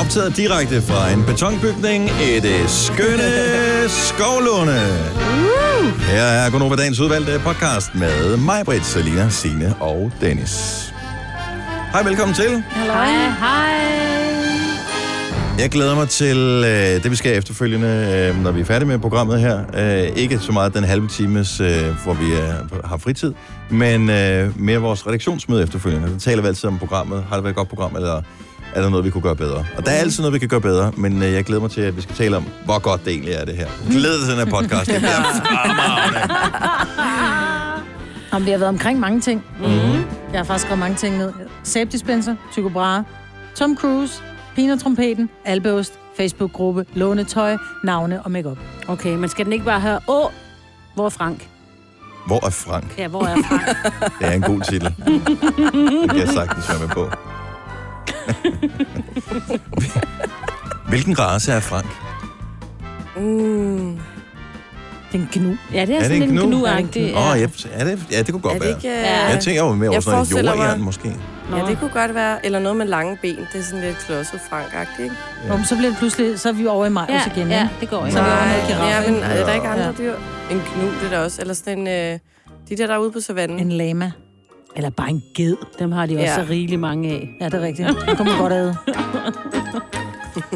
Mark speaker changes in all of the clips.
Speaker 1: Optaget direkte fra en betonbygning i det skønne Skovlunde. Her er Gunova Dagens udvalgte podcast med mig, Britt, Selina, Signe og Dennis. Hej, velkommen til.
Speaker 2: Hej, hej.
Speaker 1: Jeg glæder mig til øh, det, vi skal efterfølgende, øh, når vi er færdige med programmet her. Øh, ikke så meget den halve times, øh, hvor vi øh, har fritid, men øh, mere vores redaktionsmøde efterfølgende. Der taler vi altid om programmet. Har det været et godt program, eller er der noget, vi kunne gøre bedre? Og der er altid noget, vi kan gøre bedre, men øh, jeg glæder mig til, at vi skal tale om, hvor godt det egentlig er det her. Glæder til den her podcast. Det bliver
Speaker 2: Om vi har været omkring mange ting.
Speaker 1: Mm.
Speaker 2: Mm-hmm. Jeg har faktisk skrevet mange ting ned. Safe dispenser, Tycho Brahe, Tom Cruise, Pinotrompeten, Albeost, Facebook-gruppe, lånetøj, navne og makeup.
Speaker 3: Okay, men skal den ikke bare høre, åh, hvor er Frank?
Speaker 1: Hvor er Frank?
Speaker 3: Ja, hvor er Frank?
Speaker 1: Det er en god titel. Det kan jeg sagtens være med på. Hvilken race er Frank?
Speaker 2: Uh.
Speaker 4: Mm.
Speaker 2: Den gnu.
Speaker 3: ja, det er, sådan en gnu
Speaker 1: Åh, oh, ja, er det, ja, det kunne godt
Speaker 4: Er det
Speaker 1: være.
Speaker 4: ikke...
Speaker 3: Ja.
Speaker 4: Ja.
Speaker 1: Jeg tænker jo mere over
Speaker 4: Jeg
Speaker 1: sådan noget
Speaker 4: forestiller mig-
Speaker 1: jordjern, måske.
Speaker 4: ja, det kunne godt være. Eller noget med lange ben. Det er sådan lidt klodset frank ikke?
Speaker 2: Ja. Om, så bliver det pludselig, så er vi over i maj
Speaker 3: ja,
Speaker 2: ja, igen.
Speaker 3: ja,
Speaker 2: Ja.
Speaker 3: det går ikke.
Speaker 2: Så er vi over i en giraf,
Speaker 4: ja,
Speaker 2: ikke?
Speaker 4: men er der ikke andre
Speaker 2: Ja.
Speaker 4: dyr? En knu, det er der også. Eller sådan en... Øh, de der, der er ude på savannen.
Speaker 2: En lama.
Speaker 3: Eller bare en ged. Dem har de også
Speaker 4: Ja.
Speaker 3: så rigeligt mange af.
Speaker 2: Ja, det er rigtigt. Den kommer godt ad.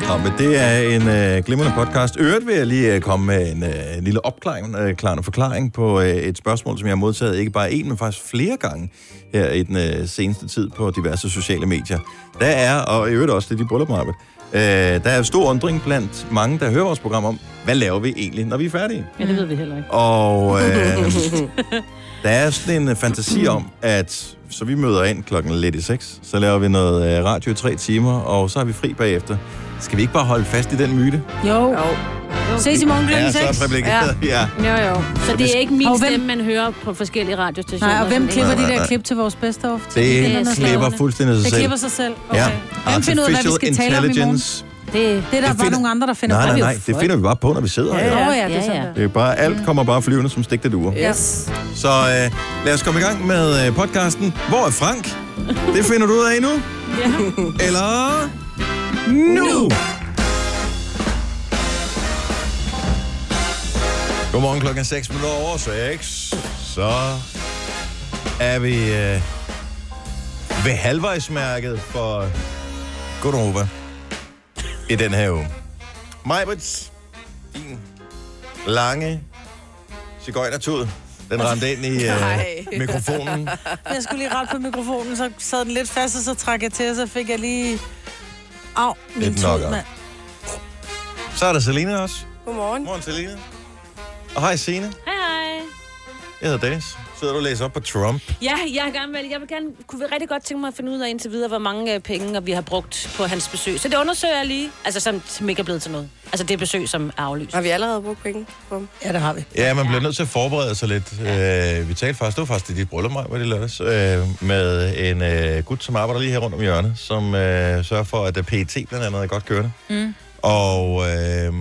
Speaker 1: Nå, men det er en øh, glimrende podcast. Øvrigt vil jeg lige øh, komme med en øh, lille opklaring, øh, klarende forklaring på øh, et spørgsmål, som jeg har modtaget ikke bare en, men faktisk flere gange her i den øh, seneste tid på diverse sociale medier. Der er, og i øvrigt også lidt i bryllupmarbedet, øh, der er stor undring blandt mange, der hører vores program om, hvad laver vi egentlig, når vi er færdige?
Speaker 3: Ja, det ved vi heller ikke.
Speaker 1: Og øh, der er sådan en øh, fantasi om, at så vi møder ind klokken lidt i seks, så laver vi noget øh, radio i tre timer, og så er vi fri bagefter. Skal vi ikke bare holde fast i den myte?
Speaker 2: Jo.
Speaker 4: Jo.
Speaker 2: Ses i morgen kl.
Speaker 1: Ja, så er
Speaker 2: 6.
Speaker 1: privilegeret. Ja. ja.
Speaker 3: Jo, jo. Så det er ikke min
Speaker 2: Og hvem-
Speaker 3: stemme, man hører på forskellige radiostationer.
Speaker 2: Nej, og
Speaker 3: sådan,
Speaker 2: hvem
Speaker 3: ikke?
Speaker 2: klipper de
Speaker 1: Nej, nej,
Speaker 2: der
Speaker 1: nej.
Speaker 2: klip til vores best of? Til weekenden og
Speaker 1: Det
Speaker 2: sådan noget?
Speaker 1: klipper fuldstændig sig
Speaker 2: Det
Speaker 1: selv.
Speaker 2: klipper sig selv. Okay.
Speaker 1: Ja.
Speaker 2: Hvem finder ud af, hvad vi skal tale om i morgen?
Speaker 1: intelligence.
Speaker 3: Det,
Speaker 2: Det er der
Speaker 1: Det
Speaker 2: var
Speaker 1: finder-
Speaker 2: nogle andre, der finder på.
Speaker 1: Nej, nej,
Speaker 2: Det er
Speaker 1: nej.
Speaker 2: jo
Speaker 1: Det finder vi bare på, når vi sidder her.
Speaker 2: Åh ja, det er
Speaker 3: Ja,
Speaker 2: sådan
Speaker 3: ja.
Speaker 2: der.
Speaker 1: Det er bare, alt kommer bare flyvende som stegte duer.
Speaker 4: Yes.
Speaker 1: Så øh, lad os komme i gang med øh, podcasten. Hvor er Frank? Det finder du ud af nu. Ja. Eller nu. Godmorgen klokken 6 minutter over 6. Så er vi øh, ved halvvejsmærket for Godnova i den her uge. Majbrits, din lange cigøjnertud, den ramte ind i
Speaker 4: Nej.
Speaker 1: øh, mikrofonen.
Speaker 2: Jeg skulle lige rette på mikrofonen, så sad den lidt fast, og så trak jeg til, og så fik jeg lige... Au, min
Speaker 1: Lidt nok,
Speaker 2: tud,
Speaker 1: ja.
Speaker 2: mand.
Speaker 1: Så er der Selina også.
Speaker 4: Godmorgen.
Speaker 1: Godmorgen, Selina. Og hej, Signe.
Speaker 5: Hej, hej.
Speaker 1: Jeg hedder Dennis. Sidder du og læser op på Trump?
Speaker 5: Ja, jeg er gerne med. Jeg vil gerne, kunne rigtig godt tænke mig at finde ud af indtil videre, hvor mange øh, penge vi har brugt på hans besøg. Så det undersøger jeg lige. Altså, som, som ikke er blevet til noget. Altså, det besøg, som er aflyst.
Speaker 4: Har vi allerede brugt penge på dem?
Speaker 2: Ja, det har vi.
Speaker 1: Ja, man bliver nødt til at forberede sig lidt. Øh, vi talte faktisk, det var faktisk i dit bryllup, mig, hvor det lørdags, øh, med en øh, gut, som arbejder lige her rundt om hjørnet, som øh, sørger for, at PET blandt andet er godt kørende. Mm. Og, øh,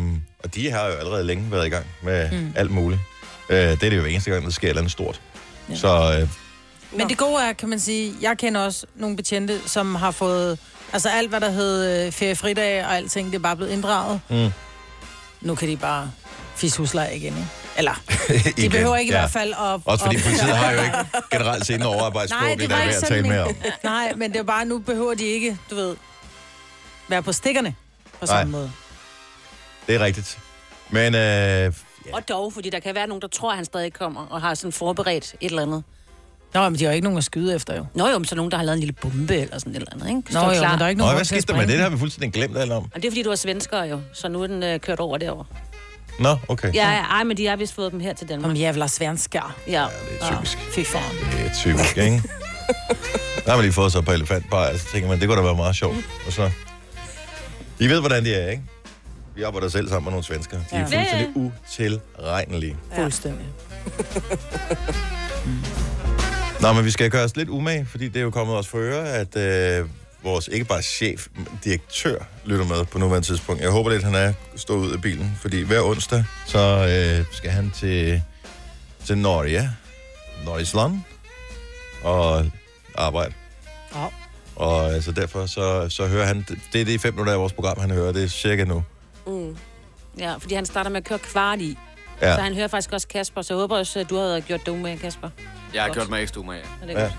Speaker 1: og de har jo allerede længe været i gang med mm. alt muligt. Øh, det er det jo hver eneste gang, der sker et eller andet stort. Ja. Så øh,
Speaker 2: Men det gode er, kan man sige, jeg kender også nogle betjente, som har fået... Altså alt, hvad der hed øh, feriefridag og alting, det er bare blevet inddraget.
Speaker 1: Mm.
Speaker 2: Nu kan de bare fisse husleje igen, ikke? Eller, de
Speaker 1: igen,
Speaker 2: behøver ikke i
Speaker 1: ja.
Speaker 2: hvert fald at...
Speaker 1: Også fordi
Speaker 2: at-
Speaker 1: politiet har jo ikke generelt set en overarbejdsbog,
Speaker 2: Nej,
Speaker 1: det er
Speaker 2: det
Speaker 1: der
Speaker 2: var
Speaker 1: er
Speaker 2: ikke
Speaker 1: værd at
Speaker 2: sådan
Speaker 1: tale
Speaker 2: en-
Speaker 1: mere om.
Speaker 2: Nej, men det er bare, nu behøver de ikke, du ved, være på stikkerne på
Speaker 1: Nej.
Speaker 2: samme måde.
Speaker 1: Det er rigtigt. Men øh,
Speaker 5: Og dog, fordi der kan være nogen, der tror, at han stadig kommer og har sådan forberedt et eller andet.
Speaker 2: Nå, men de har jo ikke nogen at skyde efter, jo.
Speaker 5: Nå jo, men så er nogen, der har lavet en lille bombe eller sådan et eller andet, ikke?
Speaker 2: Nå,
Speaker 5: Står
Speaker 2: jo,
Speaker 5: klar.
Speaker 2: men der er ikke
Speaker 1: Nå,
Speaker 2: nogen
Speaker 1: hvad
Speaker 2: grund til
Speaker 1: skete
Speaker 2: at
Speaker 1: der med det?
Speaker 2: sprænge.
Speaker 1: Det har vi fuldstændig glemt alt om.
Speaker 5: Og det er, fordi du er svensker jo, så nu er den øh, kørt over derovre.
Speaker 1: Nå, okay.
Speaker 5: Ja, ja, ej, men de har vist fået dem her til Danmark.
Speaker 2: Om jævla svenskar.
Speaker 5: Ja.
Speaker 1: Det er typisk.
Speaker 2: Fy fan.
Speaker 1: Det er typisk, ikke? Der har man lige fået sig på elefantbar, og så tænker man, det kunne da være meget sjovt. Og så... I ved, hvordan de er, ikke? Vi arbejder selv sammen med nogle svenskere. De er fuldstændig utilregnelige.
Speaker 2: Fuldstændig.
Speaker 1: Nå, men vi skal gøre os lidt umage, fordi det er jo kommet os for øre, at øh, vores ikke bare chef, men direktør, lytter med på nuværende tidspunkt. Jeg håber lidt, han er stået ud af bilen, fordi hver onsdag, så øh, skal han til, til Norge, Norges land, og arbejde.
Speaker 2: Ja.
Speaker 1: Og øh, så derfor så, så hører han, det er de fem minutter af vores program, han hører, det er cirka nu.
Speaker 4: Mm.
Speaker 5: Ja, fordi han starter med at køre kvart i. Ja.
Speaker 1: Ja.
Speaker 5: Så han hører faktisk også Kasper, så jeg håber også, at du har gjort det med Kasper.
Speaker 6: Jeg har
Speaker 5: Godt.
Speaker 6: gjort mig ekstra umage.
Speaker 5: Så det er
Speaker 1: Ja.
Speaker 5: ja.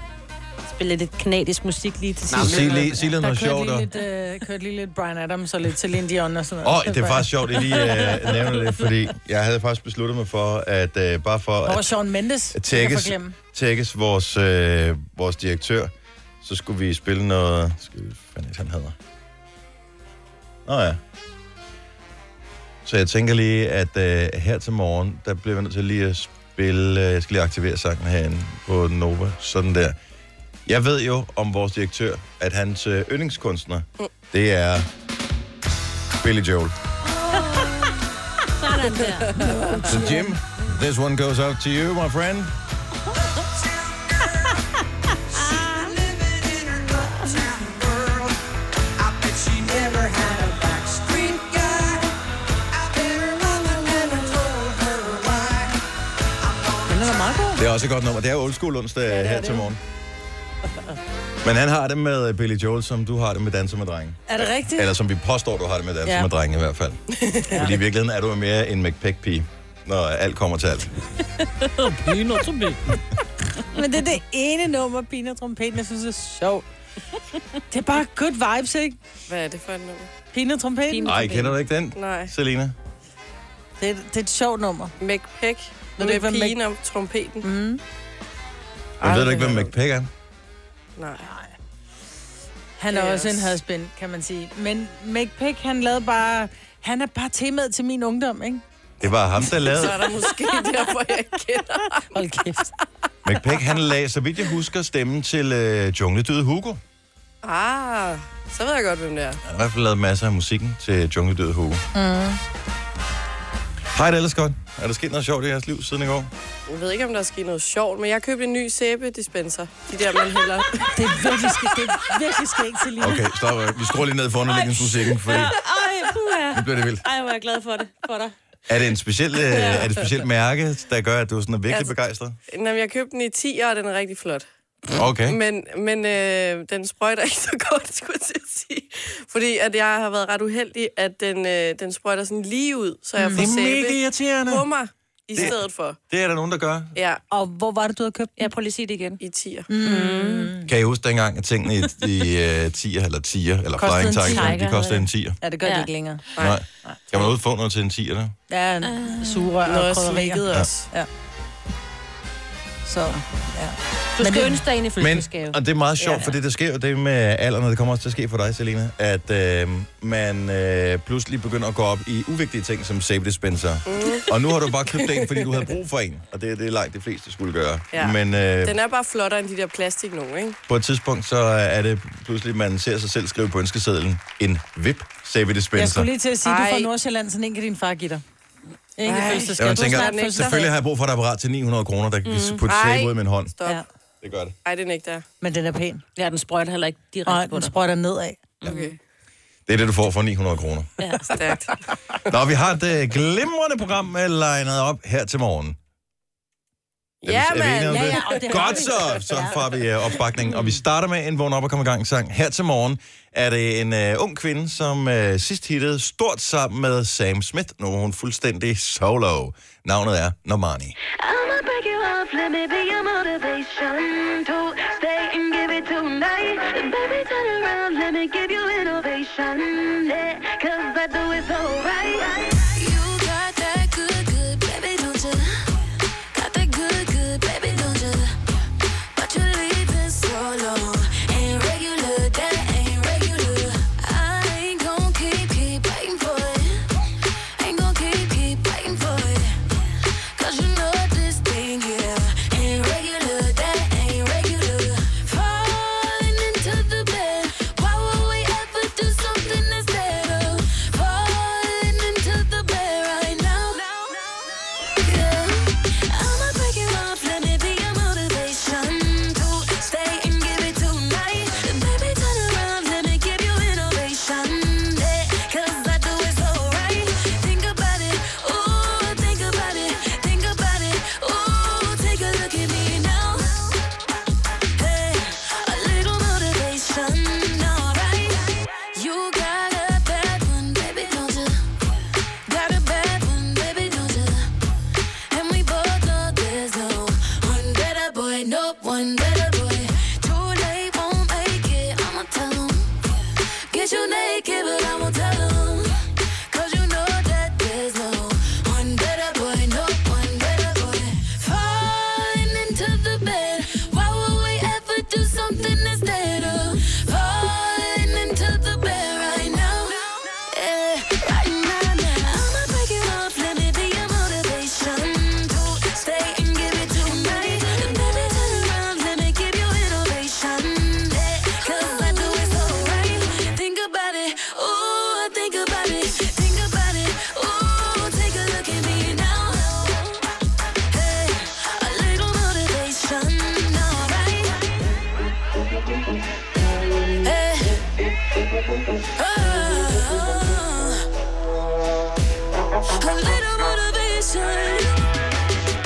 Speaker 5: Spille lidt kanadisk musik lige til
Speaker 6: Nej,
Speaker 5: sidst.
Speaker 6: men-
Speaker 1: Sig lige, sig lige
Speaker 2: Der
Speaker 1: noget
Speaker 2: kørte
Speaker 1: sjovt.
Speaker 2: lige,
Speaker 1: og-
Speaker 2: lidt, øh, kørte lige lidt Brian Adams og lidt Celine Dion og sådan
Speaker 1: Åh,
Speaker 2: noget.
Speaker 1: oh, det er faktisk sjovt, at I lige øh, nævner det, fordi jeg havde faktisk besluttet mig for, at øh, bare for
Speaker 2: Og
Speaker 1: at
Speaker 2: Sean Mendes, kan jeg
Speaker 1: tækkes,
Speaker 2: forglemme.
Speaker 1: tækkes vores, øh, vores direktør, så skulle vi spille noget... Skal vi, hvad fanden er det, han hedder? Nå ja. Så jeg tænker lige, at øh, her til morgen, der bliver vi nødt til lige at spille... Øh, jeg skal lige aktivere sangen herinde på Nova, sådan der. Jeg ved jo om vores direktør, at hans øh, yndlingskunstner,
Speaker 2: Mm.
Speaker 1: det er Billy Joel.
Speaker 5: Sådan der.
Speaker 1: So Jim, this one goes out to you, my friend.
Speaker 2: Den er meget god.
Speaker 1: Det er også et godt nummer. Det er old school onsdag ja, her til morgen. Men han har det med øh, Billy Joel, som du har det med Danser med Drenge.
Speaker 2: Er det rigtigt?
Speaker 1: Eller som vi påstår, du har det med Danser ja.
Speaker 2: Ja.
Speaker 1: med Drenge i hvert fald. ja. Fordi i virkeligheden er du mere en McPeck-pige, når alt kommer til alt.
Speaker 2: Men det er det ene nummer, Pina Trompeten, jeg synes er sjovt. Det er bare good vibes, ikke?
Speaker 4: Hvad er det for et nummer?
Speaker 2: Pina Trompeten.
Speaker 1: Nej, kender du ikke den,
Speaker 4: Nej.
Speaker 1: Selina?
Speaker 2: Det er, det er et sjovt nummer.
Speaker 4: Mac Peck.
Speaker 2: Ved
Speaker 4: Ved det
Speaker 2: du ikke,
Speaker 4: er
Speaker 2: hvem
Speaker 4: pigen om trompeten.
Speaker 2: Mm.
Speaker 1: Men ved du ikke,
Speaker 4: Aldrig
Speaker 1: hvem
Speaker 4: hørt om.
Speaker 1: McPeck er?
Speaker 4: Nej.
Speaker 2: Han er
Speaker 4: Det er
Speaker 2: også en
Speaker 4: også-
Speaker 2: hadspind, kan man sige. Men McPick, han lavede bare... Han er bare temaet til min ungdom, ikke?
Speaker 1: Det var ham, der lavede.
Speaker 4: Så er der måske derfor, jeg ikke kender.
Speaker 2: Hold kæft.
Speaker 1: McPeck, han lagde, så vidt jeg husker, stemmen til øh, Jungledyde Hugo.
Speaker 4: Ah, så ved jeg godt, hvem det er.
Speaker 1: Han har i hvert fald lavet masser af musikken til Jungledød Hugo. Mm. Hej, det er ellers godt. Er der sket noget sjovt i jeres liv siden i går?
Speaker 4: Jeg ved ikke, om der er sket noget sjovt, men jeg købte en ny sæbedispenser. De der, man hælder.
Speaker 2: Det er virkelig skægt. Det er virkelig skægt, Celine.
Speaker 1: Okay, stop. Vi skruer lige ned foran og lægger musikken, for
Speaker 5: Ej, puha.
Speaker 1: nu bliver det vildt.
Speaker 5: Ej, hvor er jeg glad for det. For dig.
Speaker 1: Er det, en speciel, øh, er det et specielt mærke, der gør, at du sådan er virkelig
Speaker 4: Altså-
Speaker 1: begejstret?
Speaker 4: Nå, men jeg købte den i 10 og den er rigtig flot.
Speaker 1: Okay.
Speaker 4: Men, men øh, den sprøjter ikke så godt, skulle jeg til at sige. Fordi at jeg har været ret uheldig, at den, øh, den sprøjter sådan lige ud, så jeg får
Speaker 1: Mm. Det er mega
Speaker 4: sæbe
Speaker 1: irriterende.
Speaker 4: på mig i stedet for.
Speaker 1: Det er der nogen, der gør.
Speaker 4: Ja,
Speaker 2: Og hvor var det, du havde købt den? Mm.
Speaker 5: Ja, prøv lige at sige det igen.
Speaker 4: i 10'er.
Speaker 1: Kan I huske dengang, at tingene i, i øh, 10'er eller 10'er, eller
Speaker 2: Kostede
Speaker 1: flying
Speaker 2: en
Speaker 1: tiger,
Speaker 5: tiger,
Speaker 1: de kostede en 10'er?
Speaker 2: Ja, det gør ja. de
Speaker 5: Ja.
Speaker 2: ikke længere.
Speaker 1: Nej. Kan man overhovedet få noget til en 10'er, der?
Speaker 2: Ja,
Speaker 5: Ah.
Speaker 2: en sugerør og
Speaker 4: Noget
Speaker 2: krydderier.
Speaker 4: slikket også.
Speaker 2: Så, ja.
Speaker 5: Du skal
Speaker 2: det-
Speaker 5: ønske dig en i
Speaker 1: Men,
Speaker 5: fødselsgave.
Speaker 1: og det er meget sjovt, ja. fordi der sker jo det med alderen, og det kommer også til at ske for dig, Selina, at øh, man øh, pludselig begynder at gå op i uvigtige ting som sæbedispenser. Mm. Og nu har du bare købt en, fordi du havde brug for en, og det er det langt de fleste skulle gøre.
Speaker 4: Ja.
Speaker 1: Men øh,
Speaker 4: Den er bare flottere end de der plastik nogen, ikke?
Speaker 1: på et tidspunkt, så er det pludselig, man ser sig selv skrive på ønskesedlen en vip
Speaker 2: Jeg
Speaker 1: sæbedispenser.
Speaker 2: skulle lige til at sige, at du er
Speaker 4: Ej.
Speaker 2: fra Nordsjælland, sådan en kan din far give dig. Ikke
Speaker 4: Ej.
Speaker 1: Ja,
Speaker 2: fødselsdagsgave.
Speaker 1: man
Speaker 2: Du er
Speaker 1: tænker,
Speaker 2: snart fødselsdag.
Speaker 1: selvfølgelig har jeg brug for et apparat til 900 kroner, der kan mm. putte sæbe
Speaker 4: Ej.
Speaker 1: ud i min hånd.
Speaker 4: Stop.
Speaker 2: Ja,
Speaker 4: Ja.
Speaker 1: Det gør det.
Speaker 4: Ej, det nægter jeg.
Speaker 2: men den er pæn.
Speaker 5: Ja, den sprøjter heller ikke direkte
Speaker 2: Og
Speaker 5: på
Speaker 2: den
Speaker 5: dig.
Speaker 2: sprøjter nedad.
Speaker 4: Okay.
Speaker 1: Det er det, du får for 900 kroner.
Speaker 5: Mm. Ja.
Speaker 4: Stærkt.
Speaker 1: Nå, vi har et øh, glimrende program øh, legnet op her til morgen. Er vi-
Speaker 4: Ja,
Speaker 1: er vi enige om
Speaker 4: mand.
Speaker 1: det?
Speaker 2: Ja, ja, og det har
Speaker 1: Godt
Speaker 2: vi.
Speaker 1: så, så får vi øh, opbakningen. Og vi starter med en vågn op og kom i gang sang. Her til morgen er det en øh, ung kvinde, som øh, sidst hittede stort sammen med Sam Smith. Nu er hun fuldstændig solo. Navnet er Normani.
Speaker 7: I'ma break you off, let me be your motivation to stay and give it tonight. Baby, turn around, let me give you innovation. Yeah, cause I do it so right.
Speaker 8: You got that good, good, baby, don't you? Got that good, good, baby, don't you? But you leaving solo. Ain't regular, that ain't regular. I ain't gon' keep, keep waiting for it. Ain't gon' keep, keep waiting for it. 'Cause you know this thing here ain't regular, that ain't regular. Falling into the bed. Why would we ever do something that's better? Falling into the up one better boy. Too late, won't make it. I'ma tell him. Get you naked, but I won't tell him. Cause you know that there's no one better boy, no one better boy. Falling into the bed. Why would we ever do something that's dead? Oh, falling into the bed right now. Yeah, right now, now. I'ma break it off, let me be your motivation. To stay and give it tonight. Baby, turn around, let me give you innovation. Yeah, 'cause I do it so right. Think about it, ooh, think about it, think about it, ooh, take a look at me now. Hey, a little motivation, alright? Hey, oh, a little motivation.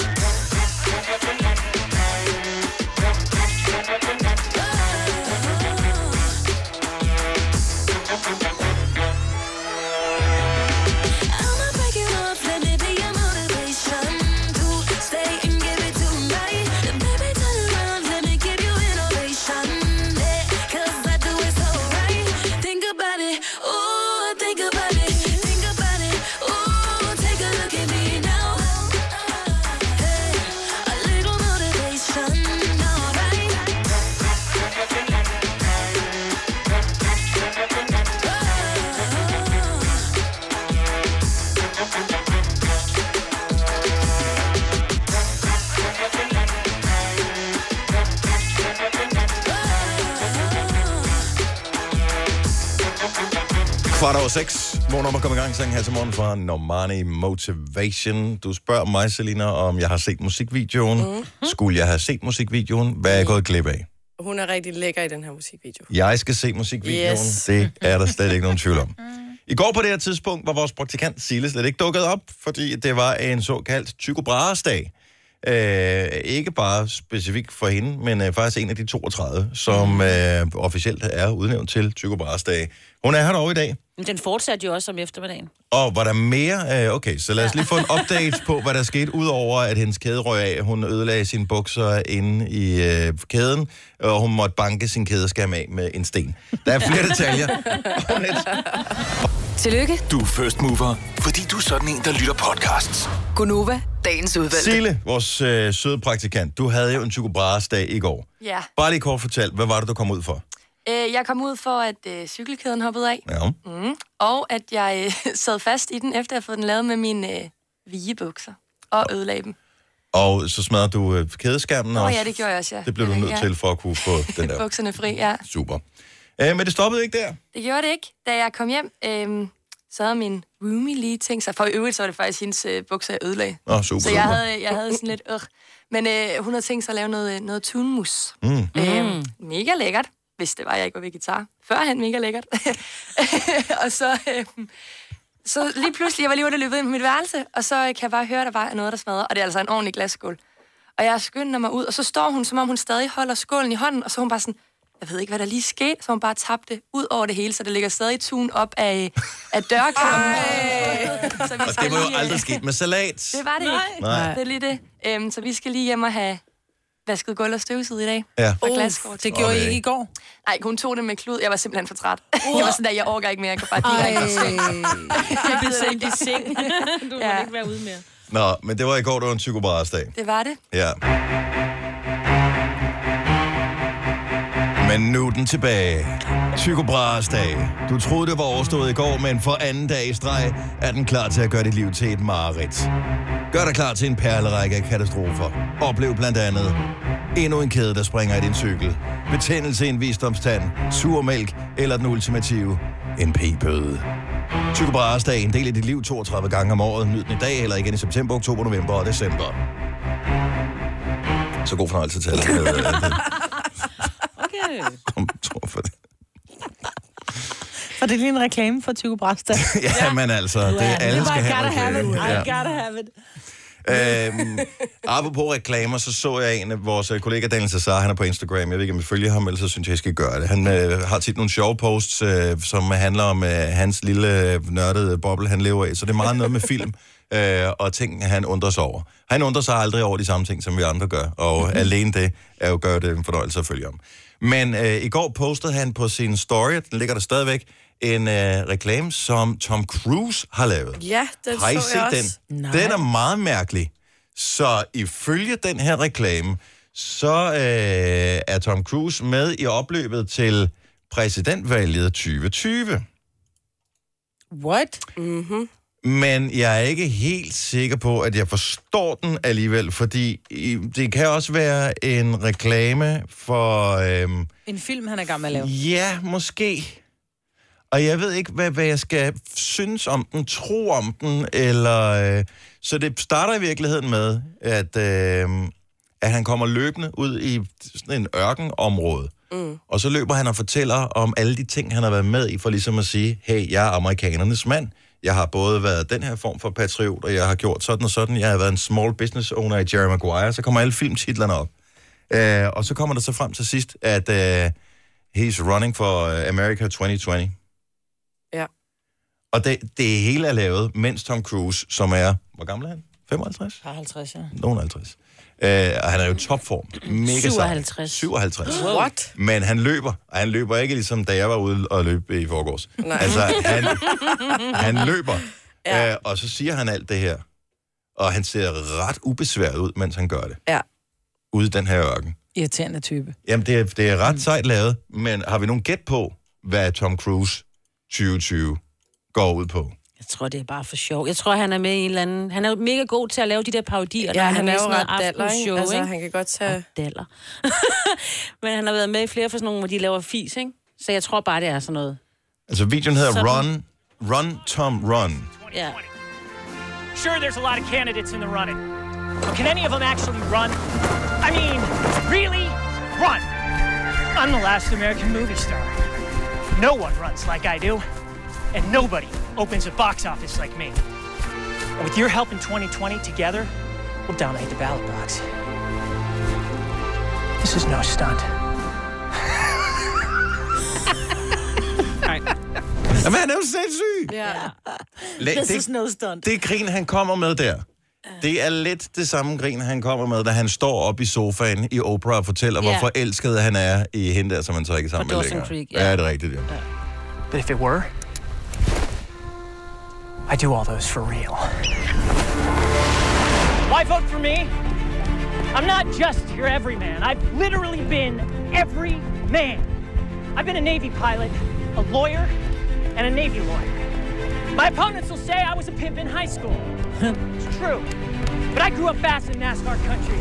Speaker 8: I'ma break it off, let me be your motivation to stay and give it tonight. Baby, turn around, let me give you innovation. Yeah, 'cause I do it so right. Think about it, ooh, think about it, think about it, ooh, take a look at me now. Hey, a little motivation, alright?
Speaker 1: Kvart over seks. Vågn op og kom i gang. Sangen her til morgen fra Normani Motivation. Du spørger mig, Selina, om jeg har set musikvideoen.
Speaker 2: Mm.
Speaker 1: Mm-hmm. Skulle jeg have set musikvideoen? Hvad er jeg gået glip af?
Speaker 4: Hun er rigtig lækker i den her musikvideo.
Speaker 1: Jeg skal se musikvideoen. Yes.
Speaker 4: Yes.
Speaker 1: Det er der slet ikke nogen tvivl om. I går på det her tidspunkt var vores praktikant Sille slet ikke dukket op, fordi det var en såkaldt Tycho Brahes dag. Øh, ikke bare specifikt for hende, men øh, faktisk en af de 32, som øh, officielt er udnævnt til Tycho Brahes dag. Hun er her dog i dag,
Speaker 3: Men den fortsatte jo også om eftermiddagen.
Speaker 1: og var der mere? Øh, okay, så lad os lige få en update på, hvad der skete, udover at hendes kæde røg af. Hun ødelagde sine bukser inde i øh, kæden, og hun måtte banke sin kædeskærm af med en sten. Der er flere detaljer. Om lidt.
Speaker 9: Tillykke,
Speaker 10: Du er first mover, fordi du er sådan en, der lytter podcasts.
Speaker 9: Gunova, dagens udvalgte.
Speaker 1: Sille, vores øh, søde praktikant, du havde jo en Tycho Brahes dag i går.
Speaker 11: Ja,
Speaker 1: Bare lige kort fortalt, hvad var det, du kom ud for?
Speaker 11: øh, jeg kom ud for, at øh, cykelkæden hoppede af,
Speaker 1: Ja.
Speaker 11: og at jeg øh, sad fast i den, efter jeg havde fået den lavet med mine øh, vigebukser og ødelagde dem.
Speaker 1: Og så smadrede du øh, kædeskærmen
Speaker 11: Åh
Speaker 1: også.
Speaker 11: ja, det gjorde jeg også, ja.
Speaker 1: Det blev du
Speaker 11: Ja,
Speaker 1: nødt
Speaker 11: ja.
Speaker 1: til for at kunne få den der.
Speaker 11: Bukserne fri, ja.
Speaker 1: Super. Øh, men det stoppede ikke der.
Speaker 11: Det gjorde det ikke. Da jeg kom hjem, øh, så havde min roomie lige tænkt sig, for i øvrigt så var det faktisk hendes øh, bukser, jeg ødelagde.
Speaker 1: Nå, super.
Speaker 11: Så jeg havde, jeg havde sådan lidt, øh. Men øh, hun havde tænkt sig at lave noget, øh, noget tunmus.
Speaker 1: Mm.
Speaker 11: Øhm, mega lækkert, hvis det var, jeg ikke var vegetar. Førhen mega lækkert. og så, øhm, så lige pludselig, jeg var lige ude og løbe ind på mit værelse, og så øh, kan jeg bare høre, der bare er noget, der smadrer, og det er altså en ordentlig glasskål. Og jeg skynder mig ud, og så står hun, som om hun stadig holder skålen i hånden, og så er hun bare sådan, jeg ved ikke, hvad der lige skete, så hun bare tabte ud over det hele, så det ligger stadig tun op af, af dørkarmen. Så vi
Speaker 1: Og
Speaker 11: skal
Speaker 1: det var jo
Speaker 11: lige, øh,
Speaker 1: aldrig sket med salat.
Speaker 11: Det var det ikke.
Speaker 1: Nej.
Speaker 11: Det er lige det. Øhm, så vi skal lige hjem og have vasket gulv og støvsud i dag.
Speaker 1: Ja.
Speaker 3: Uh,
Speaker 11: Og glaskort.
Speaker 2: Det gjorde
Speaker 1: Okay.
Speaker 2: okay. I ikke i går.
Speaker 11: Nej, hun tog det med klud. Jeg var simpelthen for træt. Jeg var sådan der, jeg overgår ikke mere. Jeg går bare direkte til seng.
Speaker 3: Jeg blev sendt i seng. du ja.
Speaker 11: Ja.
Speaker 3: må ikke være ude mere.
Speaker 1: Nå, men det var i går, det var en Tycho Brahes dag.
Speaker 11: Det var det.
Speaker 1: Ja. Men nu er den tilbage. Tycho Brahes dag. Du troede, det var overstået i går, men for anden dag i streg er den klar til at gøre dit liv til et mareridt. Gør dig klar til en perlerække af katastrofer. Oplev blandt andet endnu en kæde, der springer i din cykel. Betændelse i en visdomstand, sur mælk eller den ultimative, en p-bøde. Tycho Brahes dag, en del af dit liv 32 gange om året. Nyd den i dag eller igen i september, oktober, november og december. Så god fornøjelse til alle med
Speaker 3: Okay.
Speaker 1: kontor for det.
Speaker 2: For det er lige en reklame for Tycho Brasta.
Speaker 1: Ja, men altså, det er alle skal have reklame.
Speaker 3: I
Speaker 1: Ja.
Speaker 3: gotta have it.
Speaker 1: Øhm, apropos reklamer, så så jeg en af vores øh, kollegaer, Daniel Cesar, han er på Instagram. Jeg ved ikke, om jeg følger ham, eller så synes jeg, jeg skal gøre det. Han øh, har tit nogle sjove posts, øh, som handler om øh, hans lille øh, nørdede boble, han lever i. Så det er meget noget med film. øh, og ting, han undrer sig over. Han undrer sig aldrig over de samme ting, som vi andre gør, og mm-hmm. alene det er jo gør det en fornøjelse at følge om. Men øh, i går postede han på sin story, den ligger der stadigvæk, en øh, reklame, som Tom Cruise har lavet.
Speaker 4: Ja, den
Speaker 1: Har I
Speaker 4: så
Speaker 1: set
Speaker 4: jeg også.
Speaker 1: den? Den er meget mærkelig. Så ifølge den her reklame, så øh, er Tom Cruise med i opløbet til præsidentvalget 2020.
Speaker 2: What?
Speaker 4: Mm-hmm.
Speaker 1: Men jeg er ikke helt sikker på, at jeg forstår den alligevel, fordi i- det kan også være en reklame for... Øhm,
Speaker 2: En film, han er gammel at lave.
Speaker 1: ja, måske. Og jeg ved ikke, hvad, hvad jeg skal synes om den, tro om den, eller... Øh, så det starter i virkeligheden med, at, øh, at han kommer løbende ud i sådan en ørkenområde. Mm. Og så løber han og fortæller om alle de ting, han har været med i, for ligesom at sige, hey, jeg er amerikanernes mand. Jeg har både været den her form for patriot, og jeg har gjort sådan og sådan. Jeg har været en small business owner i Jerry Maguire. Så kommer alle filmtitlerne op. Uh, og så kommer der så frem til sidst, at uh, he's running for øh, America 2020.
Speaker 4: Ja.
Speaker 1: Og det, det hele er lavet, mens Tom Cruise, som er, hvor gammel er han? 55?
Speaker 2: 50, ja.
Speaker 1: Nogen 50. Øh, og han er jo i topform. Mega sej.
Speaker 3: 57.
Speaker 1: 57.
Speaker 4: What?
Speaker 1: Men han løber, og han løber ikke ligesom, da jeg var ude og løbe i forgårs.
Speaker 4: Nej.
Speaker 1: Altså, han, han løber, ja. øh, og så siger han alt det her. Og han ser ret ubesværet ud, mens han gør det.
Speaker 4: Ja.
Speaker 1: Ude i den her ørken.
Speaker 2: Irriterende type.
Speaker 1: Jamen, det er, det er ret sejt lavet, men har vi nogen gæt på, hvad Tom Cruise 2020 går ud på?
Speaker 5: Jeg tror, det er bare for sjov. Jeg tror, han er med i en eller anden... Han er jo mega god til at lave de der parodier. når
Speaker 4: Ja, han
Speaker 5: med
Speaker 4: er jo
Speaker 5: i sådan noget
Speaker 4: ret daller,
Speaker 5: aftenshow,
Speaker 4: ikke? Altså, han kan godt tage...
Speaker 5: daller. Men han har været med i flere for sådan nogle, hvor de laver fis, ikke? Så jeg tror bare, det er sådan noget.
Speaker 1: Altså, videoen hedder
Speaker 5: Sådan.
Speaker 1: Run, Run Tom Run.
Speaker 5: Ja.
Speaker 12: Sure, there's a lot of candidates in the running. But can any of them actually run? I mean, really run? I'm the last American movie star. No one runs like I do, and nobody opens a box office like me. And with your help in 2020, together, we'll dominate the ballot box. This is no stunt. All right.
Speaker 1: Jamen, han er jo sindssyg!
Speaker 4: Ja.
Speaker 1: La-
Speaker 2: This
Speaker 1: det-
Speaker 2: is no stunt.
Speaker 1: Det grin, han kommer med der, det er lidt det samme grin, han kommer med, da han står op i sofaen i Oprah og fortæller,
Speaker 12: Ja.
Speaker 1: yeah. hvor forelsket han er i hende der, som han så ikke er sammen
Speaker 12: Og
Speaker 1: med
Speaker 12: Dawson
Speaker 1: længere.
Speaker 12: Creek, ja.
Speaker 1: ja. ja, det er rigtigt, ja.
Speaker 12: But if it were, I do all those for real. Why vote for me? I'm not just your everyman. I've literally been every man. I've been a Navy pilot, a lawyer, and a Navy lawyer. My opponents will say I was a pimp in high school. it's true. But I grew up fast in NASCAR country.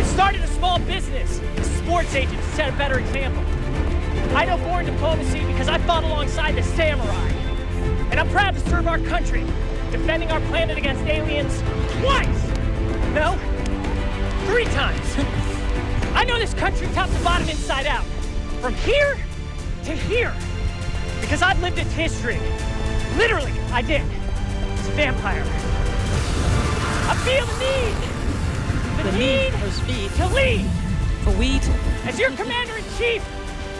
Speaker 12: It started a small business, a sports agent to set a better example. I know foreign diplomacy because I fought alongside the samurai. And I'm proud to serve our country, defending our planet against aliens twice! No, three times. I know this country top to bottom inside out. From here to here. Because I've lived its history. Literally, I did. It's a vampire. I feel the need. The, need, to lead. For weed. As your commander in chief,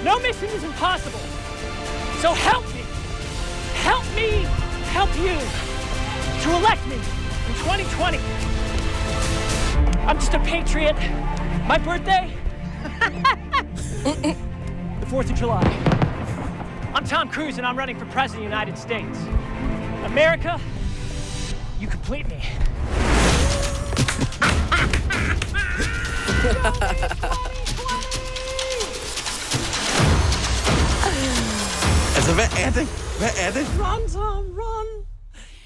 Speaker 12: no mission is impossible. So help me. Help me help you to elect me in 2020. I'm just a patriot. My birthday? the 4th of July. I'm Tom Cruise and I'm running for President of the United States. America, you complete me.
Speaker 1: Altså, hvad er det? Hvad er det?
Speaker 2: Run, Tom, run.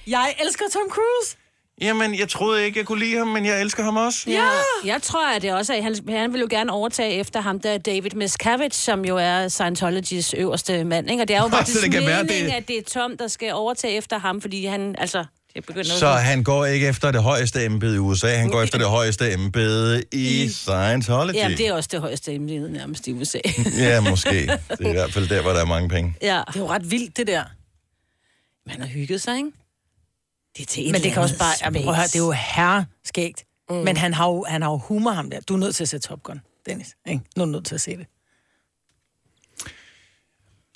Speaker 2: Jeg elsker Tom Cruise.
Speaker 1: Jamen, jeg troede ikke, jeg kunne lide ham, men jeg elsker ham også.
Speaker 5: Ja. Jeg tror, at det også er, han, han vil jo gerne overtage efter ham, der er David Miscavige, som jo er Scientologys øverste mand, ikke? Og det er jo
Speaker 1: Så
Speaker 5: faktisk
Speaker 1: det kan
Speaker 5: meningen,
Speaker 1: være, det-
Speaker 5: at det er Tom, der skal overtage efter ham, fordi han, altså... Det begynder
Speaker 1: Så han går ikke efter det højeste embede i USA, han går efter det højeste embede i Scientology.
Speaker 5: Ja, det er også det højeste emne nærmest i USA.
Speaker 1: ja, måske. Det er i hvert fald der, hvor der er mange penge.
Speaker 5: ja.
Speaker 2: Det er jo ret vildt, det der.
Speaker 5: Man har hygget sig, ikke? Det er til et
Speaker 2: Men det kan også bare... Jamen, prøv at høre, det er jo herreskægt. Mm. Men han har, jo, han har jo humor, ham der. Du er nødt til at se Top Gun, Dennis. Ikke? Nu er du nødt til at se det.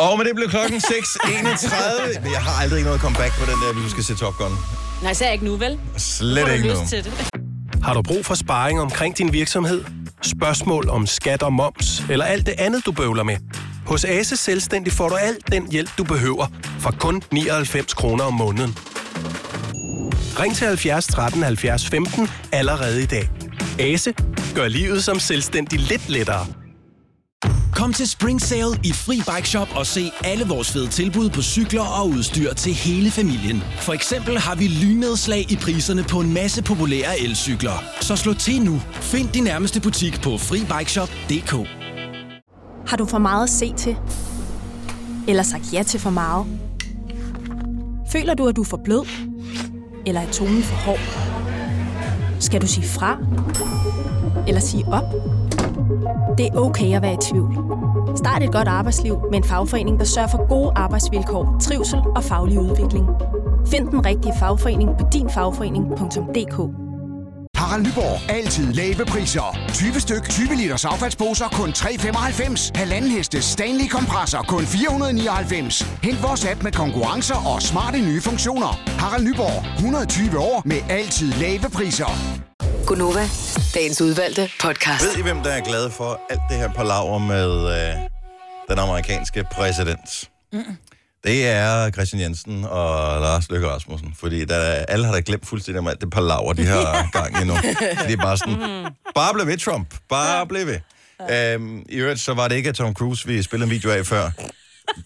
Speaker 1: Og med det blev klokken 6.31. Men jeg har aldrig noget comeback på den der, hvis du skal se Top Gun.
Speaker 5: Nej, så er jeg ikke nu, vel?
Speaker 1: Slet
Speaker 5: Får du
Speaker 1: ikke
Speaker 5: lyst
Speaker 1: nu.
Speaker 5: til det?
Speaker 10: Har du brug for sparring omkring din virksomhed? Spørgsmål om skat og moms, eller alt det andet, du bøvler med? Hos Ase Selvstændig får du alt den hjælp, du behøver, for kun 99 kroner om måneden. Ring til 70 13 70 15 allerede i dag. Ase gør livet som selvstændig lidt lettere.
Speaker 13: Kom til Spring Sale i Fri Bike Shop og se alle vores fede tilbud på cykler og udstyr til hele familien. For eksempel har vi lynedslag i priserne på en masse populære elcykler. Så slå til nu. Find din nærmeste butik på FriBikeShop.dk
Speaker 14: Har du for meget at se til? Eller sagt ja til for meget? Føler du, at du er for blød? Eller er tonen for hård? Skal du sige fra? Eller sige op? Det er okay at være i tvivl. Start et godt arbejdsliv med en fagforening, der sørger for gode arbejdsvilkår, trivsel og faglig udvikling. Find den rigtige fagforening på dinfagforening.dk.
Speaker 15: Harald Nyborg. Altid lave priser. 20 styk, 20 liters affaldsposer kun 3,95. Halvanden heste Stanley kompresser kun 499. Hent vores app med konkurrencer og smarte nye funktioner. Harald Nyborg. 120 år med altid lave priser.
Speaker 6: Gunova, dagens udvalgte podcast.
Speaker 1: Ved I, hvem der er glad for alt det her palaver med øh, den amerikanske præsident?
Speaker 7: Mm.
Speaker 1: Det er Christian Jensen og Lars Løkke Rasmussen, fordi der, alle har da glemt fuldstændig om alt det palaver, de har gang i nu. Det er bare
Speaker 5: Mm.
Speaker 1: sådan, bare bliv ved, Trump. Bare bliv ved. Øhm, I øvrigt, så var det ikke af Tom Cruise, vi spillede en video af før.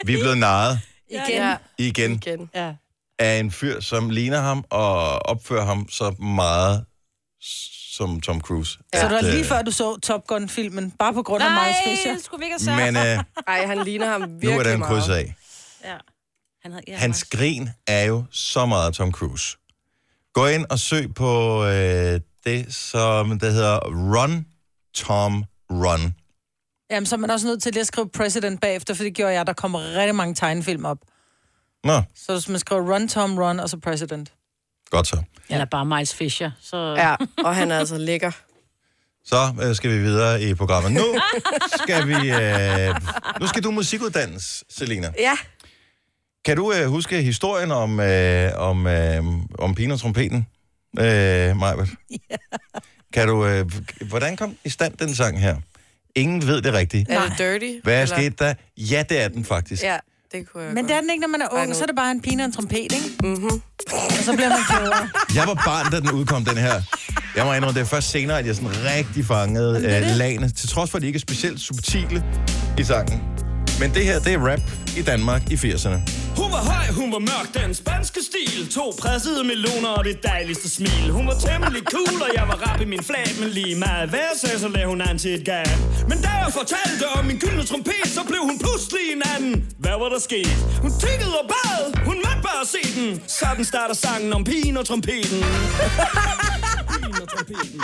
Speaker 1: Vi er blevet narret
Speaker 4: Igen. Ja.
Speaker 1: igen
Speaker 4: Igen. Ja.
Speaker 1: af en fyr, som ligner ham og opfører ham så meget som Tom Cruise.
Speaker 2: Så det var
Speaker 1: At,
Speaker 2: lige
Speaker 1: øh,
Speaker 2: før, du så Top Gun-filmen, bare på grund af Miles Fisher.
Speaker 5: skulle vi ikke
Speaker 1: have sagt. Men, øh,
Speaker 4: Ej, han ligner ham virkelig
Speaker 1: Nu er den
Speaker 4: meget.
Speaker 1: krydset af.
Speaker 5: Ja. Han havde, ja,
Speaker 1: Hans grin er jo så meget Tom Cruise. Gå ind og søg på øh, det, som det hedder Run Tom Run.
Speaker 2: Jamen, så er man også nødt til lige at skrive President bagefter, for det gjorde jeg. Der kommer rigtig mange tegnefilm op.
Speaker 1: Nå,
Speaker 2: Så hvis man skriver Run, Tom, Run, og så President.
Speaker 1: godt så.
Speaker 2: Eller bare Miles Fisher. Så...
Speaker 4: Ja, og han er altså lækker.
Speaker 1: Så øh, skal vi videre i programmet. Nu skal vi... Øh, nu skal du musikuddannes, Selina.
Speaker 4: Ja.
Speaker 1: Kan du øh, huske historien om, øh, om, øh, om pigen og trompeten, øh, Majbert? Ja. Kan du... Øh, hvordan kom i stand den sang her? Ingen ved det rigtigt.
Speaker 4: Er det dirty?
Speaker 1: Hvad er
Speaker 4: eller?
Speaker 1: sket der? Ja, det er den faktisk.
Speaker 4: Ja, det kunne jeg
Speaker 2: Men det er den ikke, når man er ung, så er det bare en pine og en trompet, ikke?
Speaker 4: Mm-hmm.
Speaker 2: Og så bliver man klogere.
Speaker 1: Jeg var barn, da den udkom, den her. Jeg må indrømme, det er først senere, at jeg sådan rigtig fangede øh, lagene, til trods for, at de ikke er specielt subtile i sangen. Men det her, det er rap i Danmark i 80'erne.
Speaker 16: Hun var høj, hun var mørk, den spanske stil To pressede meloner og det dejligste smil Hun var temmelig cool, og jeg var rap i min flat Men lige meget hvad jeg sagde, så lagde hun an til et gab Men da jeg fortalte om min gyldne trompet Så blev hun pludselig en anden Hvad var der sket? Hun tykkede og bad, hun måtte bare se den Sådan starter sangen om pigen og trompeten Pigen og trompeten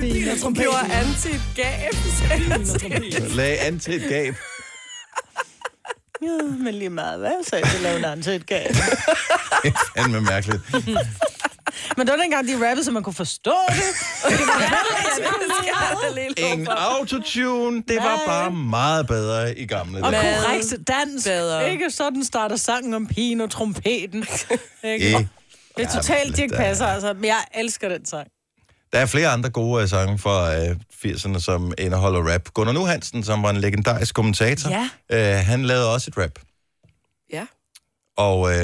Speaker 16: Pigen og trompeten
Speaker 4: Gjorde an til et gab.
Speaker 1: Lag an til et gab.
Speaker 2: Ja, men lige meget, hvad? Så jeg lavede en til et gab.
Speaker 1: Det er fandme mærkeligt.
Speaker 2: Men det var dengang, de rappede, så man kunne forstå det.
Speaker 1: Ingen autotune, det var bare meget bedre i gamle
Speaker 2: Og
Speaker 1: dage.
Speaker 2: korrekt dansk. Bedre. Ikke sådan starter sangen om pigen og trompeten. Ikke?
Speaker 1: I-
Speaker 2: Det er totalt Dirk Passer, altså. Men jeg elsker den sang.
Speaker 1: Der er flere andre gode øh, sange fra øh, 80'erne, som indeholder rap. Gunnar Nu Hansen, som var en legendarisk kommentator, ja. øh, han lavede også et rap.
Speaker 4: Ja.
Speaker 1: Og øh,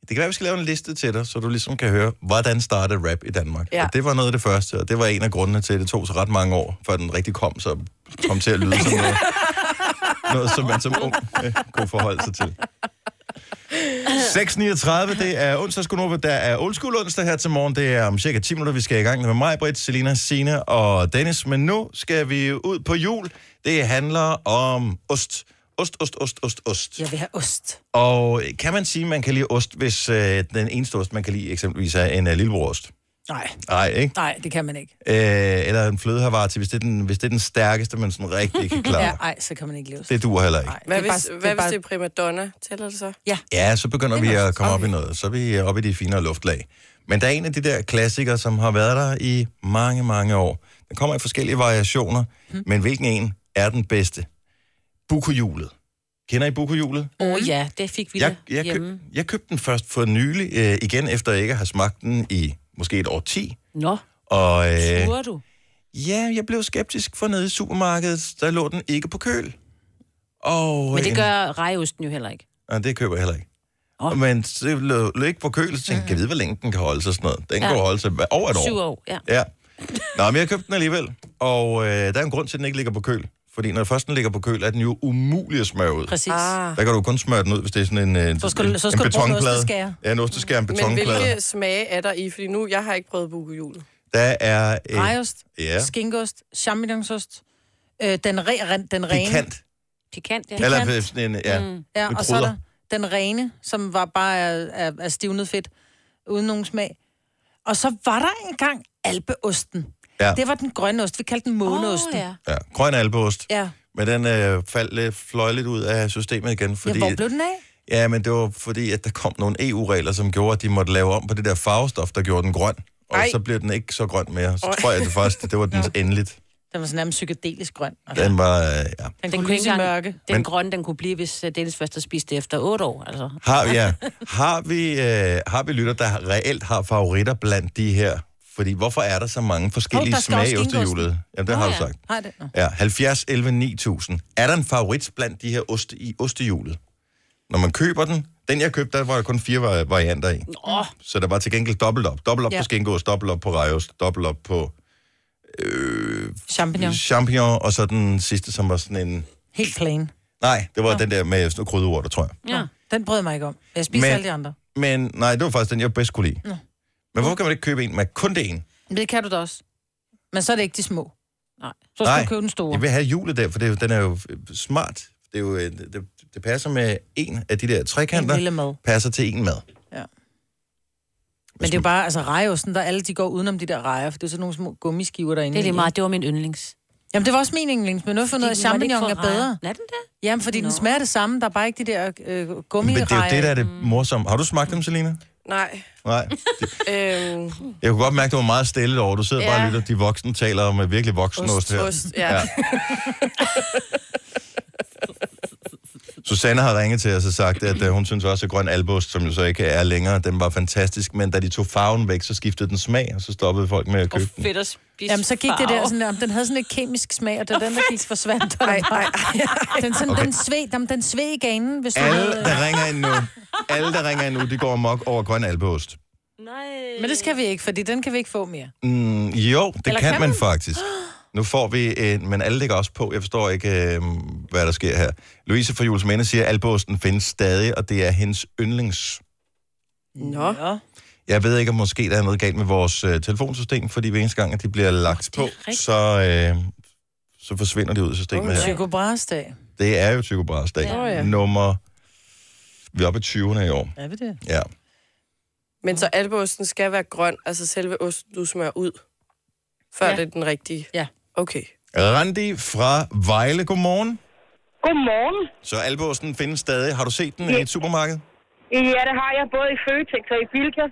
Speaker 1: det kan være, vi skal lave en liste til dig, så du ligesom kan høre, hvordan startede rap i Danmark.
Speaker 4: Ja.
Speaker 1: Og det var noget af det første, og det var en af grundene til, at det tog så ret mange år, før den rigtig kom, så kom til at lyde som noget, noget som man som ung øh, kunne forholde sig til. 6.39, det er onsdagsgunova, der er Old School onsdag her til morgen. Det er om cirka 10 minutter, vi skal i gang med mig, Britt, Selina, Sina og Dennis. Men nu skal vi ud på jul. Det handler om ost. Ost, ost, ost, ost, ost.
Speaker 2: Jeg vil have ost.
Speaker 1: Og kan man sige, at man kan lide ost, hvis øh, den eneste ost, man kan lide, eksempelvis er en øh, lillebrorost?
Speaker 2: Nej.
Speaker 1: Nej, ikke?
Speaker 2: Nej, det kan man ikke.
Speaker 1: Øh, eller en flødehavare til, hvis det, er den, hvis det er den stærkeste, man sådan rigtig kan klare.
Speaker 2: Ja, ej, så kan man ikke leve.
Speaker 1: Det duer heller ikke.
Speaker 4: Hvad
Speaker 2: Det er
Speaker 4: hvis
Speaker 2: bare- det er
Speaker 4: hvad hvis
Speaker 2: bare-
Speaker 4: det er primadonna? Tæller det så?
Speaker 2: Ja.
Speaker 1: Ja, så begynder vi at komme op i noget. Så er vi øh, oppe i de finere luftlag. Men der er en af de der klassikere, som har været der i mange, mange år. Den
Speaker 5: Mhm.
Speaker 1: kommer i forskellige variationer, hmm. men hvilken en er den bedste? Bukohjulet. Kender I bukohjulet?
Speaker 5: Åh
Speaker 2: Mm.
Speaker 5: oh, ja, det fik vi
Speaker 1: Jeg,
Speaker 5: da
Speaker 1: jeg, køb,
Speaker 5: hjemme.
Speaker 1: jeg købte den først for nylig, øh, igen efter jeg ikke har smagt den i måske et årti.
Speaker 5: Nå,
Speaker 1: Og, øh,
Speaker 5: turde du?
Speaker 1: ja, jeg blev skeptisk for nede i supermarkedet, der lå den ikke på køl. Og,
Speaker 5: Men det
Speaker 1: en-
Speaker 5: gør rejeosten jo heller ikke.
Speaker 1: Nej, det køber jeg heller ikke. Oh. Men det lå, lå ikke på køl, så tænkte jeg, kan jeg vide, hvor længe den kan holde sig sådan noget. Den
Speaker 5: Ja.
Speaker 1: ja. kan jo holde sig hva- over et år.
Speaker 5: Syv år, ja.
Speaker 1: Ja. Nå, men jeg købte den alligevel, og øh, der er en grund til, at den ikke ligger på køl. Fordi når først den ligger på køl, er den jo umulig at smøre ud.
Speaker 2: Præcis. Ah.
Speaker 1: Der kan du kun smøre den ud, hvis det er sådan en, øh,
Speaker 2: Så skal du-
Speaker 1: en,
Speaker 2: så skal
Speaker 1: en
Speaker 2: du bruge en
Speaker 1: betonplade.
Speaker 2: osteskærer.
Speaker 1: ja, en osteskærer, en
Speaker 4: Men
Speaker 1: betonplade.
Speaker 4: hvilke smage er der i? Fordi nu, jeg har ikke prøvet bukkehjulet.
Speaker 1: Der er...
Speaker 2: Øh, Rejost,
Speaker 1: Ja.
Speaker 2: skinkost, champignosost, øh, den, re, ren- den rene.
Speaker 1: Pikant.
Speaker 2: Pikant, ja.
Speaker 1: Eller øh, sådan en, ja, mm.
Speaker 2: ja, og så er der den rene, som var bare af, af, af stivnet fedt, uden nogen smag. Og så var der engang alpeosten.
Speaker 1: Ja.
Speaker 2: Det var den grønne ost. Vi kaldte den måneosten. Oh, ja.
Speaker 1: Ja, grøn albeost.
Speaker 2: ja.
Speaker 1: Men den øh, faldt lidt, fløj lidt ud af systemet igen,
Speaker 2: Fordi...
Speaker 1: fordi...
Speaker 2: ja. Hvor blev den af?
Speaker 1: Ja, men det var fordi, at der kom nogle EU-regler, som gjorde, at de måtte lave om på det der farvestof, der gjorde den grøn. Og
Speaker 2: Ej.
Speaker 1: så bliver den ikke så grøn mere. Så tror jeg det faktisk, det var dens endeligt.
Speaker 2: Den var sådan nærmest psykedelisk grøn. Den,
Speaker 1: Den var, øh, ja.
Speaker 2: den, kunne
Speaker 5: Den kunne
Speaker 2: lyse
Speaker 5: ikke
Speaker 2: i
Speaker 5: engang,
Speaker 2: mørke.
Speaker 5: mørke. Den Men... grønne, den kunne blive, hvis øh, Dennis først havde spist det efter otte år. Altså.
Speaker 1: Har, ja. har, vi, øh, har vi lytter, der reelt har favoritter blandt de her? Fordi hvorfor er der så mange forskellige
Speaker 2: Hov,
Speaker 1: oh,
Speaker 2: der skal
Speaker 1: smage i
Speaker 2: også skinkeosten.
Speaker 1: ostehjulet? Jamen,
Speaker 2: Nå
Speaker 1: det har du
Speaker 2: ja.
Speaker 1: sagt.
Speaker 2: Nej, det... Nå.
Speaker 1: Ja, 70, 11, 9000. Er der en favorit blandt de her oste i ostehjulet? Når man køber den, den jeg købte, der var der kun fire vari- varianter i.
Speaker 5: Åh,
Speaker 1: Så der var til gengæld dobbelt op. Dobbelt op
Speaker 2: Ja.
Speaker 1: ja. på skinkeost, dobbelt op på rejost, dobbelt op på øh,
Speaker 2: champignon.
Speaker 1: champignon, og så den sidste, som var sådan en...
Speaker 2: Helt plain.
Speaker 1: Nej, det var ja. den der med sådan nogle krydderurter, tror jeg.
Speaker 2: Ja. Den brød jeg mig ikke om. Jeg spiste
Speaker 1: Men-
Speaker 2: alle de andre.
Speaker 1: Men nej, det var faktisk den, jeg bedst kunne lide.
Speaker 2: Nå.
Speaker 1: Men hvorfor kan man ikke købe en med kun det ene?
Speaker 2: Men det kan du da også. Men så er det ikke de små.
Speaker 5: Nej.
Speaker 2: Så skal du købe den store.
Speaker 1: jeg vil have julet der, for det, er jo- den er jo øh, smart. Det, er jo, øh, det, det, det passer med en af de der trekanter.
Speaker 2: En lille mad.
Speaker 1: Passer til en mad.
Speaker 2: Men det er jo bare, altså rejeosten, der alle de går udenom de der rejer, for det er sådan nogle små gummiskiver derinde.
Speaker 5: Det er lige
Speaker 2: i.
Speaker 5: meget. Det var min yndlings.
Speaker 2: Jamen, det var også min yndlings, men nu har jeg fundet ud af, at
Speaker 5: Fordi den måtte ikke
Speaker 2: champignon er
Speaker 5: få rejer.
Speaker 2: bedre.
Speaker 5: Er den det?
Speaker 2: Jamen, fordi no. den smager det samme, der er bare ikke de der øh,
Speaker 1: Men
Speaker 2: gummirejer. Mm.
Speaker 1: det er jo det, der er det morsomme. Har du smagt dem, Selina?
Speaker 4: Nej.
Speaker 1: Nej.
Speaker 4: Øhm,
Speaker 1: Jeg kunne godt mærke, at du var meget stille over. Du sidder ja. bare
Speaker 4: Ja.
Speaker 1: og lytter. De voksne taler om øh, virkelig voksenost
Speaker 4: ost,
Speaker 1: her.
Speaker 4: ost, ja.
Speaker 1: Susanne har ringet til os og sagt, at øh, hun synes også, at grøn albost, som jo så ikke er længere, den var fantastisk, men da de tog farven væk, så skiftede den smag, og så stoppede folk med at købe den.
Speaker 5: Fedt at spise
Speaker 2: Jamen, så gik det der
Speaker 5: farve.
Speaker 2: sådan, om den havde sådan et kemisk smag, og det var den, der gik forsvandt. Nej, nej, Den, sådan, okay. den sved, den, den sved i ganen, hvis du
Speaker 1: Alle,
Speaker 2: havde-
Speaker 1: der ringer ind nu, alle, der ringer ind nu, de går amok over grøn albeost.
Speaker 2: Men det skal vi ikke, fordi den kan vi ikke få mere.
Speaker 1: Mm, jo, det
Speaker 2: Eller
Speaker 1: kan,
Speaker 2: kan
Speaker 1: man
Speaker 2: man?
Speaker 1: faktisk. Nu får vi en, men alle ligger også på. Jeg forstår ikke, øh, hvad der sker her. Louise fra Jules Minde siger, at albeosten findes stadig, og det er hendes yndlings.
Speaker 4: Nå.
Speaker 2: Ja.
Speaker 1: Jeg ved ikke, om måske der er noget galt med vores øh, telefonsystem, fordi hver eneste gang, at de bliver lagt på,
Speaker 2: rigtigt.
Speaker 1: så, øh, så forsvinder de ud af systemet her.
Speaker 2: Tycho Brahes dag.
Speaker 1: Det er jo Tycho Brahes dag.
Speaker 2: Ja. Nå ja.
Speaker 1: Nummer... Vi er oppe i 20'erne i år.
Speaker 2: Er vi det?
Speaker 1: Ja.
Speaker 4: Men så albeosten skal være grøn, altså selve osten, du smører ud, før ja. det er den rigtige.
Speaker 2: Ja.
Speaker 4: Okay.
Speaker 1: Randi fra Vejle, godmorgen.
Speaker 17: Godmorgen.
Speaker 1: Så albeosten findes stadig. Har du set den ja. i et supermarked?
Speaker 17: Ja, det har jeg både i Føtex og i Bilka.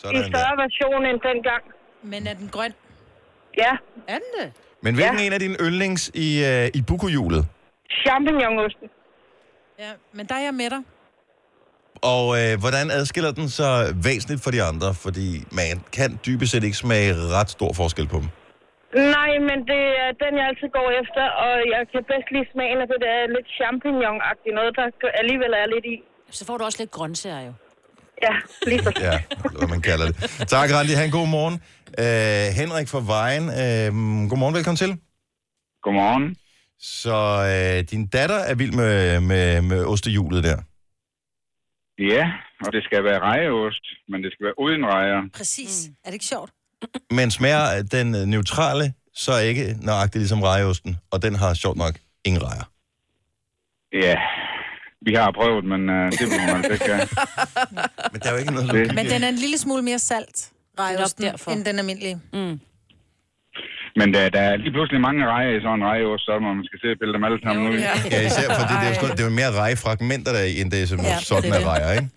Speaker 1: Sådan
Speaker 17: I
Speaker 1: der.
Speaker 17: større version end dengang.
Speaker 2: Men er den grøn?
Speaker 17: Ja.
Speaker 2: Er den det?
Speaker 1: Men hvilken ja. en af dine yndlings i, øh, i bukohjulet?
Speaker 17: Champignonosten.
Speaker 2: Ja, men der er jeg med dig.
Speaker 1: Og øh, hvordan adskiller den sig væsentligt fra de andre? Fordi man kan dybest set ikke smage ret stor forskel på dem.
Speaker 17: Nej, men det er den, jeg altid går efter, og jeg kan bedst lide smagen af det der lidt champignon noget, der alligevel er lidt i.
Speaker 5: Så får du også lidt grøntsager jo.
Speaker 17: Ja, lige så.
Speaker 1: Ja, eller hvad man kalder det. Tak, Randi. Ha' en god morgen. Øh, Henrik fra Vejen. Øh, godmorgen, velkommen til.
Speaker 18: Godmorgen.
Speaker 1: Så øh, din datter er vild med, med, med ostehjulet der.
Speaker 18: Ja, og det skal være rejeost, men det skal være uden rejer.
Speaker 2: Præcis. Mm. Er det ikke sjovt?
Speaker 1: Men smager den øh, neutrale så ikke nøjagtigt ligesom rejeosten, og den har sjovt nok ingen rejer.
Speaker 18: Ja, vi har prøvet, men øh, det må man altså ikke have.
Speaker 1: Men der er jo ikke noget
Speaker 18: det,
Speaker 2: Men den er en lille smule mere salt, rejosten,
Speaker 5: derfor.
Speaker 2: end den almindelige. Mm.
Speaker 18: Men der, der er lige pludselig mange rejer i sådan en rejeost, så må man skal se at pille dem alle sammen ud.
Speaker 1: Ja, især fordi det er, jo sådan, det er jo mere rejefragmenter, der er i, end det er som
Speaker 18: Ja,
Speaker 1: ja, sådan
Speaker 18: det er
Speaker 1: er
Speaker 18: det.
Speaker 1: rejer, ikke?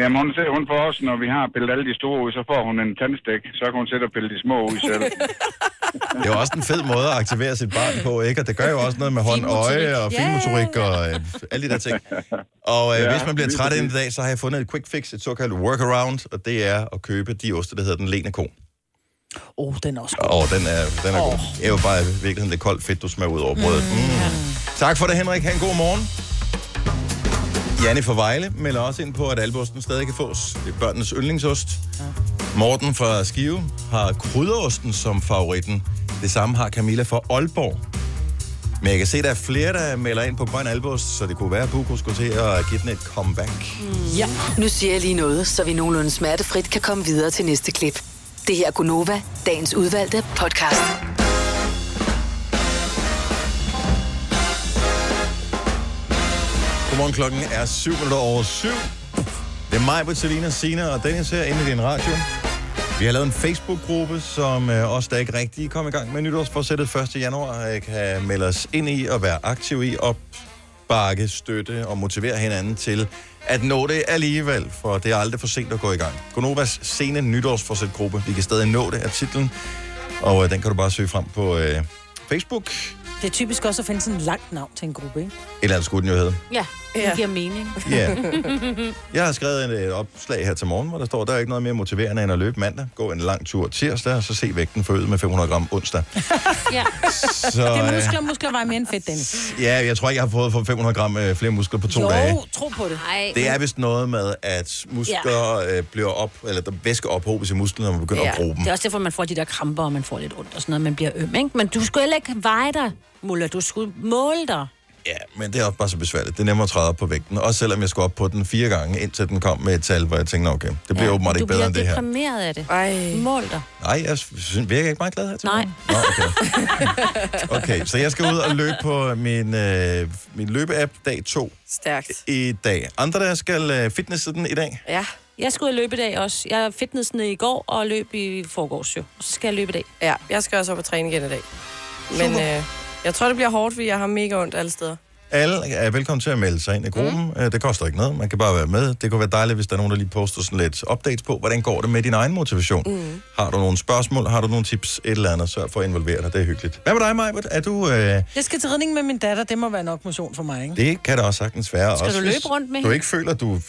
Speaker 18: Jamen, hun, ser, hun får også, når vi har pillet alle de store ud, så får hun en tandstik. Så kan hun sætte og pille de små ud selv.
Speaker 1: Det er jo også en fed måde at aktivere sit barn på, ikke? Og det gør jo også noget med hånd, øje og finmotorik og øh, alle de der ting. Og øh,
Speaker 18: Ja,
Speaker 1: hvis man bliver
Speaker 18: lige
Speaker 1: træt en
Speaker 18: præcis.
Speaker 1: dag, så har jeg fundet et quick fix, et såkaldt workaround, og det er at købe de oste, der hedder den lene ko.
Speaker 2: Åh, oh, den er også
Speaker 1: god. Åh, den er, den er oh. god. Det er jo bare i virkeligheden det koldt fedt, du smager ud over brødet. Mm. Tak for det, Henrik. Ha' en god morgen. Janne fra Vejle melder også ind på, at albosten stadig kan fås. Det er børnenes yndlingsost. Morten fra Skive har krydderosten som favoritten. Det samme har Camilla fra Aalborg. Men jeg kan se, at der er flere, der melder ind på grøn albost, så det kunne være, at Buko skulle til at give den et comeback.
Speaker 6: Ja. Nu siger jeg lige noget, så vi nogenlunde smertefrit kan komme videre til næste klip. Det her er Gunova, dagens udvalgte podcast.
Speaker 1: Godmorgen, klokken er 7 minutter over 7. Det er mig, Bertilina, Sina og Dennis her inde i din radio. Vi har lavet en Facebook-gruppe, som øh, os, der ikke rigtig kom i gang med nytårsforsættet 1. januar, øh, kan melde os ind i og være aktive i, opbakke, støtte og motivere hinanden til at nå det alligevel, for det er aldrig for sent at gå i gang. Gonovas sene nytårsforsæt-gruppe, vi kan stadig nå det af titlen, og øh, den kan du bare søge frem på øh, Facebook. Et
Speaker 2: Det er typisk også at finde sådan et langt navn til en gruppe, ikke?
Speaker 1: eller andet skulle den jo hedde.
Speaker 2: Ja,
Speaker 3: Det giver mening.
Speaker 1: Ja. Jeg har skrevet en, et opslag her til morgen, hvor der står, der er ikke noget mere motiverende end at løbe mandag, gå en lang tur tirsdag, og så se vægten forøget med 500 gram onsdag.
Speaker 2: ja.
Speaker 1: Så,
Speaker 2: det er
Speaker 1: øh,
Speaker 2: muskler, muskler vejer mere end fedt, Dennis.
Speaker 1: Ja, jeg tror ikke, jeg har fået for 500 gram øh, flere muskler på to
Speaker 2: jo,
Speaker 1: dage.
Speaker 2: tro på det.
Speaker 3: Nej,
Speaker 1: Det er vist noget med, at muskler øh, bliver op, eller der væske ophobes i musklerne, når man begynder ja. at bruge dem.
Speaker 3: Det er også derfor, man får de der kramper, og man får lidt ondt og sådan noget. Man bliver øm, ikke? Men du skulle heller ikke veje dig, Muller. Du skulle måle dig.
Speaker 1: Ja, men det er også bare så besværligt. Det er nemmere at træde op på vægten. Også selvom jeg skulle op på den fire gange, indtil den kom med et tal, hvor jeg tænkte, "Nå, okay, det bliver
Speaker 3: Ja,
Speaker 1: åbenbart
Speaker 3: men
Speaker 1: ikke bedre end det her.
Speaker 3: Du bliver deprimeret af det. Ej. Mål dig.
Speaker 1: Nej, jeg synes, virker ikke meget glad her til
Speaker 3: Nej.
Speaker 1: Okay, så jeg skal ud og løbe på min, øh, min løbeapp dag 2
Speaker 4: Stærkt.
Speaker 1: i dag. Andre, der skal øh, fitnesse den i dag.
Speaker 4: Ja.
Speaker 5: Jeg skulle løbe i dag også. Jeg fitnessede i går og løb i forgårs jo. Og så skal jeg løbe i dag.
Speaker 4: Ja, jeg skal også op og træne igen i dag. Men
Speaker 5: Super.
Speaker 4: øh, jeg tror, det bliver hårdt, fordi jeg har mega ondt alle steder.
Speaker 1: Alle er velkommen til at melde sig ind i gruppen. Mm. Det koster ikke noget. Man kan bare være med. Det kunne være dejligt, hvis der er nogen, der lige poster sådan lidt updates på, hvordan går det med din egen motivation. Mm. Har du nogle spørgsmål? Har du nogle tips? Et eller andet. Sørg for at involvere dig. Det er hyggeligt. Hvad med dig, Majbert? Er du... Øh,
Speaker 2: Jeg skal til ridning med min datter, det må være nok motion for mig, ikke?
Speaker 1: det kan da også sagtens være.
Speaker 2: Skal
Speaker 1: også,
Speaker 2: du løbe
Speaker 1: hvis
Speaker 2: rundt med
Speaker 1: Du
Speaker 2: hende?
Speaker 1: ikke føler, at du øh,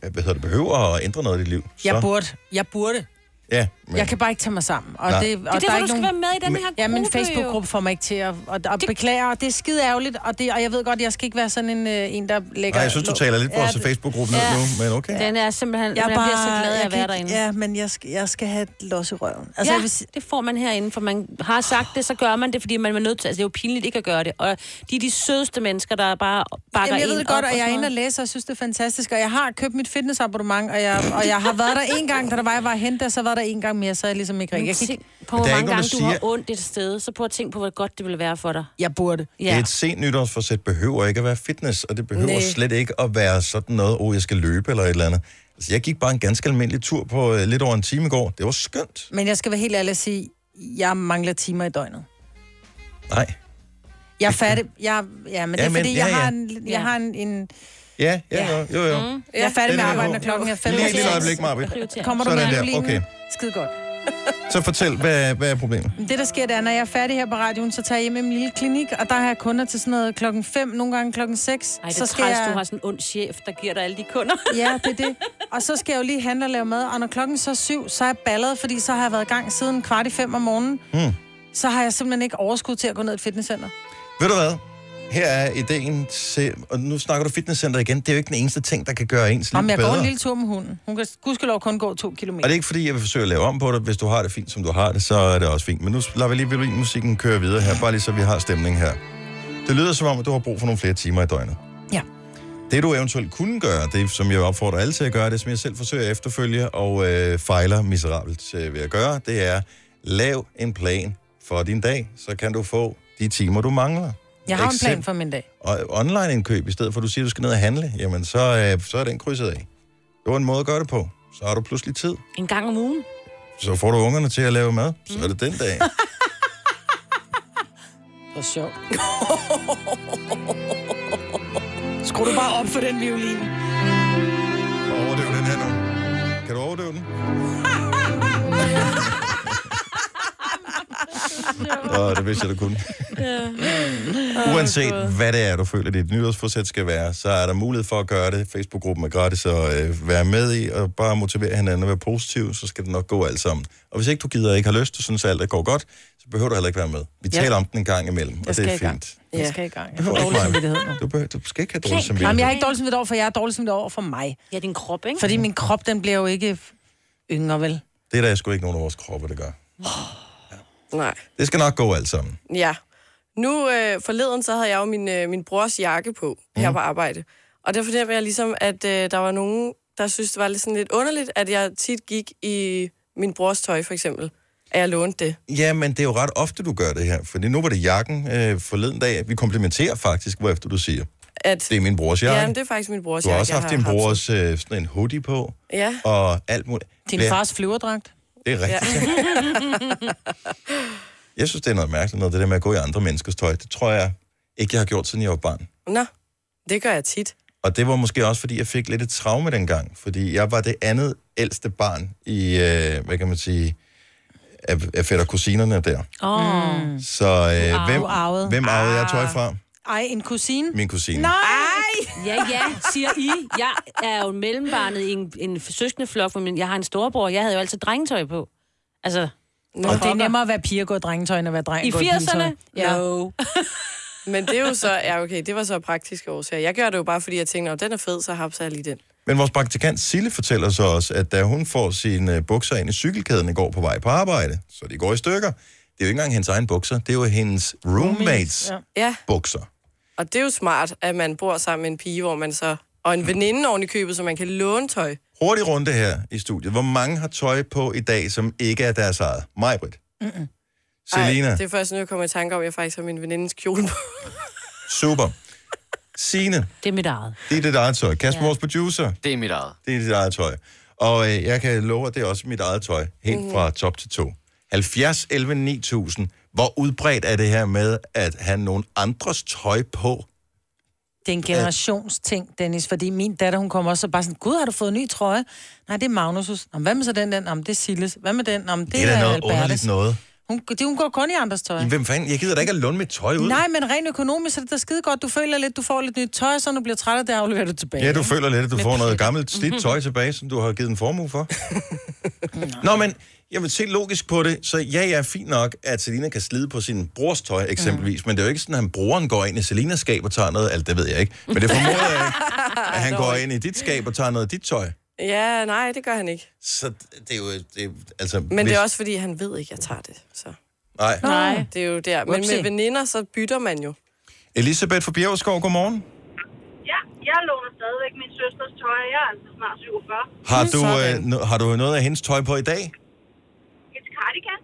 Speaker 1: hvad hedder det, behøver at ændre noget i dit liv.
Speaker 2: Jeg
Speaker 1: så-
Speaker 2: burde. Jeg burde.
Speaker 1: Ja,
Speaker 2: Men... Jeg kan bare ikke tage mig sammen. Og
Speaker 1: Nej.
Speaker 2: det, og
Speaker 1: Det er
Speaker 5: derfor,
Speaker 2: der er
Speaker 5: du
Speaker 2: ikke
Speaker 5: skal
Speaker 2: nogen...
Speaker 5: være med i den her
Speaker 2: Men- Ja, men
Speaker 5: gruppe,
Speaker 2: Facebook-gruppe får mig ikke til at og, og det... beklager, og det er skide ærgerligt, og, det, og jeg ved godt, jeg skal ikke være sådan en, øh, en der lægger...
Speaker 1: Nej, jeg synes, du taler lidt på
Speaker 2: Ja,
Speaker 1: vores
Speaker 2: det-
Speaker 1: Facebook-gruppe ned nu, men okay.
Speaker 3: Den er simpelthen...
Speaker 2: Jeg
Speaker 3: Jeg man
Speaker 2: er
Speaker 3: bliver så
Speaker 2: bare-
Speaker 3: glad af
Speaker 2: jeg
Speaker 3: at
Speaker 2: kan
Speaker 3: være
Speaker 2: ikke-
Speaker 3: derinde.
Speaker 2: Ja, men jeg skal, jeg skal have et los i røven.
Speaker 3: Altså, ja,
Speaker 2: jeg vil
Speaker 3: vil... det får man herinde, for man har sagt det, så gør man det, fordi man er nødt til... Altså, det er jo pinligt ikke at gøre det. Og de er de sødeste mennesker, der bare bakker
Speaker 2: Jamen, jeg ved
Speaker 3: en
Speaker 2: det
Speaker 3: op
Speaker 2: godt, og jeg er
Speaker 3: sådan
Speaker 2: inde
Speaker 3: noget.
Speaker 2: og læse, og jeg synes, det er fantastisk. Og jeg har købt mit fitnessabonnement, og jeg, og jeg har været der en gang, da der var, jeg var hente, og så var der en gang mere, så er jeg ligesom ikke
Speaker 3: Men
Speaker 2: rigtig. Jeg, kan
Speaker 3: tænk
Speaker 2: ikke...
Speaker 3: på,
Speaker 1: Men
Speaker 3: hvor
Speaker 1: der er
Speaker 3: mange
Speaker 1: ikke
Speaker 3: gange
Speaker 1: nogen,
Speaker 3: du
Speaker 1: der
Speaker 3: har
Speaker 1: siger-
Speaker 3: ondt et sted, så prøv at tænke på, hvor godt det ville være for dig.
Speaker 2: Jeg burde.
Speaker 1: Ja.
Speaker 3: Ja.
Speaker 1: Et sent nytårsforsæt behøver ikke at være fitness, og det behøver
Speaker 3: Næ.
Speaker 1: slet ikke at være sådan noget, åh, oh, jeg skal løbe eller et eller andet. Altså, jeg gik bare en ganske almindelig tur på øh, lidt over en time i går. Det var skønt.
Speaker 2: Men jeg skal være helt ærlig og sige, jeg mangler timer i døgnet.
Speaker 1: Nej.
Speaker 2: Jeg er fattig. Jeg, ja, men det er
Speaker 1: Jamen,
Speaker 2: fordi,
Speaker 1: ja,
Speaker 2: jeg
Speaker 1: ja.
Speaker 2: har en... Jeg har en, en
Speaker 1: Ja, ja, jo, jo. jo.
Speaker 2: Mm. Jeg er færdig
Speaker 1: Den
Speaker 2: med
Speaker 1: er
Speaker 2: arbejde,
Speaker 1: jo-
Speaker 2: når klokken er fem.
Speaker 1: Lige et lille
Speaker 2: Prioritering.
Speaker 1: øjeblik, Marvitt.
Speaker 2: Kommer du
Speaker 1: Sådan
Speaker 2: med
Speaker 1: der,
Speaker 2: Nicoline?
Speaker 1: okay.
Speaker 2: Skide godt.
Speaker 1: Så fortæl, hvad, hvad er problemet?
Speaker 2: Men Det, der sker, det er, når jeg er færdig her på radioen, så tager jeg hjem i min lille klinik, og der har jeg kunder til sådan noget klokken 5, nogle gange klokken 6.
Speaker 3: Ej, det
Speaker 2: så
Speaker 3: er træls, du har sådan en ond chef, der giver dig alle de kunder.
Speaker 2: Ja, det er det. Og så skal jeg jo lige handle og lave mad, og når klokken så er syv, så er jeg ballet, fordi så har jeg været i gang siden kvart i fem om morgenen.
Speaker 1: Hmm.
Speaker 2: Så har jeg simpelthen ikke overskud til at gå ned i et fitnesscenter.
Speaker 1: Ved du hvad? Her er ideen til, og nu snakker du fitnesscenter igen, det er jo ikke den eneste ting, der kan gøre ens liv
Speaker 2: Om jeg
Speaker 1: bedre.
Speaker 2: går en lille tur med hunden. Hun kan gudskelov kun gå to kilometer.
Speaker 1: Og det er ikke fordi, jeg vil forsøge at lave om på det. Hvis du har det fint, som du har det, så er det også fint. Men nu lader vi lige violin-musikken køre videre her, bare lige så vi har stemning her. Det lyder som om, at du har brug for nogle flere timer i døgnet.
Speaker 2: Ja.
Speaker 1: Det du eventuelt kunne gøre, det som jeg opfordrer alle til at gøre, det som jeg selv forsøger at efterfølge og øh, fejler miserabelt øh, ved at gøre, det er, lav en plan for din dag, så kan du få de timer, du mangler.
Speaker 2: Jeg har en
Speaker 1: Eksempel-
Speaker 2: plan for min dag.
Speaker 1: og online-indkøb, i stedet for at du siger, at du skal ned og handle, jamen så, øh, så er den krydset af. Det var en måde at gøre det på. Så har du pludselig tid.
Speaker 3: En gang om ugen.
Speaker 1: Så får du ungerne til at lave mad. Så er det den dag.
Speaker 2: Hvor sjovt. Skru du bare op for den violin.
Speaker 1: Overdøv den her nu. Kan du overdøve den? Og det vidste jeg, du kunne. Uanset hvad det er, du føler, dit nytårsforsæt skal være, så er der mulighed for at gøre det. Facebook-gruppen er gratis at øh, være med i, og bare motivere hinanden og være positiv, så skal det nok gå alt sammen. Og hvis ikke du gider og ikke har lyst, og synes, at alt det går godt, så behøver du heller ikke være med. Vi
Speaker 2: Ja.
Speaker 1: ja. taler om den en gang imellem, og
Speaker 2: Jeg
Speaker 1: det
Speaker 2: skal
Speaker 1: er
Speaker 2: i gang.
Speaker 1: fint.
Speaker 2: Jeg skal i gang. Jeg
Speaker 1: Du
Speaker 2: får
Speaker 1: behøver
Speaker 2: dårlig
Speaker 1: ikke mig.
Speaker 2: samvittighed nu.
Speaker 1: Du, behøver, du skal ikke have dårlig
Speaker 2: Okay.
Speaker 1: samvittighed.
Speaker 2: Jamen, jeg har ikke dårlig samvittighed over for jer, jeg har dårlig samvittighed over for mig.
Speaker 3: Ja, din krop, ikke?
Speaker 2: Fordi min krop, den bliver jo ikke yngre, vel?
Speaker 1: Det er der sgu ikke nogen af vores kroppe, der gør.
Speaker 4: Nej.
Speaker 1: Det skal nok gå alt sammen.
Speaker 4: Ja. Nu øh, forleden, så havde jeg jo min, øh, min brors jakke på mm. her på arbejde. Og der fornemmer jeg ligesom, at øh, der var nogen, der synes det var lidt, sådan lidt underligt, at jeg tit gik i min brors tøj, for eksempel. At jeg lånte det.
Speaker 1: Ja, men det er jo ret ofte, du gør det her. For nu var det jakken øh, forleden dag. Vi komplementerer faktisk, hvorefter du siger.
Speaker 4: At,
Speaker 1: det er min brors jakke.
Speaker 4: Jamen, det er faktisk min brors
Speaker 1: du har
Speaker 4: jakke,
Speaker 1: også
Speaker 4: jeg
Speaker 1: haft
Speaker 4: har
Speaker 1: din brors øh, sådan en hoodie på.
Speaker 4: Ja.
Speaker 1: Og alt muligt.
Speaker 2: Din
Speaker 1: Ja,
Speaker 2: fars flyverdragt.
Speaker 1: Det er rigtigt. Ja. Jeg synes, det er noget mærkeligt, noget, det der med at gå i andre menneskers tøj. Det tror jeg ikke, jeg har gjort, siden jeg var barn.
Speaker 4: Nå, det gør jeg tit.
Speaker 1: Og det var måske også, fordi jeg fik lidt et traume dengang. Fordi jeg var det andet ældste barn i, øh, hvad kan man sige, af, af fætter kusinerne der.
Speaker 19: Åh.
Speaker 2: Mm.
Speaker 4: Mm.
Speaker 1: Så øh,
Speaker 19: Arv-
Speaker 1: hvem,
Speaker 19: arvet.
Speaker 1: hvem arvede jeg
Speaker 4: Ah.
Speaker 1: tøj fra?
Speaker 19: Ej, en kusine?
Speaker 1: Min kusine.
Speaker 19: Nej!
Speaker 3: Ja, ja, siger I. Jeg er jo mellembarnet i en, en søskende flok, men jeg har en storebror. Jeg havde jo altid drengetøj på. Altså,
Speaker 2: Nå, det er nemmere at være pige og gå i drengetøj, end at være dreng
Speaker 3: I
Speaker 2: og gå i pigetøj.
Speaker 3: 80'erne? No.
Speaker 4: Men det er jo så, ja okay, det var så praktiske årsager. Jeg gør det jo bare, fordi jeg tænkte, om den er fed, så hapser jeg lige den.
Speaker 1: Men vores praktikant Sille fortæller så også, at da hun får sine øh, bukser ind i cykelkæden i går på vej på arbejde, så de går i stykker. Det er jo ikke engang hendes egen bukser, det er jo hendes roommates
Speaker 4: Ja,
Speaker 1: bukser.
Speaker 4: og det er jo smart, at man bor sammen med en pige, hvor man så... Og en veninde oven i købet, så man kan låne tøj.
Speaker 1: Hurtig runde her i studiet. Hvor mange har tøj på i dag, som ikke er deres eget? Majbrit,
Speaker 4: Mm-mm.
Speaker 1: Selina,
Speaker 4: det er først nu, jeg kommer i tanke om, at jeg faktisk har min venindes kjole på.
Speaker 1: super. Signe,
Speaker 3: det er mit eget.
Speaker 1: det er dit eget tøj. Kasper, vores producer.
Speaker 20: Det er mit eget.
Speaker 1: Det er dit eget tøj. Og øh, jeg kan love, at det er også mit eget tøj, helt
Speaker 20: Mhm.
Speaker 1: mm. fra top til to. 70, 11, 9000. Hvor udbredt er det her med at have nogen andres tøj på?
Speaker 2: Det er en generationsting, Dennis, fordi min datter, hun kommer også og bare sådan, Gud, har du fået en ny trøje? Nej, det er Magnus. Nå, men hvad med så den der? Nå, men det er Silles. Hvad med den? Nå, men det,
Speaker 1: Det er da noget
Speaker 2: Albertes."
Speaker 1: underligt noget.
Speaker 2: Hun, det, hun går kun i andres tøj.
Speaker 1: Jamen, Hvem fanden? Jeg gider da ikke at låne mit tøj ud.
Speaker 2: Nej, men rent økonomisk er det da skide godt. Du føler lidt, du får lidt nyt tøj, så når du bliver træt af det, afleverer du tilbage.
Speaker 1: Ja, du føler lidt, at du
Speaker 2: Med
Speaker 1: får noget
Speaker 2: pletter.
Speaker 1: gammelt slidt tøj tilbage, som du har givet en formue for. Nå, men jeg vil se logisk på det, så ja, ja, fint nok, at Selina kan slide på sin brors tøj eksempelvis, mm. men det er jo ikke sådan, at han broren går ind i Selinas skab og tager noget, alt det ved jeg ikke, men det formoder jeg ikke, at han går ind i dit skab og tager noget af dit tøj.
Speaker 4: Ja, nej, det gør han ikke.
Speaker 1: Så det er jo, det, er- altså...
Speaker 4: Men det er også, fordi han ved ikke, at jeg tager det. Så.
Speaker 1: Nej.
Speaker 4: Det er jo der. Men
Speaker 1: Upsi.
Speaker 4: med veninder, så bytter man jo.
Speaker 1: Elisabeth fra Bjergskov, godmorgen.
Speaker 5: Ja, jeg låner stadigvæk min søsters tøj. Jeg er altså snart 47.
Speaker 1: Har
Speaker 4: Mm,
Speaker 17: Mm.
Speaker 1: du, øh, no, har du noget af hendes tøj på i dag?
Speaker 5: Et cardigan.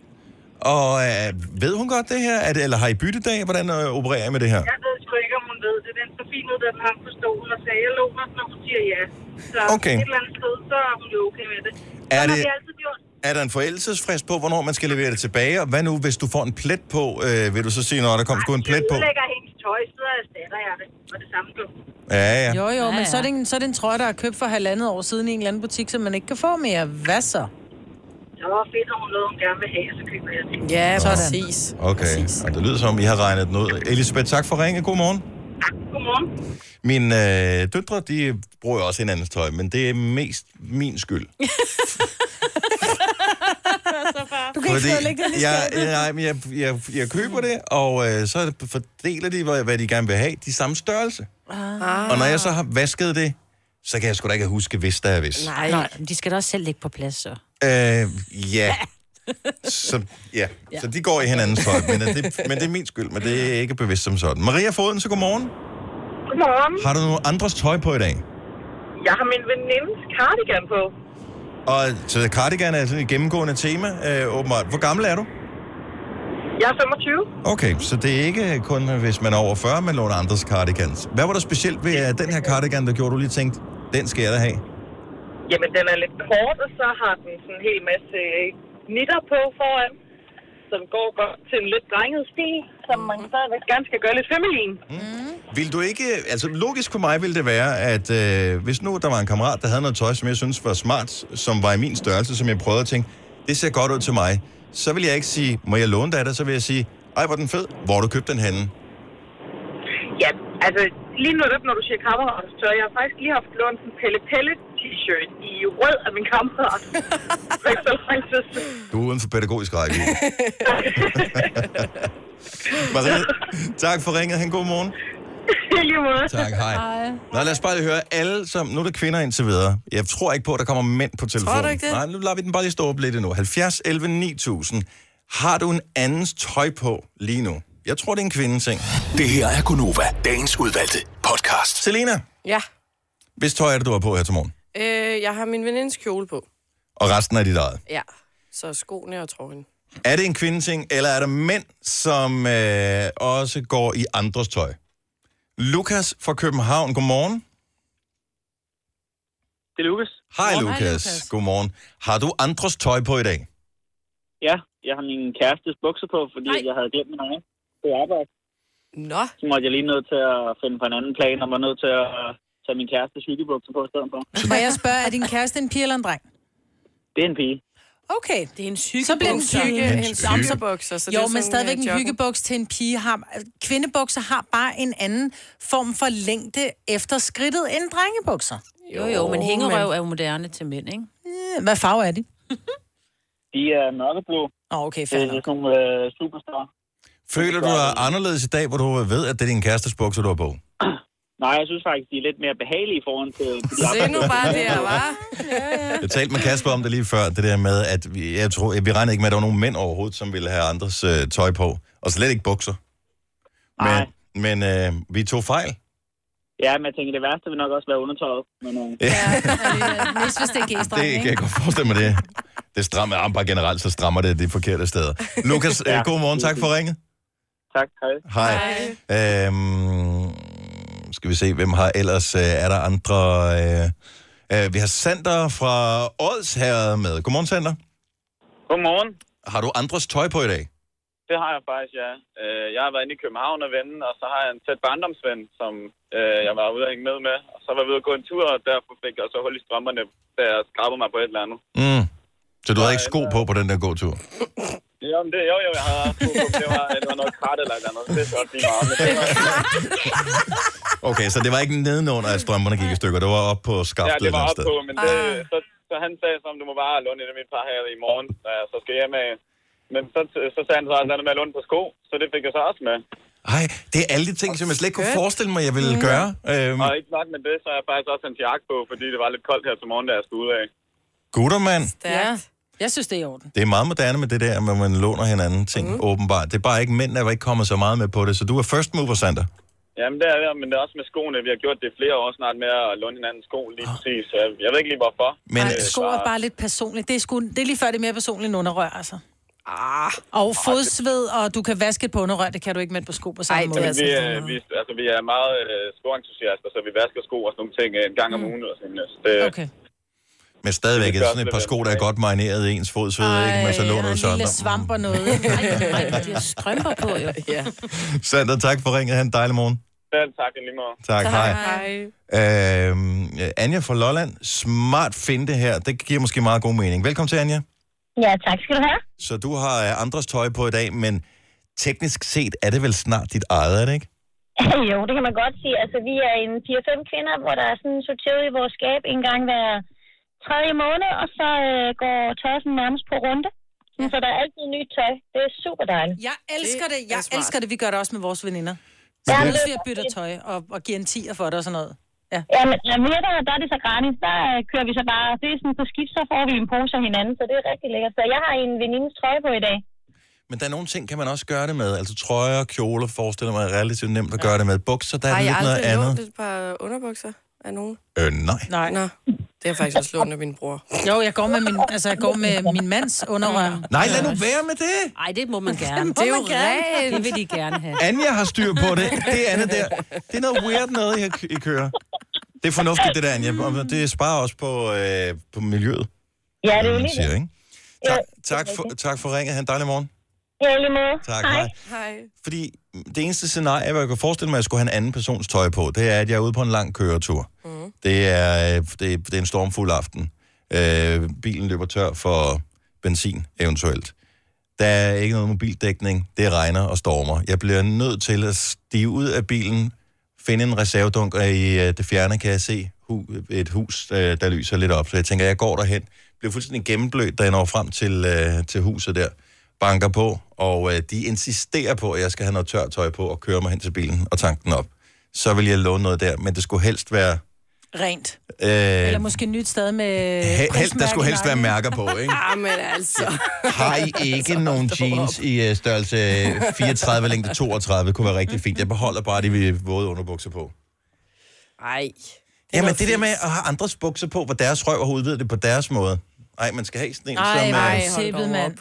Speaker 1: Og øh, ved hun godt det her? Er det, eller har I byttedag? Hvordan øh, opererer I med det her?
Speaker 5: Jeg ved sgu ikke, om hun ved det. Den så fin ud, da den hang på stolen og sagde, jeg låner den, og hun siger ja. Så
Speaker 1: Okay.
Speaker 5: et eller andet sted, så er hun jo okay med det.
Speaker 1: Er
Speaker 5: Sådan har
Speaker 1: det-
Speaker 5: vi altid gjort.
Speaker 1: Er der en forældelsesfrist på, hvornår man skal levere det tilbage? Og hvad nu, hvis du får en plet på? Øh, vil du så sige, når der kom sgu en
Speaker 5: Jeg
Speaker 1: plet på?
Speaker 5: udlægger hendes tøj, så erstatter jeg det. Og det samme gør hun.
Speaker 1: Ja, ja.
Speaker 2: Jo, jo, men
Speaker 5: Ja,
Speaker 2: så er, det en, så er det en trøje, der er købt for halvandet år siden i en eller anden butik, som man ikke kan få mere. Hvad så?
Speaker 5: Så finder hun noget, hun gerne vil have, og så køber jeg det.
Speaker 4: Ja,
Speaker 1: Sådan.
Speaker 4: præcis.
Speaker 1: Okay, og det lyder som, om, I har regnet den ud. Elisabeth, tak for ringe. God morgen.
Speaker 5: Godmorgen.
Speaker 1: Mine øh, døtre, de bruger jo også hinandens tøj, men det er mest min skyld.
Speaker 2: Du kan ikke sidde og lægge det lige
Speaker 1: jeg,
Speaker 2: skabet.
Speaker 1: jeg, jeg, jeg, jeg køber det, og øh, så fordeler de, hvad, hvad de gerne vil have, de samme størrelse.
Speaker 3: Ah.
Speaker 1: Og når jeg så har vasket det, så kan jeg sgu da ikke huske, hvis der er hvis.
Speaker 3: Nej. Nej, men de skal da også selv ligge på plads, så.
Speaker 1: Øh, ja. Så, ja. så de går i hinandens tøj, men, er det, men det er min skyld, men det er ikke bevidst som sådan. Maria Foden, så godmorgen.
Speaker 5: Godmorgen.
Speaker 1: Har du nogle andres tøj på i dag?
Speaker 5: Jeg har min venindes cardigan på.
Speaker 1: Og så cardigan er sådan et gennemgående tema, øh, åbenbart. Hvor gammel er du?
Speaker 5: Jeg er 25.
Speaker 1: Okay, så det er ikke kun, hvis man er over 40, man låner andres cardigans. Hvad var der specielt ved øh, den her cardigan, der gjorde, du lige tænkte, den skal jeg da have?
Speaker 5: Jamen, den er lidt kort, og så har den sådan en hel masse øh, nitter på foran, som går godt til en lidt drenget stil, som man
Speaker 4: Mm.
Speaker 5: stadigvæk gerne skal gøre lidt feminin.
Speaker 1: Vil du ikke, altså logisk for mig ville det være, at øh, hvis nu der var en kammerat, der havde noget tøj, som jeg synes var smart, som var i min størrelse, som jeg prøvede at tænke, det ser godt ud til mig, så vil jeg ikke sige, må jeg låne dig af det? Så vil jeg sige, ej, hvor er den fed. Hvor har du købt den henne?
Speaker 17: Ja, altså lige nu, når du siger kammerat, så jeg har faktisk lige haft lånt en Pelle Pelle t-shirt i rød af min kammerat. For ikke så lang tid siden.
Speaker 1: Du er uden for pædagogisk række. Maria, tak for ringet. Han god morgen.
Speaker 17: I lige måde.
Speaker 1: Tak, hej. Nå, lad os bare lige høre alle, som... Nu er der kvinder indtil videre. Jeg tror ikke på, at der kommer mænd på telefonen.
Speaker 4: du ikke det?
Speaker 1: Nej, nu lader vi den bare lige stå op lidt endnu. 70, 11, 9000. Har du en andens tøj på lige nu? Jeg tror, det er en kvindeting. Det her er Gunova, dagens udvalgte podcast. Selena,
Speaker 4: Ja,
Speaker 1: hvis tøj er det, du har på her til morgen?
Speaker 4: øh, jeg har min venindes kjole på.
Speaker 1: Og resten er dit eget.
Speaker 4: Ja, så skoene og trøjen.
Speaker 1: Er det en kvindeting, eller er der mænd, som øh, også går i andres tøj? Lukas fra København, godmorgen.
Speaker 21: Det er Lukas.
Speaker 1: Hej
Speaker 21: Godmorgen. Hej,
Speaker 1: Lukas,
Speaker 21: Lukas.
Speaker 1: godmorgen. Har du andres tøj på i dag?
Speaker 21: Ja, jeg har min kærestes bukser på, fordi Nej. jeg havde glemt min egen på arbejde.
Speaker 4: Nå.
Speaker 21: Så måtte jeg lige nødt til at finde på en anden plan, og var nødt til at tage min kærestes hyggebukser på i stedet for.
Speaker 2: Må jeg spørge, er din kæreste en pige eller en dreng?
Speaker 21: Det er en pige.
Speaker 2: Okay.
Speaker 3: Det er en
Speaker 2: Så bliver den
Speaker 4: Hygge,
Speaker 2: tykke.
Speaker 4: en samserbukser, så det er
Speaker 2: jo,
Speaker 4: sådan,
Speaker 2: men stadigvæk
Speaker 4: øh,
Speaker 2: en
Speaker 4: joggen.
Speaker 2: hyggebuks til en pige har... altså, Kvindebukser har bare en anden form for længde efter skridtet end drengebukser.
Speaker 3: Jo, jo, men hængerøv er jo moderne til mænd, ikke?
Speaker 2: Øh, Hvad farve er de?
Speaker 21: De er mørkeblå.
Speaker 2: Åh, oh, okay,
Speaker 21: fair Det er sådan nogle øh, superstar.
Speaker 1: Føler du dig anderledes i dag, hvor du ved, at det er din kærestes bukser, du har på?
Speaker 21: Nej, jeg synes faktisk, de er lidt mere behagelige i forhold til... til de
Speaker 4: Se nu bare det her, hva'?
Speaker 1: Jeg talte med Kasper om det lige før, det der med, at vi, jeg tror, vi regnede ikke med, at der var nogen mænd overhovedet, som ville have andres øh, tøj på. Og slet ikke bukser. Men, men øh, vi tog fejl.
Speaker 21: Ja, men jeg tænker, det værste vil nok også være undertøjet. Men, øh,
Speaker 2: Mest hvis det er g-streng,
Speaker 21: Det
Speaker 1: Det kan jeg godt forestille mig det. Det strammer arm bare generelt, så strammer det de forkerte steder. Lukas, ja,
Speaker 21: Ja,
Speaker 1: øh, god morgen. Tak for ringet.
Speaker 21: tak, hej.
Speaker 1: Hej. Hej. Øhm, skal vi se, hvem har ellers? Øh, er der andre? Øh, øh, vi har Sander fra Åls her med. Godmorgen, Sander.
Speaker 22: Godmorgen.
Speaker 1: Har du andres tøj på i dag?
Speaker 22: Det har jeg faktisk, ja. Øh, Jeg har været inde i København og vende, og så har jeg en tæt barndomsven, som øh, jeg var ude og hænge med med. Og så var jeg ude og gå en tur, og derfor fik jeg så hul i strømmerne, da jeg skrabede mig på et eller andet.
Speaker 1: Mm. Så du havde ikke sko på på den der gåtur?
Speaker 22: Jo, men det, jo, jo, jeg havde to på, det var, det var noget krat eller et eller andet. Det er godt lige meget. Men det var,
Speaker 1: Okay, så det var ikke nedenunder, at strømperne gik i stykker. Det var op på skaftet
Speaker 22: ja, det
Speaker 1: et eller
Speaker 22: var op
Speaker 1: andet sted.
Speaker 22: på, men det, så, så, han sagde så, du må bare låne et af mit par her i morgen, da jeg så skal hjem af. Men så, så sagde han så, at han er med at låne på sko, så det fik jeg så også med.
Speaker 1: Ej, det er alle de ting, som jeg slet ikke kunne forestille mig, jeg ville
Speaker 22: Mm.
Speaker 1: gøre. Øhm,
Speaker 22: Og ikke nok med det, så har jeg faktisk også en jakke på, fordi det var lidt koldt her til morgen, da jeg skulle ud af.
Speaker 1: gutter, mand.
Speaker 2: Ja. Jeg synes, det er i orden.
Speaker 1: Det er meget moderne med det der, at man låner hinanden ting, mm. åbenbart. Det er bare ikke mænd, der ikke kommet så meget med på det. Så du er first mover, Sander.
Speaker 22: Jamen, det er det, men det er også med skoene. Vi har gjort det i flere år snart med at låne hinandens sko lige præcis. Jeg, jeg ved ikke lige, hvorfor.
Speaker 1: Men
Speaker 22: Øh,
Speaker 2: Sko er bare lidt personligt. Det er, sgu, det er lige før, det er mere personligt end underrør, altså.
Speaker 22: Ah,
Speaker 2: Og fodsved, og du kan vaske et på underrør, det kan du ikke med et på sko på samme Ej, måde.
Speaker 22: Jamen,
Speaker 2: Altså.
Speaker 22: vi, øh, vi, altså, vi er meget øh, skoentusiaster, så vi vasker sko og sådan nogle ting øh, en gang om ugen. Og sådan, noget. så det, okay.
Speaker 1: Men stadigvæk
Speaker 22: Det
Speaker 1: er
Speaker 22: gør
Speaker 1: sådan et
Speaker 22: også
Speaker 1: par
Speaker 22: lidt
Speaker 1: sko, der er godt marineret i ens fod, så ved ikke, man så låner
Speaker 2: og
Speaker 1: du
Speaker 2: en
Speaker 1: sådan.
Speaker 2: lille svamp og noget. Nej, nej, de har strømper på, jo.
Speaker 4: Ja.
Speaker 1: Sander, tak for ringet. Han en dejlig morgen.
Speaker 22: Selv tak, i lige måde.
Speaker 1: Tak, hej.
Speaker 4: Hej.
Speaker 1: Øhm, Anja fra Lolland, smart finde her. Det giver måske meget god mening. Velkommen til, Anja.
Speaker 23: Ja, tak skal du have.
Speaker 1: Så du har øh, andres tøj på i dag, men teknisk set er det vel snart dit eget, er det ikke?
Speaker 23: jo, det kan man godt sige. Altså, vi er en 4-5 kvinder, hvor der er sådan sorteret i vores skab en gang hver tredje måned, og så øh, går tøjet sådan nærmest på runde. Ja. Så der er altid nyt tøj. Det er super dejligt.
Speaker 2: Jeg elsker det. Jeg elsker det. Vi gør det også med vores veninder. Så
Speaker 23: Ja,
Speaker 2: ja,
Speaker 23: men-
Speaker 2: vi bytter tøj og, og giver en 10'er for det og sådan noget. Ja.
Speaker 23: Ja, men ja, mere der, der er det så gratis. Der øh, kører vi så bare, det er sådan på skift, så får vi en pose af hinanden, så det er rigtig lækkert. Så jeg har en venindes trøje på i dag.
Speaker 1: Men der er nogle ting, kan man også gøre det med. Altså trøjer, kjoler, forestiller mig, er relativt nemt at gøre det med. Bukser, der er
Speaker 4: Har
Speaker 1: det
Speaker 4: jeg
Speaker 1: lidt noget
Speaker 4: aldrig
Speaker 1: andet.
Speaker 4: lånt et par underbukser af nogen?
Speaker 1: Øh, nej.
Speaker 2: Nej.
Speaker 4: Nå. Det har jeg faktisk også lånt af min bror.
Speaker 2: Jo, jeg går med min, altså, jeg går med min mands underrør.
Speaker 1: Nej, lad nu være med det.
Speaker 2: Nej, det må man
Speaker 3: gerne.
Speaker 2: Det, er jo
Speaker 3: rent.
Speaker 2: rent.
Speaker 3: Det vil de gerne have.
Speaker 1: Anja har styr på det. Det er Anne der. Det er noget weird noget, I, I kører. Det er fornuftigt, det der, Anja. Og det sparer også på, øh, på miljøet.
Speaker 23: Ja, det er
Speaker 1: hvad
Speaker 23: jo
Speaker 1: man
Speaker 23: lige
Speaker 1: siger,
Speaker 23: det.
Speaker 1: ikke? Tak, tak, for, tak for ringet. Ha' en dejlig morgen.
Speaker 23: Ja, i lige måde.
Speaker 1: Tak,
Speaker 23: hej.
Speaker 1: hej. Fordi det eneste scenarie, hvor jeg kan forestille mig, at jeg skulle have en anden persons tøj på, det er, at jeg er ude på en lang køretur. Mm. Det, er, øh, det, er- det er en stormfuld aften. Øh, bilen løber tør for benzin, eventuelt. Der er ikke noget mobildækning. Det regner og stormer. Jeg bliver nødt til at stige ud af bilen, finde en reservedunk, og i øh, det fjerne kan jeg se hu- et hus, øh, der lyser lidt op. Så jeg tænker, jeg går derhen. Bliver fuldstændig gennemblødt, da jeg når frem til, øh, til huset der. Banker på, og øh, de insisterer på, at jeg skal have noget tørt tøj på og køre mig hen til bilen og tanke den op. Så vil jeg låne noget der, men det skulle helst være...
Speaker 2: Rent.
Speaker 1: Øh,
Speaker 2: Eller måske nyt sted med...
Speaker 1: he- helst, der skulle helst være
Speaker 2: med.
Speaker 1: mærker på, ikke?
Speaker 2: Ah,
Speaker 4: Jamen altså.
Speaker 1: Har I ikke nogen jeans i uh, størrelse 34 længde 32? kunne være rigtig fint. Jeg beholder bare de øh, våde underbukser på.
Speaker 4: Ej.
Speaker 1: Jamen,
Speaker 4: var
Speaker 1: det der med at have andres bukser på, hvor deres røv og hoved ved det på deres måde. Nej, man skal have sådan en,
Speaker 2: Ej,
Speaker 1: som... øh,
Speaker 2: nej,
Speaker 4: hold
Speaker 2: sippet,
Speaker 4: dog
Speaker 2: mand.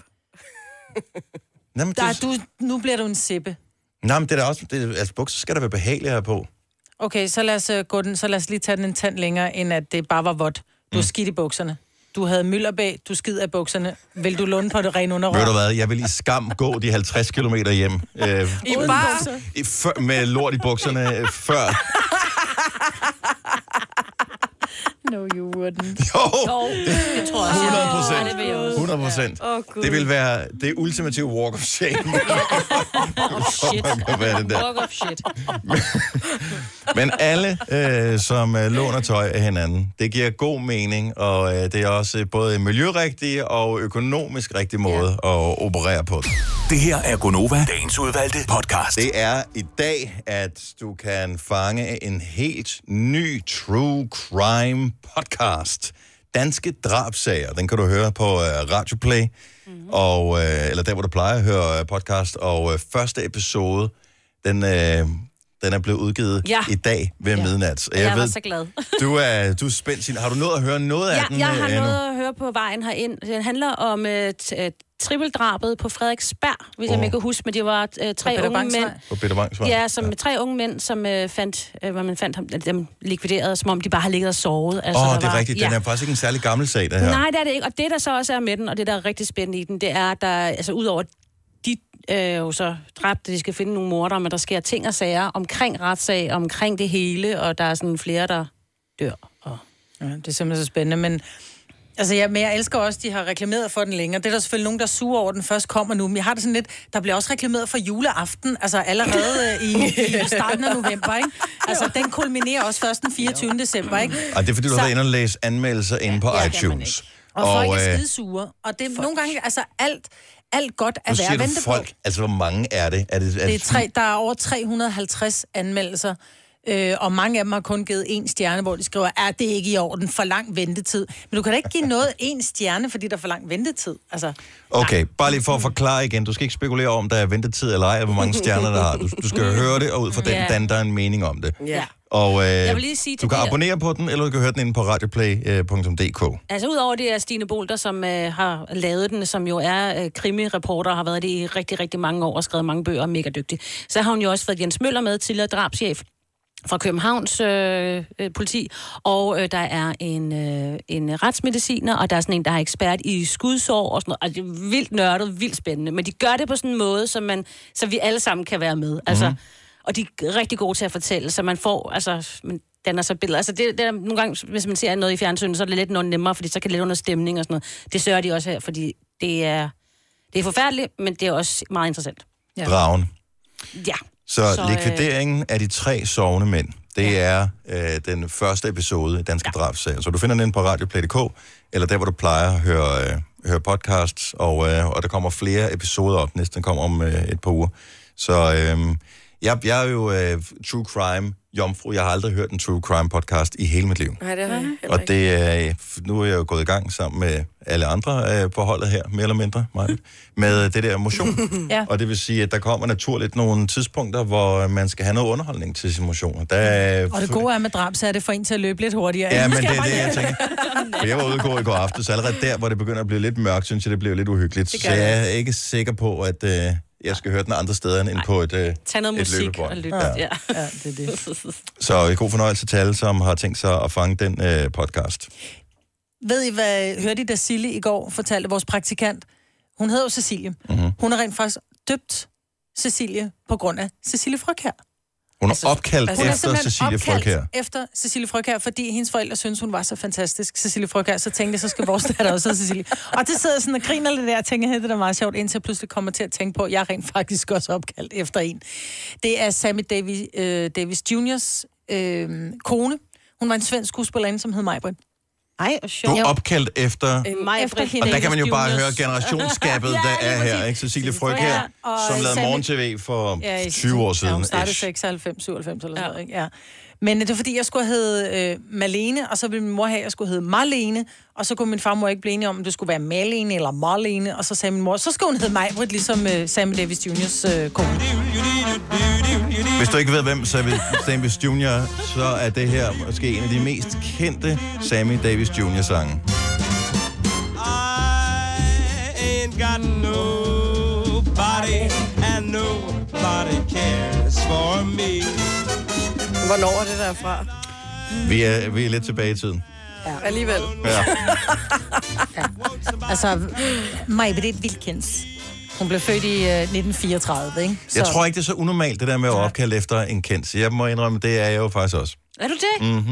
Speaker 1: nej, men det,
Speaker 2: Der er du, nu bliver du en sippe.
Speaker 1: nej, men det er da også... Det, altså, bukser skal der være behageligere på.
Speaker 2: Okay, så lad os, øh, gå den, så lad os lige tage den en tand længere, end at det bare var vådt. Du mm. skidt i bukserne. Du havde mylderbæg, du skid af bukserne. Vil du låne på det rene underrør?
Speaker 1: Ved du hvad, jeg vil i skam gå de 50 km hjem. Øh,
Speaker 2: I bare...
Speaker 1: i- før- med lort i bukserne øh, før.
Speaker 24: No, you wouldn't.
Speaker 1: Jo,
Speaker 2: det tror jeg.
Speaker 1: 100
Speaker 2: Ja, det vil jeg også.
Speaker 1: procent. 100 procent.
Speaker 4: Åh, Gud.
Speaker 1: det vil være det ultimative walk of shame.
Speaker 2: shit.
Speaker 1: Man kan være den der.
Speaker 2: Walk of shit.
Speaker 1: Men alle, øh, som øh, låner tøj af hinanden, det giver god mening, og øh, det er også øh, både en miljørigtig og økonomisk rigtig måde at operere på.
Speaker 10: Det her er Gonova, dagens udvalgte podcast.
Speaker 1: Det er i dag, at du kan fange en helt ny true crime podcast. Danske drabsager. Den kan du høre på øh, Radio Play, mm-hmm. og, øh, eller der, hvor du plejer at høre øh, podcast. Og øh, første episode, den, øh, den er blevet udgivet
Speaker 3: Ja.
Speaker 1: i dag ved ja. midnat.
Speaker 3: Jeg, jeg var så glad.
Speaker 1: du er, du er spændt. Signe. Har du nået at høre noget af
Speaker 3: Ja,
Speaker 1: den?
Speaker 3: jeg
Speaker 1: øh,
Speaker 3: har
Speaker 1: endnu?
Speaker 3: noget at høre på vejen herind. Det handler om øh, t- øh, trippeldrabet på Frederiksberg, hvis oh.
Speaker 1: Åh.
Speaker 3: jeg ikke kan huske, men det var øh, tre
Speaker 2: Peter
Speaker 3: unge
Speaker 2: Bangsvej.
Speaker 3: mænd.
Speaker 1: På Peter Bangs vej.
Speaker 3: Ja, som ja. tre unge mænd, som øh, fandt, øh, hvor man fandt ham, at dem likvideret, som om de bare har ligget og sovet. Altså,
Speaker 1: Åh,
Speaker 3: der
Speaker 1: oh, det er
Speaker 3: var-
Speaker 1: rigtigt. Den er faktisk ikke en særlig gammel sag, det her.
Speaker 3: Nej, det er det ikke. Og det, der så også er med den, og det, der er rigtig spændende i den, det er, at der, altså udover de øh, jo så dræbte, de skal finde nogle morder, men der sker ting og sager omkring retssag, omkring det hele, og der er sådan flere, der dør. Og...
Speaker 2: Ja, det er simpelthen så spændende, men... Altså, jeg, men jeg elsker også, at de har reklameret for den længere. Det er der selvfølgelig nogen, der suger over, at den først kommer nu. Men jeg har det sådan lidt, der bliver også reklameret for juleaften, altså allerede øh, i, i starten af november, ikke? Altså, den kulminerer også først den 24. december, ikke?
Speaker 1: Og det er, fordi du har
Speaker 2: Så-
Speaker 1: været inde og læse anmeldelser inde på
Speaker 2: Ja, det skal man
Speaker 1: iTunes.
Speaker 2: Og, og folk er
Speaker 1: øh,
Speaker 2: skidesure. Og det er nogle gange, altså alt, alt godt er værd
Speaker 1: Nu siger
Speaker 2: at
Speaker 1: du
Speaker 2: vente
Speaker 1: folk,
Speaker 2: på.
Speaker 1: altså hvor mange er det? Er det,
Speaker 2: Det er tre, der er over 350 anmeldelser, øh, og mange af dem har kun givet en stjerne, hvor de skriver, er det er ikke i orden, for lang ventetid. Men du kan da ikke give noget en stjerne, fordi der er for lang ventetid. Altså,
Speaker 1: Okay, bare lige for at forklare igen. Du skal ikke spekulere om, der er ventetid eller ej, og hvor mange stjerner der har. Du, du skal høre det, og ud fra den,
Speaker 3: Ja.
Speaker 1: danner der er en mening om det.
Speaker 4: Ja.
Speaker 1: Og
Speaker 3: Jeg
Speaker 1: øh,
Speaker 3: vil lige sige til
Speaker 1: du kan
Speaker 3: de-
Speaker 1: abonnere på den, eller du kan høre den inde på radioplay.dk.
Speaker 3: Altså udover det er Stine Bolter, som øh, har lavet den, som jo er øh, krimireporter og har været det i rigtig, rigtig mange år og skrevet mange bøger og er mega dygtig. Så har hun jo også fået Jens Møller med, tidligere drabschef fra Københavns øh, øh, politi, og øh, der er en, øh, en retsmediciner, og der er sådan en, der er ekspert i skudsår og sådan noget. Og det er vildt nørdet, vildt spændende. Men de gør det på sådan en måde, så, man, så vi alle sammen kan være med. Altså,
Speaker 1: Mhm.
Speaker 3: Og de er rigtig gode til at fortælle, så man får, altså, man danner sig billeder. Altså, det, det er nogle gange, hvis man ser noget i fjernsynet, så er det lidt noget nemmere, fordi så kan det lidt under stemning og sådan noget. Det sørger de også her, fordi det er, det er forfærdeligt, men det er også meget interessant.
Speaker 1: Ja. Dragen.
Speaker 3: Ja.
Speaker 1: Så,
Speaker 3: Så,
Speaker 1: så
Speaker 3: øh,
Speaker 1: likvideringen af de tre sovende mænd, det ja. er øh, den første episode i Danske ja. Drabsager. Så du finder den inde på radioplay.dk, eller der, hvor du plejer at høre, øh, høre podcasts, og, øh, og der kommer flere episoder op. Næsten kommer om øh, et par uger. Så øh, jeg, jeg er jo øh, true crime jomfru. Jeg har aldrig hørt en true crime podcast i hele mit liv.
Speaker 4: Nej, det har jeg heller
Speaker 1: Og
Speaker 4: ikke.
Speaker 1: det er, øh, f- nu er jeg jo gået i gang sammen med alle andre øh, på holdet her, mere eller mindre, Maja, med øh, det der motion.
Speaker 2: Ja.
Speaker 1: Og det vil sige, at der kommer naturligt nogle tidspunkter, hvor øh, man skal have noget underholdning til sin motion. Og Der, er-
Speaker 2: og det gode er med drab, så er det for en til at løbe lidt hurtigere.
Speaker 1: Ja,
Speaker 2: Nu
Speaker 1: men
Speaker 2: skal
Speaker 1: det er
Speaker 2: bare
Speaker 1: det,
Speaker 2: hjem.
Speaker 1: jeg tænker. For jeg var ude at gå i går aftes, så allerede der, hvor det begynder at blive lidt mørkt, synes jeg, det blev lidt uhyggeligt.
Speaker 3: Det
Speaker 1: Så
Speaker 3: gør
Speaker 1: jeg
Speaker 3: det.
Speaker 1: er ikke sikker på, at øh, jeg skal høre den andre steder end på et, øh,
Speaker 3: Tag noget
Speaker 1: et
Speaker 3: musik
Speaker 1: løbebånd.
Speaker 3: og lyt. Ja. Ja.
Speaker 2: ja, det er
Speaker 3: det.
Speaker 1: Så øh, god fornøjelse til alle, som har tænkt sig at fange den øh, podcast.
Speaker 2: Ved I, hvad hørte I, da Sille i går fortalte vores praktikant? Hun hedder jo
Speaker 1: Mm. Mhm.
Speaker 2: Cecilie. Mm-hmm. Hun er rent faktisk døbt Cecilie på grund af Cecilie Frøkær.
Speaker 1: Hun er opkaldt
Speaker 2: Altså, hun er
Speaker 1: efter
Speaker 2: simpelthen
Speaker 1: Cecilie
Speaker 2: opkaldt
Speaker 1: Frøkjær.
Speaker 2: efter Cecilie Frøkær, fordi hendes forældre synes, hun var så fantastisk. Cecilie Frøkær, så tænkte jeg, så skal vores datter også hedde Cecilie. Og det sidder jeg sådan og griner lidt der, og tænker, hey, det er da meget sjovt, indtil jeg pludselig kommer til at tænke på, at jeg er rent faktisk også opkaldt efter en. Det er Sammy Davi, øh, Davis Juniors øh, kone. Hun var en svensk skuespillerinde, som hed Majbrit.
Speaker 1: Ej, Du er opkaldt efter... Og der kan man jo bare høre generationsskabet,
Speaker 2: Ja,
Speaker 1: der er
Speaker 2: lige
Speaker 1: her.
Speaker 2: præcis.
Speaker 1: Ikke? Cecilie
Speaker 2: Ja,
Speaker 1: Frøkjær,
Speaker 2: og
Speaker 1: som lavede
Speaker 2: Sanne-
Speaker 1: morgen-tv for
Speaker 2: i
Speaker 1: 20 år
Speaker 2: Ja,
Speaker 1: siden.
Speaker 2: hun startede
Speaker 1: ish.
Speaker 2: 96, 97 eller sådan noget, ikke? Ja. Men øh, det var, fordi jeg skulle hedde øh, Malene, og så ville min mor have, at jeg skulle hedde Marlene, og så kunne min farmor ikke blive enige om, om det skulle være Malene eller Marlene, og så sagde min mor, så skulle hun hedde Majbrit, ligesom øh, Sammy Davis Juniors øh, kone.
Speaker 1: Hvis du ikke ved, hvem Sammy Davis Jr., er, så er det her måske en af de mest kendte Sammy Davis Jr.-sange.
Speaker 8: ain't got nobody, and nobody cares for me.
Speaker 4: Hvornår er det der fra?
Speaker 1: Vi er, vi er lidt tilbage i tiden.
Speaker 4: Ja. Alligevel.
Speaker 1: Ja.
Speaker 2: Altså, Majbrit Wilkins. Hun blev født i øh, 1934, ikke?
Speaker 1: Jeg tror ikke, det er så unormalt, det der med at opkalde efter en kendt. Så jeg må indrømme, det er jeg jo faktisk også.
Speaker 3: Er du det?
Speaker 1: Mm-hmm.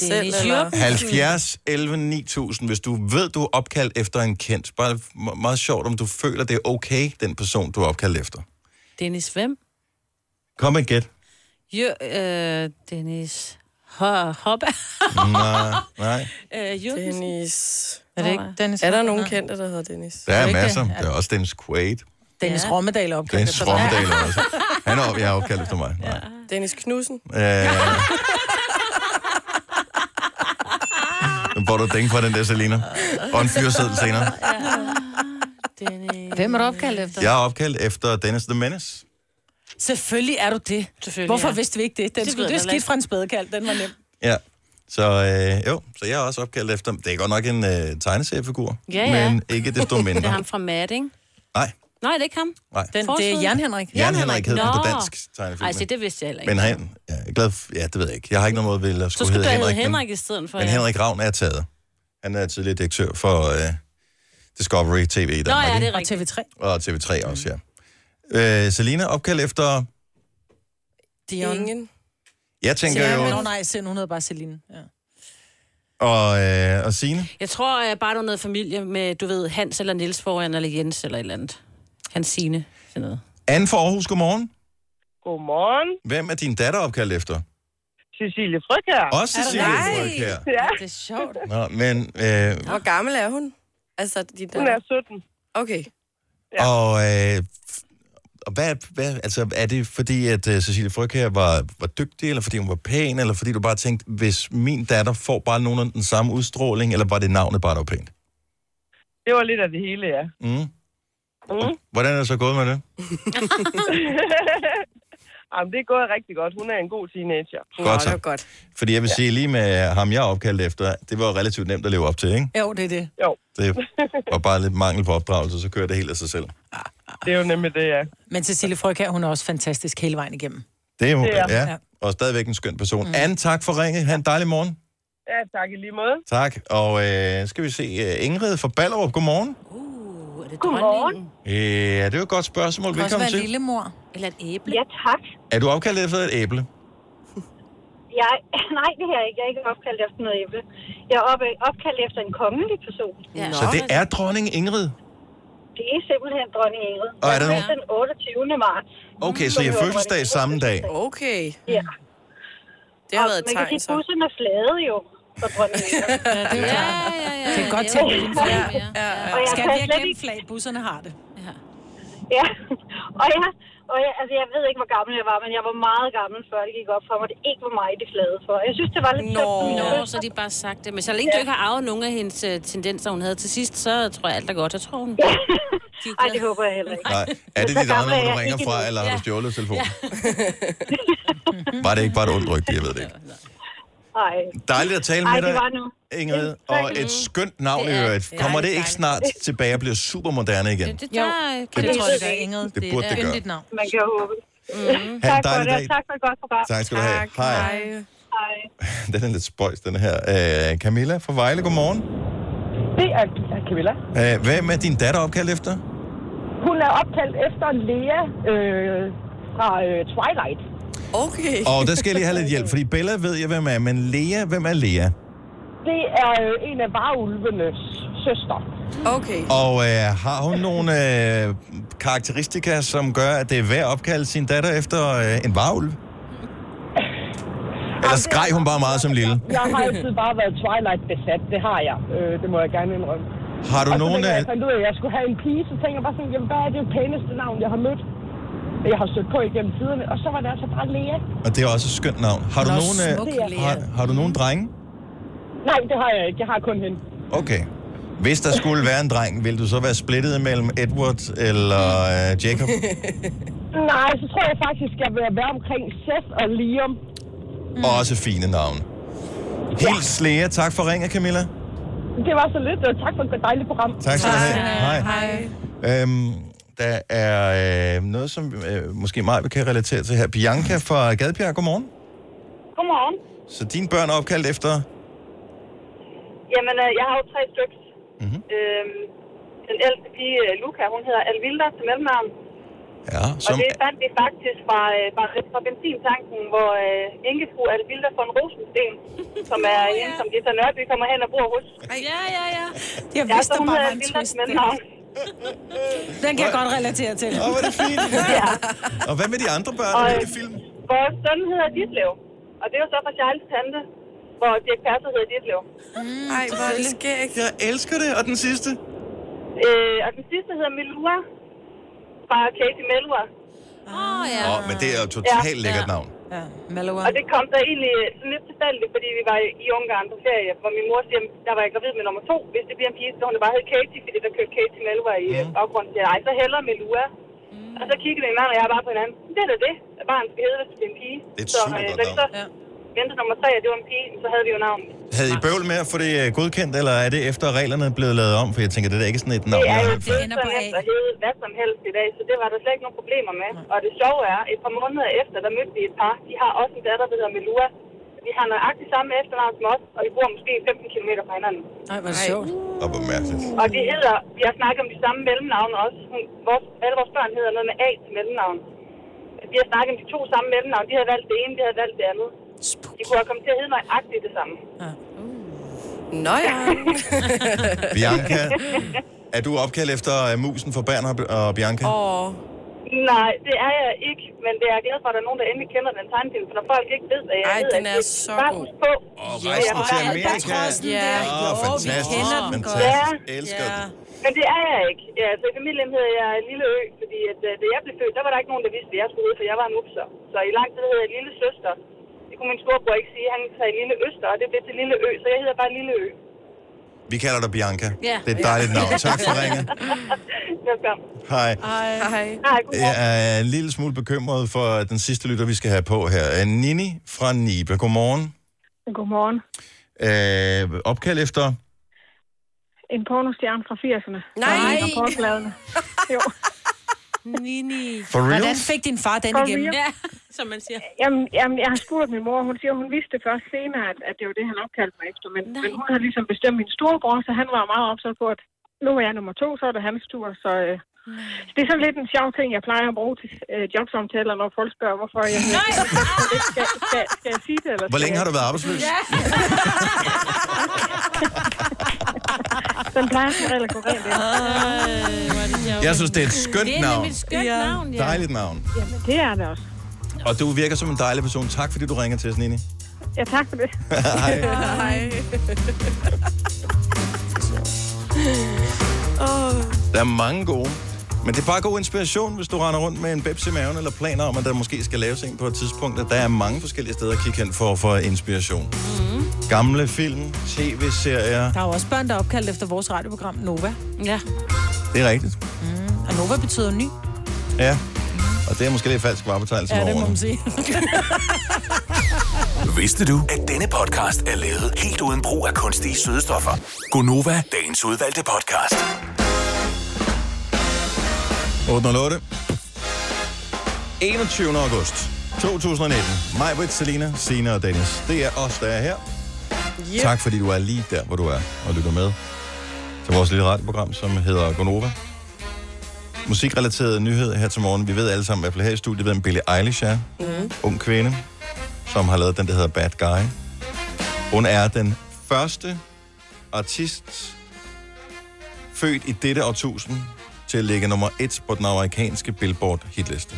Speaker 3: Det er lige sjovt.
Speaker 1: 70, 11, 9000. Hvis du ved, du er opkaldt efter en kendt, bare me- meget sjovt, om du føler, det er okay, den person, du er opkaldt efter.
Speaker 3: Dennis hvem?
Speaker 1: Kom med et gæt.
Speaker 3: Jo, øh, Dennis Ho- Hoppa.
Speaker 1: Nej, nej.
Speaker 3: øh, Jørgensen.
Speaker 4: Dennis.
Speaker 2: Er det ikke Dennis?
Speaker 4: Er der nogen kendte, der hedder Dennis?
Speaker 1: Der
Speaker 4: Er det
Speaker 1: er
Speaker 4: ikke
Speaker 1: masser.
Speaker 4: det? Ja.
Speaker 1: Der er også Dennis Quaid.
Speaker 2: Dennis ja. Rommedal er opkaldt
Speaker 1: Dennis Rommedal er også. Han er, jeg er opkaldt efter mig. Nej.
Speaker 4: Dennis Knudsen.
Speaker 1: Øh, den får du dænke fra den der, Selina. Mm. Og en fyreseddel senere.
Speaker 2: Hvem er øh, du opkaldt efter?
Speaker 1: Jeg er opkaldt efter Dennis the Menace.
Speaker 2: Selvfølgelig er du det. Selvfølgelig, Hvorfor
Speaker 25: ja.
Speaker 2: ja. vidste vi ikke det? Den
Speaker 25: Det
Speaker 2: det,
Speaker 25: ved
Speaker 2: skulle, det
Speaker 25: jeg
Speaker 2: er
Speaker 25: heller
Speaker 2: skidt fra en spædekald, den var nem.
Speaker 1: Ja. Så øh, jo, så jeg er også opkaldt efter... Det er godt nok en øh, tegneseriefigur,
Speaker 3: Ja, ja.
Speaker 1: men ikke desto mindre.
Speaker 3: det er ham fra Mad, ikke?
Speaker 1: Nej.
Speaker 3: Nej, det er ikke ham.
Speaker 1: Nej.
Speaker 3: Den- det er Jan Henrik.
Speaker 1: Jan Henrik hed den på
Speaker 3: Nå.
Speaker 1: dansk tegnefilm.
Speaker 3: Ej, se, det vidste jeg heller ikke.
Speaker 1: Men han, ja, jeg er glad for, ja, det ved jeg ikke. Jeg har ikke noget måde ved at
Speaker 3: Så
Speaker 1: skulle
Speaker 3: skulle
Speaker 1: hedde
Speaker 3: du
Speaker 1: Henrik.
Speaker 3: hedde
Speaker 1: men-
Speaker 3: Henrik i stedet for.
Speaker 1: Men
Speaker 3: ja.
Speaker 1: Henrik Ravn er taget. Han er tidligere direktør for øh, Discovery TV i
Speaker 3: Nå
Speaker 1: Danmark.
Speaker 3: ja, det
Speaker 1: ikke?
Speaker 3: er rigtigt.
Speaker 2: TV3.
Speaker 1: Og TV3 også, ja. Øh, Selina, opkald efter...
Speaker 2: Dion. Ingen.
Speaker 1: Jeg tænker
Speaker 2: Nå
Speaker 1: jo...
Speaker 2: nej, sind, hun hedder bare Celine. Ja.
Speaker 1: Og, øh, og Signe?
Speaker 3: Jeg tror jeg bare, du er noget familie med, du ved, Hans eller Niels foran, eller Jens eller et eller andet. Hans Signe. Sådan noget.
Speaker 1: Anne fra Aarhus, godmorgen.
Speaker 17: Godmorgen.
Speaker 1: Hvem er din datter opkaldt efter?
Speaker 17: Cecilie Frøkjær.
Speaker 1: Også Cecilie Frøkjær.
Speaker 17: Ja.
Speaker 4: Det er sjovt.
Speaker 1: Nå, men... Øh,
Speaker 4: Hvor gammel er hun? Altså, de der...
Speaker 17: Hun er 17.
Speaker 4: Okay.
Speaker 1: Ja. Og, øh, og hvad, hvad, altså, er det fordi, at uh, Cecilie Frøkjær var, var dygtig, eller fordi hun var pæn, eller fordi du bare tænkte, hvis min datter får bare nogenlunde den samme udstråling, eller var det navnet bare, der var pænt?
Speaker 17: Det var lidt af det hele, ja.
Speaker 1: Mm.
Speaker 17: Mm.
Speaker 1: Hvordan er det så gået med det?
Speaker 17: Jamen, det er gået rigtig godt. Hun er en god teenager.
Speaker 1: så. Fordi jeg vil sige, lige med ham, jeg opkaldte efter, det var jo relativt nemt at leve op til, ikke?
Speaker 2: Jo, det er det.
Speaker 17: Jo.
Speaker 1: Det var bare lidt mangel på opdragelse, så kører det helt af sig selv.
Speaker 17: Det er jo nemlig det, ja.
Speaker 2: Men Cecilie Frøkær, hun er også fantastisk hele vejen igennem.
Speaker 1: Det er jo,
Speaker 2: Det er hun.
Speaker 1: ja,
Speaker 2: Ja.
Speaker 1: og stadigvæk en skøn person. Mm. Anne, tak for ringet. Ha' en dejlig morgen.
Speaker 17: Ja, tak i lige måde.
Speaker 1: Tak. Og øh, skal vi se, øh, Ingrid fra Ballerup, godmorgen. Øh,
Speaker 3: Uh, er det
Speaker 17: Godmorgen.
Speaker 1: Ja, det er jo et godt spørgsmål.
Speaker 2: Kan også
Speaker 1: Velkommen
Speaker 2: være
Speaker 1: til.
Speaker 2: lillemor. Eller et æble.
Speaker 23: Ja, tak.
Speaker 1: Er du opkaldt efter et æble?
Speaker 23: Jeg, nej, det her er ikke. Jeg er ikke opkaldt efter noget æble. Jeg er op, opkaldt efter en kongelig person. Ja.
Speaker 1: Så det er dronning Ingrid.
Speaker 23: det er simpelthen dronning Ingrid.
Speaker 1: Og er
Speaker 23: Jeg
Speaker 1: der
Speaker 23: født den 28. marts.
Speaker 1: Okay, så jeg
Speaker 23: hedder
Speaker 1: fødselsdag
Speaker 23: dronning
Speaker 1: samme dag.
Speaker 4: Okay.
Speaker 23: Ja.
Speaker 4: Det har været et
Speaker 23: man kan
Speaker 4: tegn,
Speaker 23: sige,
Speaker 4: så.
Speaker 23: bussen er flade jo. For dronning Ingrid. ja,
Speaker 2: det er jo klart.
Speaker 23: ja, ja.
Speaker 2: Det er godt
Speaker 23: tænkt.
Speaker 2: tænkt uden for ja, ja,
Speaker 23: Og
Speaker 2: ja.
Speaker 23: jeg
Speaker 2: Skal
Speaker 23: kan
Speaker 2: vi have
Speaker 23: slet
Speaker 2: glemt flag? Busserne har det.
Speaker 23: Ja, og jeg, og jeg, altså, jeg ved ikke, hvor gammel jeg var, men jeg var meget gammel, før det gik op for mig. Det ikke var mig, de flade for. Jeg synes, det var lidt
Speaker 3: Nå, Nå så har de bare sagt det. Men så længe du ikke har arvet nogen af hendes øh, tendenser, hun havde til sidst, så tror jeg alt er godt. Jeg tror, hun...
Speaker 23: Nej, det håber jeg heller ikke.
Speaker 1: Nej. Er det
Speaker 23: Så
Speaker 1: dit eget
Speaker 23: gammel er
Speaker 1: nummer, du
Speaker 23: jeg
Speaker 1: ringer
Speaker 23: ikke
Speaker 1: fra,
Speaker 23: endnu.
Speaker 1: eller har du
Speaker 23: Ja.
Speaker 1: stjålet telefonen? Var det ikke bare et ondt rygte? Jeg ved det ikke.
Speaker 23: Nej.
Speaker 1: Dejligt at tale
Speaker 23: Ej,
Speaker 1: med
Speaker 23: det
Speaker 1: dig,
Speaker 23: var nu.
Speaker 1: Ingrid.
Speaker 23: Ja, tak.
Speaker 1: Og et skønt navn i
Speaker 23: Det er
Speaker 1: øvrigt. Kommer det
Speaker 23: dejligt,
Speaker 1: ikke snart tilbage og bliver super moderne igen?
Speaker 23: Det
Speaker 2: tager-
Speaker 1: kan det
Speaker 2: tror
Speaker 1: ikke.
Speaker 2: jeg, det er Ingrid.
Speaker 1: Det burde
Speaker 2: er
Speaker 1: det gøre.
Speaker 2: yndigt navn.
Speaker 23: Man kan jo håbe. Mm.
Speaker 1: Ha' en
Speaker 23: Tak for
Speaker 1: dejlig
Speaker 23: det, og
Speaker 1: dag.
Speaker 23: tak for et godt program.
Speaker 1: Tak skal du have. Tak. Hej. Hej.
Speaker 23: Hej.
Speaker 1: Den er lidt spøjs, den her. Øh, Camilla fra Vejle, godmorgen.
Speaker 26: Det er Camilla.
Speaker 1: Øh, hvem er din datter opkaldt efter?
Speaker 26: Hun er opkaldt efter Lea øh, fra øh, Twilight.
Speaker 4: Okay.
Speaker 1: Og der skal jeg lige have lidt hjælp, fordi Bella ved jeg, hvem er, men Lea, hvem er Lea?
Speaker 26: Det er øh, en af varulvenes søster.
Speaker 4: Okay.
Speaker 1: Og øh, har hun nogle øh, karakteristika, som gør, at det er værd at opkalde sin datter efter øh, en varulv? Eller skreg hun bare meget som lille?
Speaker 26: Jeg har altid bare været Twilight-besat. Det har jeg. Øh, det må jeg gerne indrømme.
Speaker 1: Har du
Speaker 26: og så
Speaker 1: nogen...
Speaker 26: dengang
Speaker 1: øh,
Speaker 26: jeg fandt ud af, at jeg skulle have en pige, så tænkte jeg bare sådan, jamen, hvad er det pæneste navn, jeg har mødt? Jeg har stødt på igennem tiderne. Og så var det altså bare Lea.
Speaker 1: Og det er også et skønt navn. Har du
Speaker 26: Nå,
Speaker 1: nogen, øh,
Speaker 26: smuk, Lea.
Speaker 1: har, har du nogen drenge?
Speaker 26: Nej, det har jeg ikke. Jeg har kun hende.
Speaker 1: Okay. Hvis der skulle være en dreng, vil du så være splittet mellem Edward eller øh, Jacob?
Speaker 26: Nej, så tror jeg faktisk, jeg vil være omkring Seth og Liam.
Speaker 1: Mm. Også fine navne. Helt slæge. Tak for ringen, Camilla.
Speaker 26: Det var så lidt. og Tak for et dejligt program.
Speaker 1: Tak skal du have. Hej.
Speaker 26: Hej.
Speaker 1: Øhm, der er øh, noget, som øh, måske mig kan relatere til her. Bianca fra Gadbjerg, godmorgen.
Speaker 27: Godmorgen.
Speaker 1: Så dine børn er opkaldt efter...
Speaker 27: Jamen, øh, jeg har jo tre stykker.
Speaker 1: Mhm.
Speaker 27: Mm-hmm. Øhm, den ældste pige, øh, Luca, hun hedder Alvilda til mellemnavn.
Speaker 1: Ja,
Speaker 27: Og
Speaker 1: som,
Speaker 27: det fandt vi faktisk fra, øh, fra, fra benzintanken, hvor øh, enkefru Alvilda von Rosensten, som er oh, hende, som Gita Nørby kommer hen og bor hos. Ja, ja, ja.
Speaker 25: Jeg vidste,
Speaker 27: så
Speaker 25: der
Speaker 27: hun
Speaker 25: bare var
Speaker 27: hedder
Speaker 25: en
Speaker 27: Alvilda
Speaker 25: twist
Speaker 27: til mellemnavn.
Speaker 25: Den kan jeg godt relatere til.
Speaker 1: Åh, oh, hvor er det fint.
Speaker 27: ja.
Speaker 1: og hvad med de andre børn?
Speaker 27: Og,
Speaker 1: Og,
Speaker 27: øh, Vores søn hedder Ditlev, og det er jo så fra Charles Tante, hvor Dirk Passer hedder Ditlev. Mm,
Speaker 4: Ej, hvor er det skægt.
Speaker 1: Jeg elsker det. Og den sidste?
Speaker 27: Øh, og den sidste hedder Melua, fra Katie Melua. Åh, ja.
Speaker 1: Åh, men det er jo totalt ja. lækkert navn.
Speaker 27: Ja, Melua. Og det kom så egentlig sådan lidt tilfældigt, fordi vi var i- i Ungarn på ferie, hvor min mor siger, der var jeg gravid med nummer to. Hvis det bliver en pige, så hun bare hedde Katie, fordi der kørte Katie Melua i mm. baggrunden. Siger, Ej, så heller Melua. Mm. Og så kiggede min mand og jeg bare på hinanden. Det er da det. At barnet skal hedde, hvis det bliver en pige.
Speaker 1: Det er et
Speaker 27: så,
Speaker 1: super godt
Speaker 27: da vi så ventede nummer tre, og det var en pige, så havde vi jo navnet.
Speaker 1: Havde I bøvl med at få det øh, godkendt, eller er det efter reglerne blevet lavet om? For jeg tænker, det er da ikke sådan et navn,
Speaker 27: Det er
Speaker 1: jeg
Speaker 27: jo
Speaker 1: har.
Speaker 27: blevet så nemt at hedde hvad som helst i dag, så det var der slet ikke nogen problemer med. Og det sjove er, et par måneder efter, der mødte vi et par. De har også en datter, der hedder Melua. Vi har nøjagtigt samme efternavn som os, og vi bor måske 15 km fra hinanden.
Speaker 25: Nej, hvor er det sjovt.
Speaker 1: Og hvor mærkeligt.
Speaker 27: Og de hedder, vi har snakket om de samme mellemnavne også. Hun, vores, alle vores børn hedder noget med A til mellemnavn. Vi har snakket om de to samme mellemnavne. De havde valgt det ene, de havde valgt det andet. De kunne have kommet til at hedde nøjagtigt det samme.
Speaker 4: Nå ja.
Speaker 1: Bianca, er du opkaldt efter øh, musen for Bernhard og Bianca?
Speaker 27: Åh. Nej, det er jeg ikke, men det er jeg glad for, at der er nogen, der endelig kender den tegnefilm, for når folk ikke ved, at jeg
Speaker 4: Ej,
Speaker 27: ved,
Speaker 4: den
Speaker 27: at
Speaker 4: er så
Speaker 27: bare
Speaker 4: god.
Speaker 27: husk på.
Speaker 1: Og rejsen til Amerika.
Speaker 27: Ja,
Speaker 1: Åh, fantastisk.
Speaker 27: Ja,
Speaker 1: Fantastisk. Elsker det.
Speaker 27: men det er jeg ikke. Ja, altså i familien hedder jeg Lille Ø, fordi at, øh, da jeg blev født, der var der ikke nogen, der vidste, hvad jeg skulle hedde, for jeg var en upser. Så i lang tid hed jeg Lille Søster. Det kunne min storebror ikke sige. Han sagde Lille Øster, og det blev til Lille Ø, så jeg hedder bare Lille Ø.
Speaker 1: Vi kalder dig Bianca.
Speaker 27: Ja.
Speaker 1: Det er et dejligt navn. Tak for ringet.
Speaker 27: Velkommen.
Speaker 1: Hej.
Speaker 27: Hej.
Speaker 1: Jeg er en lille smule bekymret for den sidste lytter, vi skal have på her. Øh, Nini fra Nibe. Godmorgen.
Speaker 12: Godmorgen.
Speaker 1: Øh, opkald efter...
Speaker 12: En pornostjerne fra 80'erne.
Speaker 2: Nej!
Speaker 12: Fra jo.
Speaker 3: Nini.
Speaker 1: For real?
Speaker 12: Hvordan fik
Speaker 2: din far den
Speaker 12: For
Speaker 2: igen?
Speaker 12: real?
Speaker 3: Ja, som man siger.
Speaker 12: Jamen, jamen, jeg har spurgt min mor, hun siger, hun vidste først senere, at, at det var det, han opkaldte mig efter. Men, men hun har ligesom bestemt min storebror, så han var meget opsat på, at nu er jeg nummer to, så er det hans tur. Så, øh, så det er sådan lidt en sjov ting, jeg plejer at bruge til øh, jobsamtaler, når folk spørger, hvorfor jeg... Nej! Skal, skal, skal jeg sige det, eller
Speaker 1: Hvor
Speaker 12: skal
Speaker 1: længe
Speaker 12: jeg-
Speaker 1: har du været arbejdsløs?
Speaker 12: Ja. Den plejer som regel at gå rent ind.
Speaker 1: Jeg synes, det er et skønt Det er navn. nemlig et
Speaker 12: skønt ja. navn,
Speaker 1: Dejligt navn.
Speaker 12: Jamen, det er det også.
Speaker 1: Og du virker som en dejlig person. Tak, fordi du ringer til os, Nini.
Speaker 12: Ja, tak for det.
Speaker 1: Hej.
Speaker 12: Hej.
Speaker 1: Der er mange gode. Men det er bare god inspiration, hvis du render rundt med en bebs i maven, eller planer om, at der måske skal laves en på et tidspunkt, at der er mange forskellige steder at kigge hen for, for inspiration. Mm. Gamle film, tv-serier,
Speaker 2: Der er jo også børn, der er opkaldt efter vores radioprogram Nova. Ja.
Speaker 1: det er rigtigt.
Speaker 2: Og Nova betyder ny.
Speaker 1: Ja. Og det er måske lidt falsk varebetegnelse
Speaker 2: Ja, det
Speaker 1: over.
Speaker 2: må man sige.
Speaker 10: Vidste du, at denne podcast er lavet helt uden brug af kunstige sødestoffer? Gonova, dagens udvalgte podcast.
Speaker 1: 808. 21. august 2019. Mig, Britt, Selina, Sina og Dennis. Det er os, der er her. Yep. Tak, fordi du er lige der, hvor du er og lytter med til vores lille radioprogram, som hedder Gonova. musikrelateret nyhed her til morgen. Vi ved alle sammen, i hvert fald her i studiet, ved, en Billie Eilish er. Mm. Ung kvinde, som har lavet den, der hedder Bad Guy. Hun er den første artist, født i dette årtusind, til at ligge nummer et på den amerikanske Billboard-hitliste.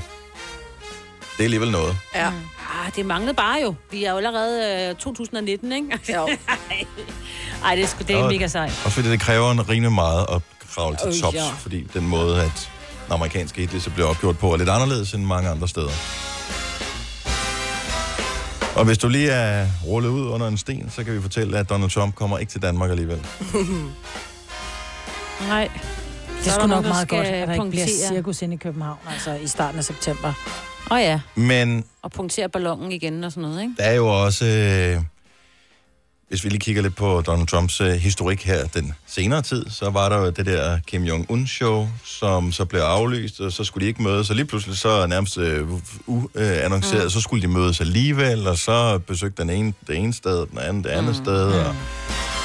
Speaker 1: Det er alligevel noget.
Speaker 4: Ja.
Speaker 3: Mm. Ah, det manglede bare jo. Vi er jo allerede øh, 2019, ikke? Jo. Ej, det er, sgu, det er
Speaker 1: Og-
Speaker 3: mega sejt.
Speaker 1: Også fordi det kræver en rimelig meget at kravle til
Speaker 3: Øh,
Speaker 1: tops,
Speaker 3: ja.
Speaker 1: fordi den måde, at den amerikanske hitliste bliver opgjort på, er lidt anderledes end mange andre steder. Og hvis du lige er rullet ud under en sten, så kan vi fortælle, at Donald Trump kommer ikke til Danmark alligevel.
Speaker 3: Nej.
Speaker 2: Det er sgu nok meget godt, at der ikke
Speaker 3: punktere.
Speaker 2: bliver cirkus inde i København, altså i starten af september.
Speaker 3: Åh oh, ja,
Speaker 1: Men
Speaker 3: og punktere ballonen igen og sådan noget, ikke?
Speaker 1: Der er jo også, øh, hvis vi lige kigger lidt på Donald Trumps øh, historik her den senere tid, så var der jo det der Kim Jong-un-show, som så blev aflyst, og så skulle de ikke mødes, og lige pludselig så nærmest øh, uannonceret, øh, mm. så skulle de mødes alligevel, og så besøgte den ene det ene sted, den anden det andet mm. sted, og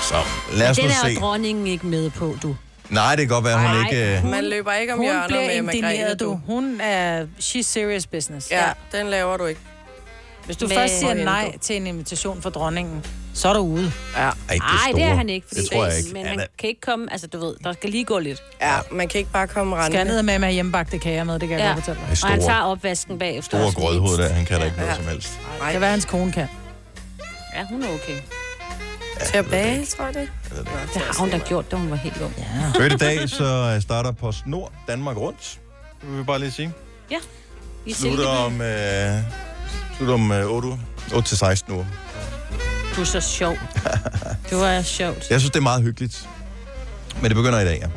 Speaker 1: så lad os
Speaker 3: Men
Speaker 1: nu
Speaker 3: den er
Speaker 1: se.
Speaker 3: dronningen ikke med på, du.
Speaker 1: Nej, det kan godt være, hun ikke... Øh,
Speaker 4: Man løber ikke om
Speaker 2: hun
Speaker 4: hjørner
Speaker 2: bliver
Speaker 4: med Margrethe,
Speaker 2: indigneret,
Speaker 4: du.
Speaker 2: du. Hun er... She's serious business.
Speaker 4: Ja, den laver du ikke.
Speaker 2: Hvis du
Speaker 4: Men-
Speaker 2: først siger
Speaker 4: Hvor
Speaker 2: nej
Speaker 4: heldig.
Speaker 2: til en invitation fra dronningen, så er du ude.
Speaker 4: Ja.
Speaker 1: Ej,
Speaker 3: Nej, det er han ikke. Fordi
Speaker 2: Det tror jeg ikke.
Speaker 3: Men
Speaker 2: Ja,
Speaker 3: man
Speaker 2: men-
Speaker 3: kan ikke komme... Altså, du ved, der skal lige gå lidt.
Speaker 4: Ja, man kan ikke bare komme rendende.
Speaker 2: Skal ned med med hjemmebagte kager med, det kan jeg
Speaker 3: Ja.
Speaker 2: godt fortælle dig.
Speaker 1: Det er
Speaker 3: Og han
Speaker 1: store-
Speaker 3: tager opvasken bagefter.
Speaker 1: store
Speaker 3: også.
Speaker 1: grødhoved der, han kan da ikke noget som helst.
Speaker 2: Det kan være, hans kone kan.
Speaker 3: Ja, hun er okay.
Speaker 4: Tilbage, tror jeg det.
Speaker 3: Det har hun da gjort, da hun var helt ung. Ja.
Speaker 1: Øvrigt i dag, så øh, starter PostNord Danmark rundt, vil vi bare lige sige.
Speaker 3: Ja. I
Speaker 1: Slutter
Speaker 3: Silkeborg.
Speaker 1: om, øh, slutter om øh, 8, uger. 8 til 16 uger.
Speaker 3: Du er så sjov. Du er sjovt.
Speaker 1: Jeg synes, det er meget hyggeligt. Men det begynder i dag, ja.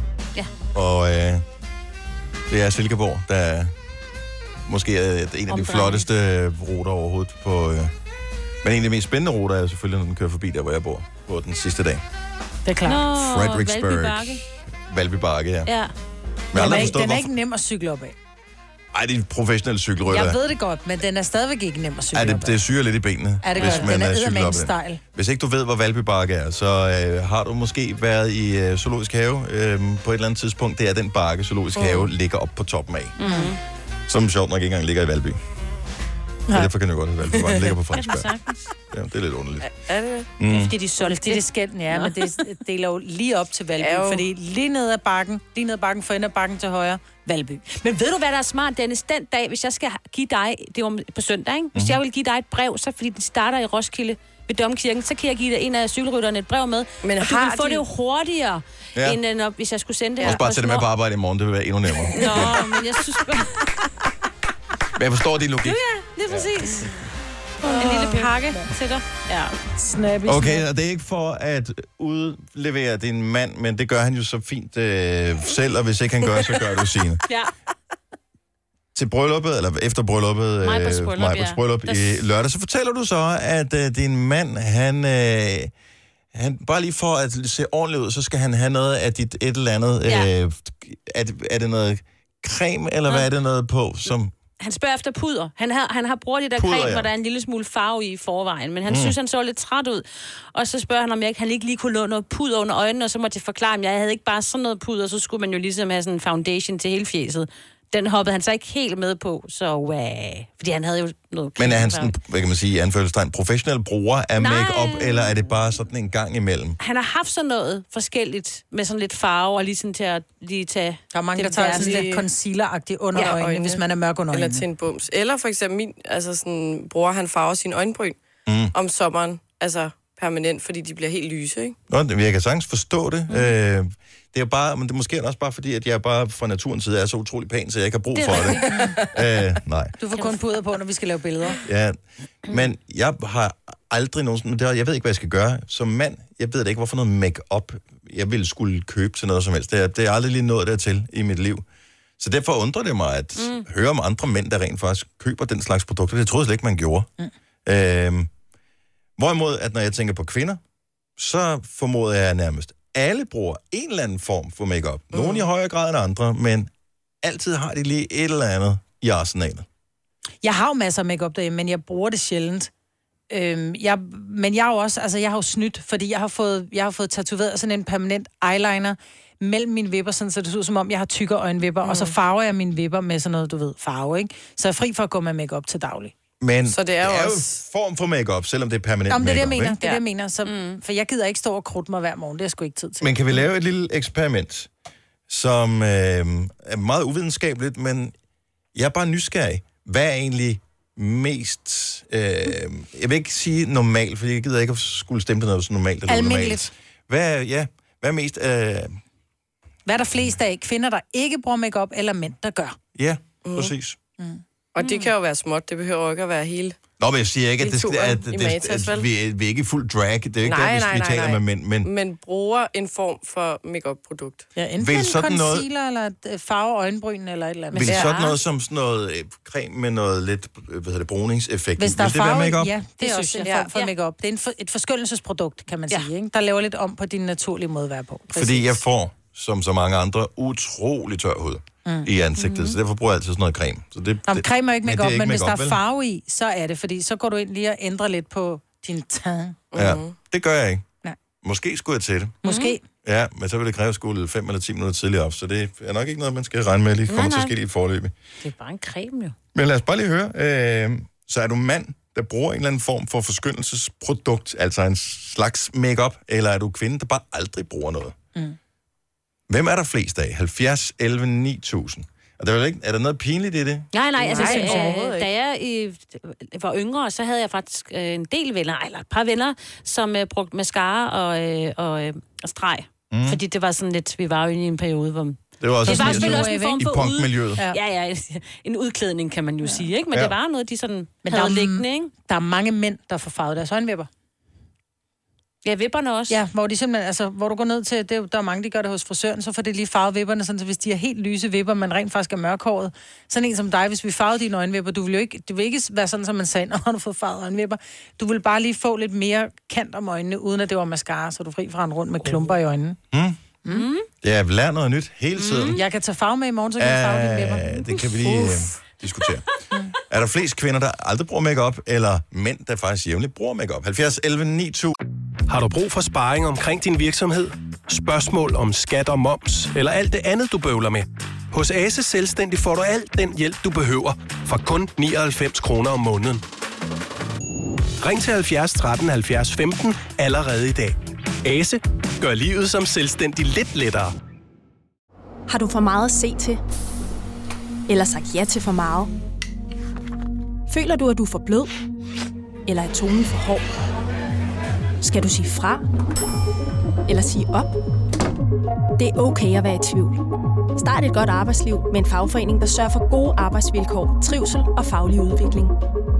Speaker 3: Ja.
Speaker 1: Og øh, det er Silkeborg, der er måske er en af de
Speaker 3: Omdrejning.
Speaker 1: flotteste øh, ruter overhovedet på... Øh, men en af de mest spændende ruter er selvfølgelig, når den kører forbi der, hvor jeg bor på den sidste dag.
Speaker 2: Det er klart.
Speaker 1: Nå, Frederiksberg. Valby Bakke. Valby Bakke, ja.
Speaker 3: Ja.
Speaker 1: Men jeg
Speaker 2: Den er,
Speaker 1: har aldrig
Speaker 2: ikke,
Speaker 1: forstået,
Speaker 2: den er
Speaker 1: hvorfor...
Speaker 2: ikke nem at cykle op af.
Speaker 1: Ej, det er professionelle cykelrytter.
Speaker 2: Jeg ved det godt, men den er stadigvæk ikke nem at cykle
Speaker 1: Ja,
Speaker 2: op
Speaker 1: det,
Speaker 2: ad.
Speaker 1: det syrer lidt i benene,
Speaker 2: Er det
Speaker 1: hvis
Speaker 2: godt?
Speaker 1: man
Speaker 2: Den er
Speaker 1: øh, cykler
Speaker 2: eddermame
Speaker 1: op ad den.
Speaker 2: stejl.
Speaker 1: Hvis ikke du ved, hvor Valby Bakke er, så øh, har du måske været i øh, Zoologisk Have øh, på et eller andet tidspunkt. Det er den bakke, Zoologisk
Speaker 2: Mm.
Speaker 1: mm. Have ligger op på toppen af.
Speaker 3: Mm.
Speaker 2: Mhm.
Speaker 1: Som sjovt nok ikke engang ligger i Valby. Ja.
Speaker 2: Nej.
Speaker 1: derfor kan jeg godt have Valby Bakke. Den ligger på Frederiksberg.
Speaker 2: Sagtens.
Speaker 1: Ja, det er lidt underligt.
Speaker 4: Er det
Speaker 1: Mm.
Speaker 2: Det er fordi, de solgte det. Det skal den, ja, men det deler jo lige op til Valby,
Speaker 3: Ja, jo.
Speaker 2: fordi lige ned ad bakken, lige ned ad bakken, for enden af bakken til højre, Valby.
Speaker 3: Men ved du, hvad der er smart, Dennis? Den dag, hvis jeg skal give dig, det var om- på søndag, ikke? Hvis jeg vil give dig et brev, så fordi den starter i Roskilde ved Domkirken, så kan jeg give dig en af cykelrytterne et brev med. Men og du
Speaker 4: har
Speaker 3: kan få
Speaker 4: de-
Speaker 3: det jo hurtigere,
Speaker 1: Ja.
Speaker 3: ja. end øh, når, hvis jeg skulle sende det.
Speaker 1: Også bare tage det med på arbejde i morgen, det vil være endnu nemmere.
Speaker 3: Nå, men jeg synes bare...
Speaker 1: Men jeg forstår din logik.
Speaker 3: Jo, ja, lige præcis. En lille pakke til dig. Ja.
Speaker 2: Snappy.
Speaker 1: Okay, og det er ikke for at udlevere din mand, men det gør han jo så fint øh, selv, og hvis ikke han gør, så gør du sine.
Speaker 3: Ja.
Speaker 1: til brylluppet, eller efter brylluppet,
Speaker 7: Majbritts
Speaker 1: øh,
Speaker 7: bryllup,
Speaker 1: Majbritts
Speaker 7: ja.
Speaker 1: bryllup
Speaker 7: Der-
Speaker 1: i lørdag, så fortæller du så, at øh, din mand, han, øh, han, bare lige for at se ordentligt ud, så skal han have noget af dit et eller andet, øh,
Speaker 3: Ja.
Speaker 1: er, det- er det noget creme, eller hvad er det noget på, som...
Speaker 3: Han spørger efter puder. Han har, han har brugt det der
Speaker 1: Puder,
Speaker 3: creme,
Speaker 1: ja.
Speaker 3: hvor der er en lille smule farve i i forvejen, men han
Speaker 1: Mm.
Speaker 3: mm. synes, han så lidt træt ud. Og så spørger han, om jeg ikke, han ikke lige kunne låne noget puder under øjnene, og så måtte jeg forklare, at jeg havde ikke bare sådan noget puder, så skulle man jo ligesom have sådan en foundation til hele fjeset. Den hoppede han så ikke helt med på, så wow. Fordi han havde jo noget...
Speaker 1: Men er
Speaker 3: creme
Speaker 1: han
Speaker 3: før.
Speaker 1: sådan, hvad kan man sige, i anførselstegn, professionel bruger af
Speaker 3: Nej.
Speaker 1: makeup eller er det bare sådan en gang imellem?
Speaker 3: Han har haft sådan noget forskelligt, med sådan lidt farve, og lige sådan til at lige tage...
Speaker 2: Der er mange,
Speaker 3: den
Speaker 2: der tager
Speaker 3: værste.
Speaker 2: sådan lidt concealer-agtigt under
Speaker 4: Ja,
Speaker 2: ja, øjnene,
Speaker 4: øjnene.
Speaker 2: hvis man er mørk under
Speaker 4: Eller
Speaker 2: øjnene.
Speaker 4: til en bums. Eller for eksempel min altså sådan, bror, han farver sin øjenbryn
Speaker 1: Mm.
Speaker 4: om sommeren. Altså permanent, fordi de bliver helt lyse, ikke?
Speaker 1: Nå, det- jeg kan sagtens forstå det. Mm. Øh, det er jo bare, men det er måske også bare fordi, at jeg bare fra naturens side er så utrolig pæn, så jeg ikke har brug
Speaker 2: Det er
Speaker 1: for det. øh, nej.
Speaker 2: Du får kun puder på, når vi skal lave billeder.
Speaker 1: Ja, men jeg har aldrig nogensinde... det har- Jeg ved ikke, hvad jeg skal gøre. Som mand, jeg ved da ikke, hvorfor noget make-up jeg ville skulle købe til noget som helst. Det er, det er aldrig lige nået dertil i mit liv. Så derfor undrer det mig at mm. høre om andre mænd, der rent faktisk køber den slags produkter. Det troede jeg slet ikke, man gjorde. Mm. Øhm, hvorimod, at når jeg tænker på kvinder, så formoder jeg at nærmest alle bruger en eller anden form for makeup. Nogle i højere grad end andre, men altid har de lige et eller andet i arsenalet.
Speaker 2: Jeg har jo masser af makeup derhjemme, men jeg bruger det sjældent. Øhm, jeg, men jeg har jo også, altså jeg har jo snydt, fordi jeg har fået, jeg har fået tatoveret sådan en permanent eyeliner mellem mine vipper, sådan, så det ser ud som om, jeg har tykke øjenvipper, mm. og så farver jeg mine vipper med sådan noget, du ved, farve, ikke? Så jeg er fri for at gå med makeup til daglig.
Speaker 1: Men så det er, det er jo form for makeup, selvom det er permanent
Speaker 2: Om det er det, jeg
Speaker 1: makeup,
Speaker 2: mener. Det
Speaker 1: ikke?
Speaker 2: er det, jeg mener. Så, mm. For jeg gider ikke stå og krudte mig hver morgen. Det har jeg sgu ikke tid til.
Speaker 1: Men kan vi lave et lille eksperiment, som øh, er meget uvidenskabeligt, men jeg er bare nysgerrig. Hvad er egentlig mest... Øh, jeg vil ikke sige normal, for jeg gider ikke at skulle stemme til noget som normalt eller
Speaker 2: Almindeligt.
Speaker 1: unormalt. Hvad er, ja, hvad er mest... Øh,
Speaker 2: Hvad er der flest af? Kvinder, der ikke bruger makeup eller mænd, der gør?
Speaker 1: ja, mm. præcis.
Speaker 4: Og
Speaker 2: Mm.
Speaker 4: det kan jo være småt, det behøver jo ikke at være hele.
Speaker 1: Nå, men jeg siger ikke, at, det, skal-
Speaker 4: Kulturen
Speaker 1: at,
Speaker 4: i
Speaker 1: at,
Speaker 4: Matas,
Speaker 1: at, at
Speaker 4: vel?
Speaker 1: vi, vi er ikke i fuld drag. Det er jo ikke der, vi, vi taler med mænd. Men,
Speaker 4: men bruger en form for makeup-produkt.
Speaker 2: Ja,
Speaker 1: enten Vil en sådan noget- concealer
Speaker 2: eller et farve øjenbryn eller et eller andet.
Speaker 1: Vil sådan noget som sådan noget øh, creme med noget lidt øh, hvad hedder det, bruningseffekt,
Speaker 2: Hvis der er
Speaker 1: vil det være
Speaker 2: farve,
Speaker 1: makeup?
Speaker 2: ja, det, det
Speaker 25: Det
Speaker 2: er
Speaker 25: synes
Speaker 2: også en
Speaker 25: jeg.
Speaker 2: form for
Speaker 25: Ja.
Speaker 2: makeup. Det er en for, et forskyndelsesprodukt, kan man ja. sige, ikke? der laver lidt om på din naturlige måde at være på.
Speaker 1: Fordi jeg får, som så mange andre, utrolig tør hud
Speaker 2: Mm.
Speaker 1: mm. i ansigtet, mm-hmm. så derfor bruger jeg altid sådan noget creme. Så det,
Speaker 2: Nå, men
Speaker 1: det-
Speaker 2: creme er jo ikke
Speaker 1: Ja, det
Speaker 2: makeup, men, men hvis der
Speaker 1: make-up,
Speaker 2: er
Speaker 1: vel?
Speaker 2: farve i, så er det, fordi så går du ind lige og ændrer lidt på din tang.
Speaker 3: Mm-hmm.
Speaker 2: Mm-hmm.
Speaker 1: Ja, det gør jeg ikke.
Speaker 2: Nej.
Speaker 1: Måske skulle jeg til det.
Speaker 2: Måske.
Speaker 1: Ja, men så vil det kræve at skulle 5 eller 10 minutter tidligere op, så det er nok ikke noget, man skal regne med, at lige kommer
Speaker 3: Nej,
Speaker 1: til at
Speaker 3: nej.
Speaker 1: ske lige i forløbet.
Speaker 3: Det er bare en creme jo.
Speaker 1: Men lad os bare lige høre, øh, så er du mand, der bruger en eller anden form for forskyndelsesprodukt, altså en slags makeup, eller er du kvinde, der bare aldrig bruger noget?
Speaker 2: Mm.
Speaker 1: Hvem er der flest af? 70, 11, 9000. Og der er, vel ikke, er der noget pinligt i det?
Speaker 3: Nej, nej, altså,
Speaker 2: Nej,
Speaker 3: nej,
Speaker 2: overhovedet
Speaker 3: øh, da jeg øh, var yngre, så havde jeg faktisk øh, en del venner, eller et par venner, som øh, brugte mascara og, øh, og, øh, og streg.
Speaker 1: Mm.
Speaker 3: Mm. Fordi det var sådan lidt, vi var jo inde i en periode, hvor...
Speaker 1: Det var også
Speaker 3: det var
Speaker 1: sådan
Speaker 3: selvfølgelig
Speaker 1: lidt
Speaker 3: også en form
Speaker 1: i
Speaker 3: for
Speaker 1: punkmiljøet.
Speaker 3: Ja. ja, ja, en udklædning kan man jo ja. sige, ikke? Men
Speaker 1: Ja.
Speaker 3: ja. det var noget, de sådan
Speaker 2: Men
Speaker 3: men
Speaker 2: der
Speaker 3: havde
Speaker 2: er-
Speaker 3: liggende, ikke?
Speaker 2: Der er mange mænd, der får farvet deres øjenvipper.
Speaker 3: Ja, vipperne også.
Speaker 2: Ja, hvor de simpelthen, altså, hvor du går ned til, det, er jo- der er mange, der gør det hos frisøren, så får det lige farvet vipperne, sådan, så hvis de er helt lyse vipper, man rent faktisk er mørkhåret. Sådan en som dig, hvis vi farvede dine øjenvipper, du vil jo ikke, det vil ikke være sådan, som man sagde, når har du fået farvet øjenvipper. Du vil bare lige få lidt mere kant om øjnene, uden at det var mascara, så er du er fri fra en rundt med klumper i øjnene.
Speaker 1: Mm.
Speaker 2: Mm.
Speaker 1: Det er lært noget nyt hele tiden.
Speaker 2: Jeg kan tage farve med i morgen, Mm, så kan jeg farve dine vipper.
Speaker 1: Øh, det kan vi lige øh, diskutere. er der flest kvinder, der aldrig bruger makeup, eller mænd, der faktisk jævnligt bruger makeup? 70, 11, 9000.
Speaker 7: Har du brug for sparring omkring din virksomhed? Spørgsmål om skat og moms, eller alt det andet, du bøvler med? Hos Ase Selvstændig får du alt den hjælp, du behøver, for kun 99 kroner om måneden. Ring til 70 13 70 15 allerede i dag. Ase gør livet som selvstændig lidt lettere.
Speaker 14: Har du for meget at se til? Eller sagt ja til for meget? Føler du, at du er for blød? Eller er tonen for hård? Skal du sige fra? Eller sige op? Det er okay at være i tvivl. Start et godt arbejdsliv med en fagforening, der sørger for gode arbejdsvilkår, trivsel og faglig udvikling.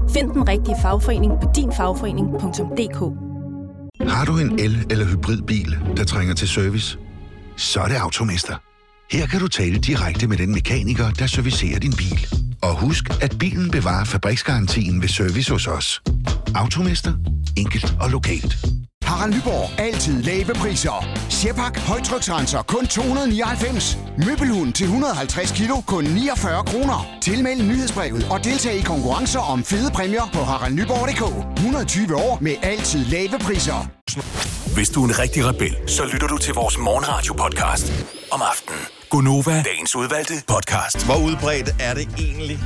Speaker 14: Find den rigtige fagforening på dinfagforening.dk.
Speaker 15: Har du en el- eller hybridbil, der trænger til service? Så er det Automester. Her kan du tale direkte med den mekaniker, der servicerer din bil. Og husk, at bilen bevarer fabriksgarantien ved service hos os. Automester. Enkelt og lokalt.
Speaker 28: Harald Nyborg. Altid lave priser. Sjehpak. Højtryksrenser. Kun 299. Møbelhund til 150 kilo. Kun 49 kroner. Tilmeld nyhedsbrevet og deltag i konkurrencer om fede præmier på haraldnyborg.dk. 120 år med altid lave priser.
Speaker 10: Hvis du er en rigtig rebel, så lytter du til vores morgenradio-podcast om aftenen. Gunova, dagens udvalgte podcast.
Speaker 1: Hvor udbredt er det egentlig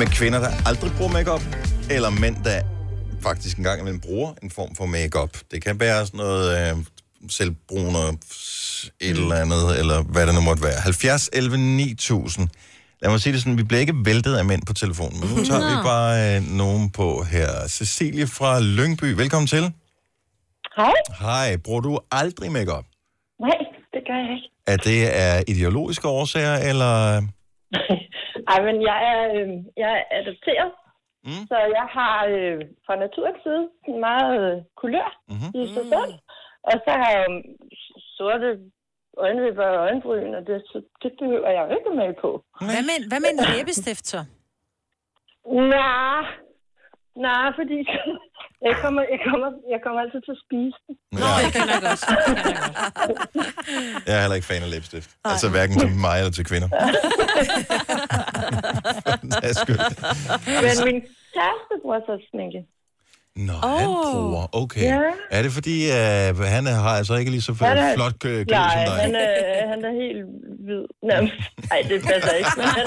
Speaker 1: med kvinder, der aldrig bruger makeup, eller mænd, der faktisk engang imellem bruger en form for makeup? Det kan være sådan noget øh, selvbruner, et eller andet, eller hvad det nu måtte være. 70, 11, 9000. Lad mig sige det sådan, vi bliver ikke væltet af mænd på telefonen, men nu tager vi
Speaker 29: Nå.
Speaker 1: bare øh, nogen på her. Cecilie fra Lyngby, velkommen til.
Speaker 29: Hej.
Speaker 1: Hej, bruger du aldrig makeup?
Speaker 29: Nej, det gør jeg ikke.
Speaker 1: Er det af ideologiske årsager, eller...
Speaker 29: Ej, men jeg er, øh, jeg er adopteret, mm. så jeg har øh, fra naturens side en meget øh, kulør mm-hmm. i sig selv. Og så har jeg jo sorte øjenvipper og øjenbryn, og det, så det behøver jeg jo ikke med på.
Speaker 2: Hvad med, hvad med en læbestift så?
Speaker 29: Nej, nej, fordi jeg kommer, jeg, kommer, jeg kommer altid til at spise den.
Speaker 1: Nå, det kan jeg godt. Jeg er heller ikke fan af læbestift. Ej. Altså hverken til mig eller til kvinder. For den sags skyld.
Speaker 29: Men min kæreste bruger så sminke.
Speaker 1: Nå, oh. han bruger. Okay.
Speaker 29: Ja.
Speaker 1: Er det fordi, øh, han har altså ikke lige så
Speaker 29: Han
Speaker 1: flot
Speaker 29: er-
Speaker 1: flot øh, glæde
Speaker 29: Nej,
Speaker 1: som dig?
Speaker 29: han er, han er helt hvid. Nærmest. Nej, det passer ikke. Men han,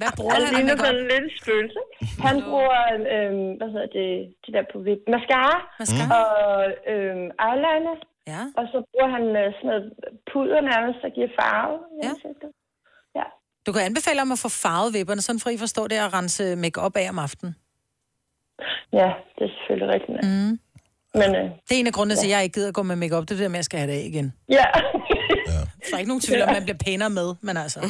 Speaker 2: hvad
Speaker 29: bruger han? Han ligner sådan lidt et spøgelse. Han bruger, øhm, hvad hedder det, det der på vip, mascara,
Speaker 2: mascara.
Speaker 29: og øhm, eyeliner.
Speaker 2: Ja.
Speaker 29: Og så bruger han øh, sådan noget puder nærmest, der giver farve. Ja.
Speaker 2: Du kan anbefale om at få farvet vipperne, sådan fri forstår det at rense makeup af om aftenen.
Speaker 29: ja, det er selvfølgelig rigtigt.
Speaker 2: Mm.
Speaker 29: Men, øh,
Speaker 2: Det er en af grundene til, at jeg ikke gider at gå med makeup. Det er det der med, at jeg skal have det af igen.
Speaker 29: Ja.
Speaker 2: Der er ikke nogen tvivl om, man bliver pænere med, men altså...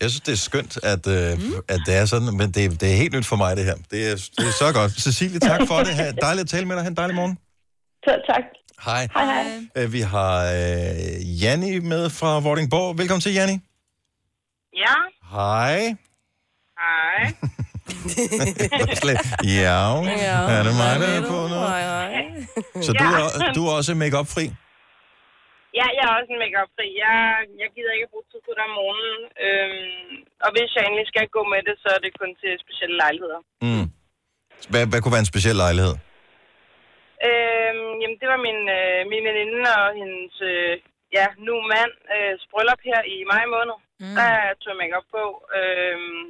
Speaker 1: Jeg synes, det er skønt, at, øh, mm. at det er sådan, men det, er- det er helt nyt for mig, det her. Det er, det er så godt. Cecilie, tak for det. Ha' Dejligt at tale med dig. Ha' en dejlig morgen.
Speaker 29: Selv tak.
Speaker 1: Hej.
Speaker 29: Hej, hej.
Speaker 1: Øh, Vi har øh, Janni med fra Vordingborg. Velkommen til, Janni.
Speaker 5: Ja,
Speaker 1: Hej.
Speaker 5: hej.
Speaker 1: ja. Er det mig, der
Speaker 5: Hvad
Speaker 1: er
Speaker 5: ved
Speaker 1: på
Speaker 5: du?
Speaker 1: nu?
Speaker 5: Nej, nej.
Speaker 1: Så du er, du er også make-up-fri?
Speaker 5: Ja, jeg er også en make fri jeg, jeg gider ikke at bruge tid på det om morgenen. Øhm, og hvis jeg egentlig skal gå med det, så er det kun til specielle lejligheder.
Speaker 1: Mm. Hvad, hvad kunne være en speciel lejlighed?
Speaker 5: Øhm, jamen, det var min, øh, min veninde og hendes øh, ja, nu mand øh, bryllup her i maj måned. Mm. Der tog jeg make på. Øhm,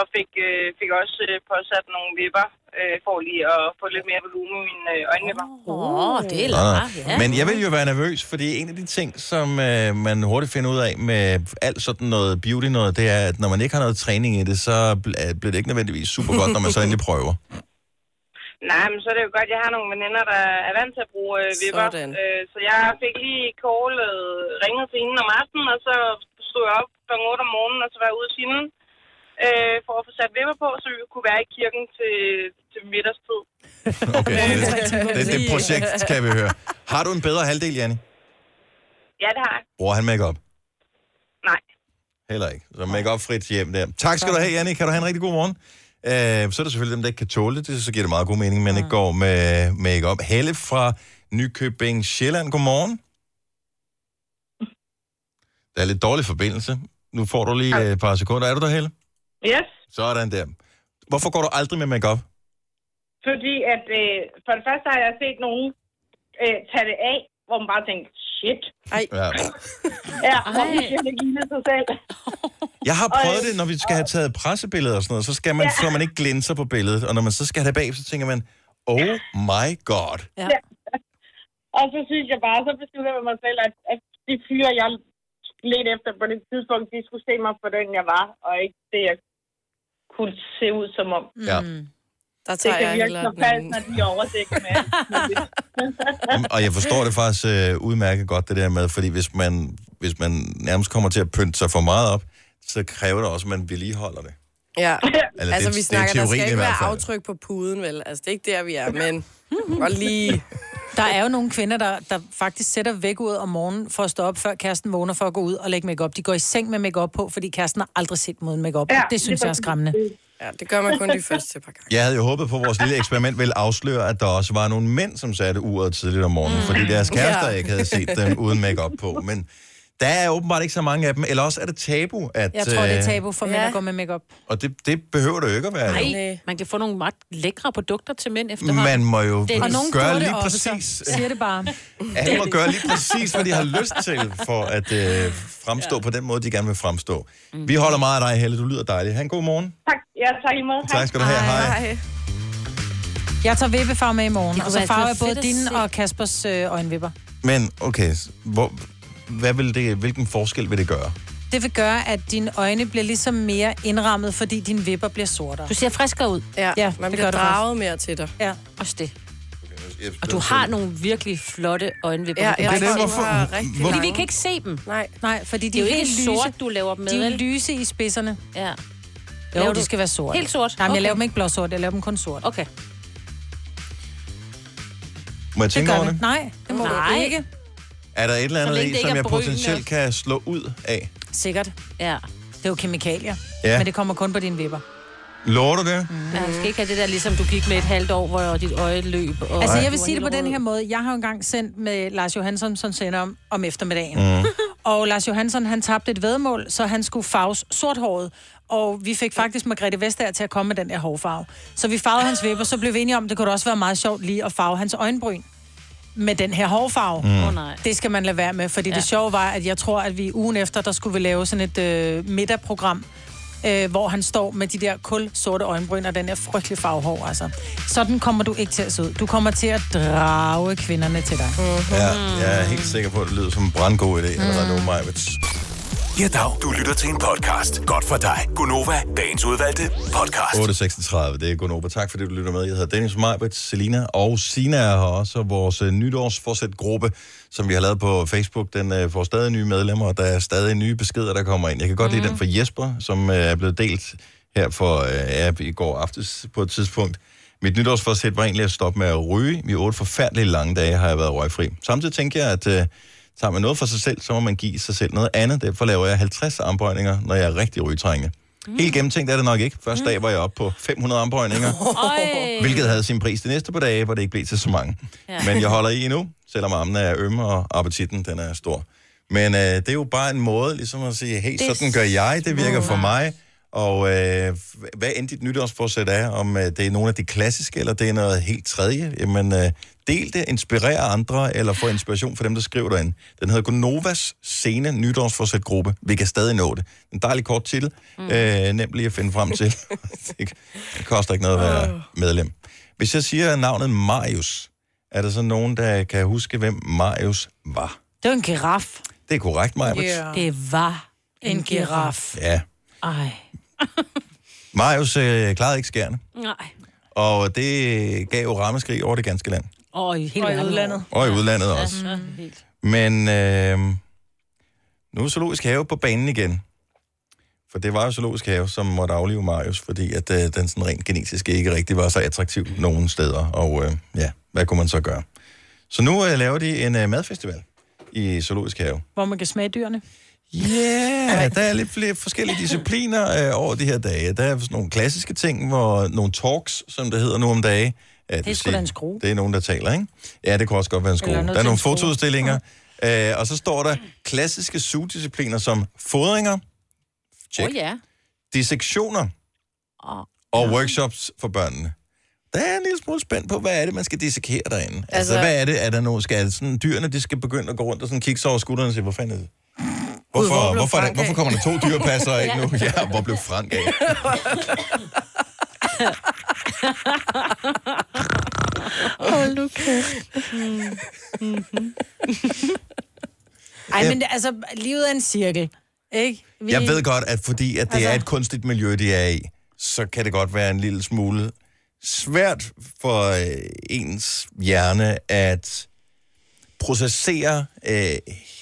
Speaker 5: og fik, øh, fik også øh, påsat nogle vipper, øh, for lige at få lidt mere volumen i mine øh, øjenvipper. Åh,
Speaker 2: oh, det er
Speaker 1: ja. Ah. Men jeg vil jo være nervøs, fordi en af de ting, som øh, man hurtigt finder ud af med alt sådan noget beauty noget, det er, at når man ikke har noget træning i det, så bl- øh, bliver det ikke nødvendigvis super godt, når man så endelig prøver.
Speaker 5: Nej, men så er det jo godt, jeg har nogle veninder, der er vant til at bruge øh, vipper.
Speaker 4: Sådan.
Speaker 5: Øh, så jeg fik lige callet, ringet til hende om aftenen, og så stod jeg op kl. 8 om morgenen, og så var jeg ude hos hende øh, for at få sat vipper på, så vi kunne være i kirken til, til middagstid.
Speaker 1: Okay, det, det, det projekt kan vi høre. Har du en bedre halvdel, Janni?
Speaker 5: Ja, det har jeg.
Speaker 1: Bruger han makeup?
Speaker 5: Nej.
Speaker 1: Heller ikke. Så make frit hjem der. Tak skal du have, Janni. Kan du have en rigtig god morgen? Øh, så er der selvfølgelig dem, der ikke kan tåle det, så giver det meget god mening, men ikke går med makeup. Helle fra Nykøbing Sjælland, godmorgen. Der er lidt dårlig forbindelse. Nu får du lige øh, et par sekunder. Er du der, Helle?
Speaker 5: Yes,
Speaker 1: Sådan der. Hvorfor går du aldrig med makeup?
Speaker 5: fordi at øh, for det første har jeg set nogen øh, tage det af, hvor man bare tænkte, shit.
Speaker 4: Ej.
Speaker 1: Ja.
Speaker 5: Ja,
Speaker 4: Ej.
Speaker 5: hvorfor skal det ikke ligne sig selv?
Speaker 1: Jeg har
Speaker 5: Og-
Speaker 1: prøvet det, når vi skal have taget pressebilleder og sådan noget, så skal man,
Speaker 5: Ja.
Speaker 1: så man ikke glinser på billedet, og når man så skal have det bag, så tænker man, oh my god.
Speaker 5: Ja. ja. Og så synes jeg bare, så beslutter jeg mig selv, at, at de fyre, jeg lidt efter på det tidspunkt, de skulle se mig for den, jeg var, og ikke det, jeg kunne se ud som om.
Speaker 1: Ja.
Speaker 5: Der
Speaker 4: Mm. tager
Speaker 5: det kan
Speaker 4: jeg
Speaker 5: virke
Speaker 4: hellere
Speaker 5: så
Speaker 4: den
Speaker 5: falsk,
Speaker 4: anden.
Speaker 5: når de er overdækket med.
Speaker 1: Og jeg forstår det faktisk øh, udmærket godt, det der med, fordi hvis man, hvis man nærmest kommer til at pynte sig for meget op, så kræver det også, at man vedligeholder det.
Speaker 4: Ja,
Speaker 1: det-
Speaker 4: Eller altså
Speaker 1: det
Speaker 4: vi
Speaker 1: er
Speaker 4: snakker, der
Speaker 1: teorien
Speaker 4: skal
Speaker 1: i
Speaker 4: ikke
Speaker 1: hvert
Speaker 4: være
Speaker 1: fald.
Speaker 4: aftryk på puden, vel? Altså det er ikke der, vi er, men og lige...
Speaker 2: Der er jo nogle kvinder, der, der faktisk sætter væk ud om morgenen for at stå op, før kæresten vågner for at gå ud og lægge makeup. De går i seng med makeup på, fordi kæresten har aldrig set mod makeup. Ja, det synes jeg er skræmmende.
Speaker 4: Ja, det gør man kun de første par gange.
Speaker 1: Jeg havde jo håbet på, at vores lille eksperiment ville afsløre, at der også var nogle mænd, som satte uret tidligt om morgenen, mm. fordi deres kærester
Speaker 4: Ja.
Speaker 1: ikke havde set dem uden makeup på. Men der er åbenbart ikke så mange af dem, eller også er det tabu, at...
Speaker 2: Jeg tror, det er
Speaker 1: øh,
Speaker 2: tabu for mænd
Speaker 3: Ja.
Speaker 2: at gå med makeup.
Speaker 1: Og det, det behøver det jo ikke at være. jo.
Speaker 3: Nej, man kan få nogle meget lækre produkter til mænd
Speaker 1: Man
Speaker 3: efterhånden.
Speaker 1: må jo
Speaker 3: Det er-
Speaker 1: gøre
Speaker 3: Og nogen
Speaker 2: gjorde det
Speaker 1: lige
Speaker 2: også, så
Speaker 1: præcis...
Speaker 2: Siger det bare.
Speaker 1: Alle må gøre lige præcis, hvad de har lyst til, for at øh, fremstå ja. på den måde, de gerne vil fremstå.
Speaker 2: Mm.
Speaker 1: Vi holder meget af dig, Helle. Du lyder dejlig. Ha' en god morgen.
Speaker 5: tak, ja, tak i måde.
Speaker 1: Tak skal du have. Hej. Hej.
Speaker 2: Jeg tager vippefarve med i morgen,
Speaker 3: Det kunne
Speaker 2: og så
Speaker 3: være
Speaker 2: farver jeg
Speaker 3: så
Speaker 2: både
Speaker 3: fedt at
Speaker 2: dine
Speaker 3: se.
Speaker 2: og Kaspers øh, øjenvipper.
Speaker 1: Men okay, s- hvor, hvad vil det, hvilken forskel vil det gøre?
Speaker 2: Det vil gøre, at dine øjne bliver ligesom mere indrammet, fordi dine vipper bliver sortere.
Speaker 3: Du ser friskere ud.
Speaker 4: Ja,
Speaker 2: ja
Speaker 4: man
Speaker 2: det
Speaker 4: bliver
Speaker 2: gør du
Speaker 4: draget
Speaker 2: også.
Speaker 4: mere til dig.
Speaker 2: Ja,
Speaker 3: også det. Og du har nogle virkelig flotte øjenvipper.
Speaker 2: Ja,
Speaker 3: Du kan
Speaker 2: ja,
Speaker 3: bare
Speaker 2: det er
Speaker 3: se
Speaker 2: hvorfor-
Speaker 3: dem.
Speaker 2: har rigtig
Speaker 3: Fordi vi
Speaker 2: lange.
Speaker 3: kan ikke se dem.
Speaker 4: Nej,
Speaker 2: Nej fordi
Speaker 3: det er jo ikke
Speaker 2: lyse.
Speaker 3: sort, du laver dem med.
Speaker 2: De er jo
Speaker 3: vel?
Speaker 2: lyse i spidserne.
Speaker 3: Ja.
Speaker 2: Jo,
Speaker 3: Laver
Speaker 2: de
Speaker 3: du-
Speaker 2: skal være sorte.
Speaker 3: Helt sort?
Speaker 2: Nej, men jeg
Speaker 3: Okay.
Speaker 2: laver dem ikke blåsort, jeg laver dem kun sort.
Speaker 3: Okay.
Speaker 1: Må jeg tænke
Speaker 2: det
Speaker 1: over
Speaker 2: gør
Speaker 1: det?
Speaker 2: vi. Nej, det må
Speaker 3: Nej.
Speaker 2: du ikke.
Speaker 1: Er der et eller
Speaker 2: Så
Speaker 1: andet
Speaker 2: længe
Speaker 1: i,
Speaker 2: det ikke
Speaker 1: som
Speaker 2: er
Speaker 1: jeg
Speaker 2: brynende.
Speaker 1: potentielt kan slå ud af?
Speaker 2: Sikkert.
Speaker 3: Ja.
Speaker 2: Det er jo kemikalier.
Speaker 1: Ja.
Speaker 2: Men det kommer kun på dine vipper.
Speaker 1: Lover du
Speaker 2: Mhm.
Speaker 1: det?
Speaker 3: Mm. Ja, du skal ikke have det der, ligesom du gik med et halvt år, hvor dit øje løb. Og
Speaker 2: Altså,
Speaker 1: Nej.
Speaker 2: jeg vil sige det på den her måde. Jeg har jo engang sendt med Lars Johansson, som sender om, om eftermiddagen.
Speaker 1: Mm.
Speaker 2: Mm. Og Lars Johansson, han tabte et vedmål, så han skulle farves sorthåret. Og vi fik faktisk Margrethe Vestager til at komme med den der hårfarve. Så vi farvede hans vipper, så blev vi enige om, det kunne da også være meget sjovt lige at farve hans øjenbryn med den her hårfarve.
Speaker 3: Mm. Åh, nej.
Speaker 2: Det skal man lade være med, fordi ja. det sjove var, at jeg tror, at vi ugen efter, der skulle vi lave sådan et øh, middagprogram, øh, hvor han står med de der kul sorte øjenbryn og den der frygtelige farvehår, altså. Sådan kommer du ikke til at se ud. Du kommer til at drage kvinderne til dig. Mm-hmm.
Speaker 1: Mhm. Ja, jeg er helt sikker på, at det lyder som en brandgod
Speaker 2: Mm.
Speaker 1: idé, allerede nu, Majvits.
Speaker 10: Ja, dag. Du lytter til en podcast. Godt for dig. Gunova, dagens udvalgte podcast.
Speaker 1: 8.36, det er Gunnova. Tak fordi du lytter med. Jeg hedder Dennis Majbert, Selina og Sina er her også. Og Vores øh, nytårsforsæt-gruppe, som vi har lavet på Facebook, den øh, får stadig nye medlemmer, og der er stadig nye beskeder, der kommer ind. Jeg kan godt mm. lide den fra Jesper, som øh, er blevet delt her for øh, ja, i går aftes på et tidspunkt. Mit nytårsforsæt var egentlig at stoppe med at ryge. I otte forfærdelige lange dage har jeg været røgfri. Samtidig tænker jeg, at øh, tager man noget for sig selv, så må man give sig selv noget andet. Derfor laver jeg 50 armbøjninger, når jeg er rigtig rygetrængende. Mm. Helt gennemtænkt er det nok ikke. Første dag var jeg oppe på 500 armbøjninger,
Speaker 3: Øj.
Speaker 1: hvilket havde sin pris de næste par dage, hvor det ikke blev til så mange. Ja. Men jeg holder i endnu, selvom armene er ømme, og appetitten den er stor. Men øh, det er jo bare en måde ligesom at sige, hey,
Speaker 6: Det er
Speaker 1: sådan gør jeg, det virker for mig. Og øh, hvad end dit nytårsforsæt er, om øh, det er nogle af de klassiske, eller det er noget helt tredje, jamen øh, del det, inspirer andre, eller få inspiration fra dem, der skriver derinde. Den hedder Gonovas Sene Nytårsforsæt-gruppe. Vi kan stadig nå det. En dejlig kort titel, mm. øh, nemlig at finde frem til. det koster ikke noget at være medlem. Hvis jeg siger navnet Marius, er der så nogen, der kan huske, hvem Marius var?
Speaker 2: Det var en giraf.
Speaker 1: Det er korrekt, Maja.
Speaker 2: Det var en giraf.
Speaker 1: Ja.
Speaker 2: Ej.
Speaker 1: Marius øh, klarede ikke skærne.
Speaker 3: Nej.
Speaker 1: Og det gav jo rammeskrig over det ganske land.
Speaker 3: Og i hele udlandet.
Speaker 1: Og i udlandet også.
Speaker 3: Ja.
Speaker 1: Men øh, nu er Zoologisk Have på banen igen. For det var jo Zoologisk Have, som måtte aflive Marius, fordi at øh, den sådan rent genetisk ikke rigtig var så attraktiv nogen steder. Og øh, ja, hvad kunne man så gøre? Så nu øh, laver de en øh, madfestival i Zoologisk Have.
Speaker 2: Hvor man kan smage dyrene.
Speaker 1: Ja, der er lidt flere forskellige discipliner øh, over de her dage. Der er sådan nogle klassiske ting, hvor nogle talks, som det hedder nu om dage. Øh,
Speaker 2: Det er
Speaker 1: vil
Speaker 2: sgu
Speaker 1: sige,
Speaker 2: da en skrue.
Speaker 1: Det er nogen, der taler, ikke? Ja, det kunne også godt være en skrue.
Speaker 2: Eller
Speaker 1: Der
Speaker 2: noget
Speaker 1: er
Speaker 2: til
Speaker 1: nogle
Speaker 2: en skrue.
Speaker 1: fotoudstillinger, øh, og så står der klassiske sugediscipliner som fodringer, Check.
Speaker 3: Åh oh, ja.
Speaker 1: dissektioner
Speaker 3: Og,
Speaker 1: og workshops for børnene. Der er en lille smule spændt på, hvad er det, man skal dissekere derinde? Altså, altså
Speaker 4: Altså-
Speaker 1: hvad er det, er der nogen skal? Er det sådan, dyrene, de skal begynde at gå rundt og sådan kigge sig over skulderen og sige, hvor fanden er det? Hvorfor,
Speaker 4: hvor
Speaker 1: hvor
Speaker 4: blev
Speaker 1: hvorfor, er der,
Speaker 4: Frank af?
Speaker 1: hvorfor kommer der to dyrepassere ikke nu? Ja, hvor blev Frank af?
Speaker 2: Hold nu kæft. Mm-hmm. Ej, men det, altså, livet er en cirkel, ikke?
Speaker 1: Jeg ved godt, at fordi at det altså...
Speaker 2: Altså-
Speaker 1: er et kunstigt miljø, de er i, så kan det godt være en lille smule svært for øh, ens hjerne at processere øh,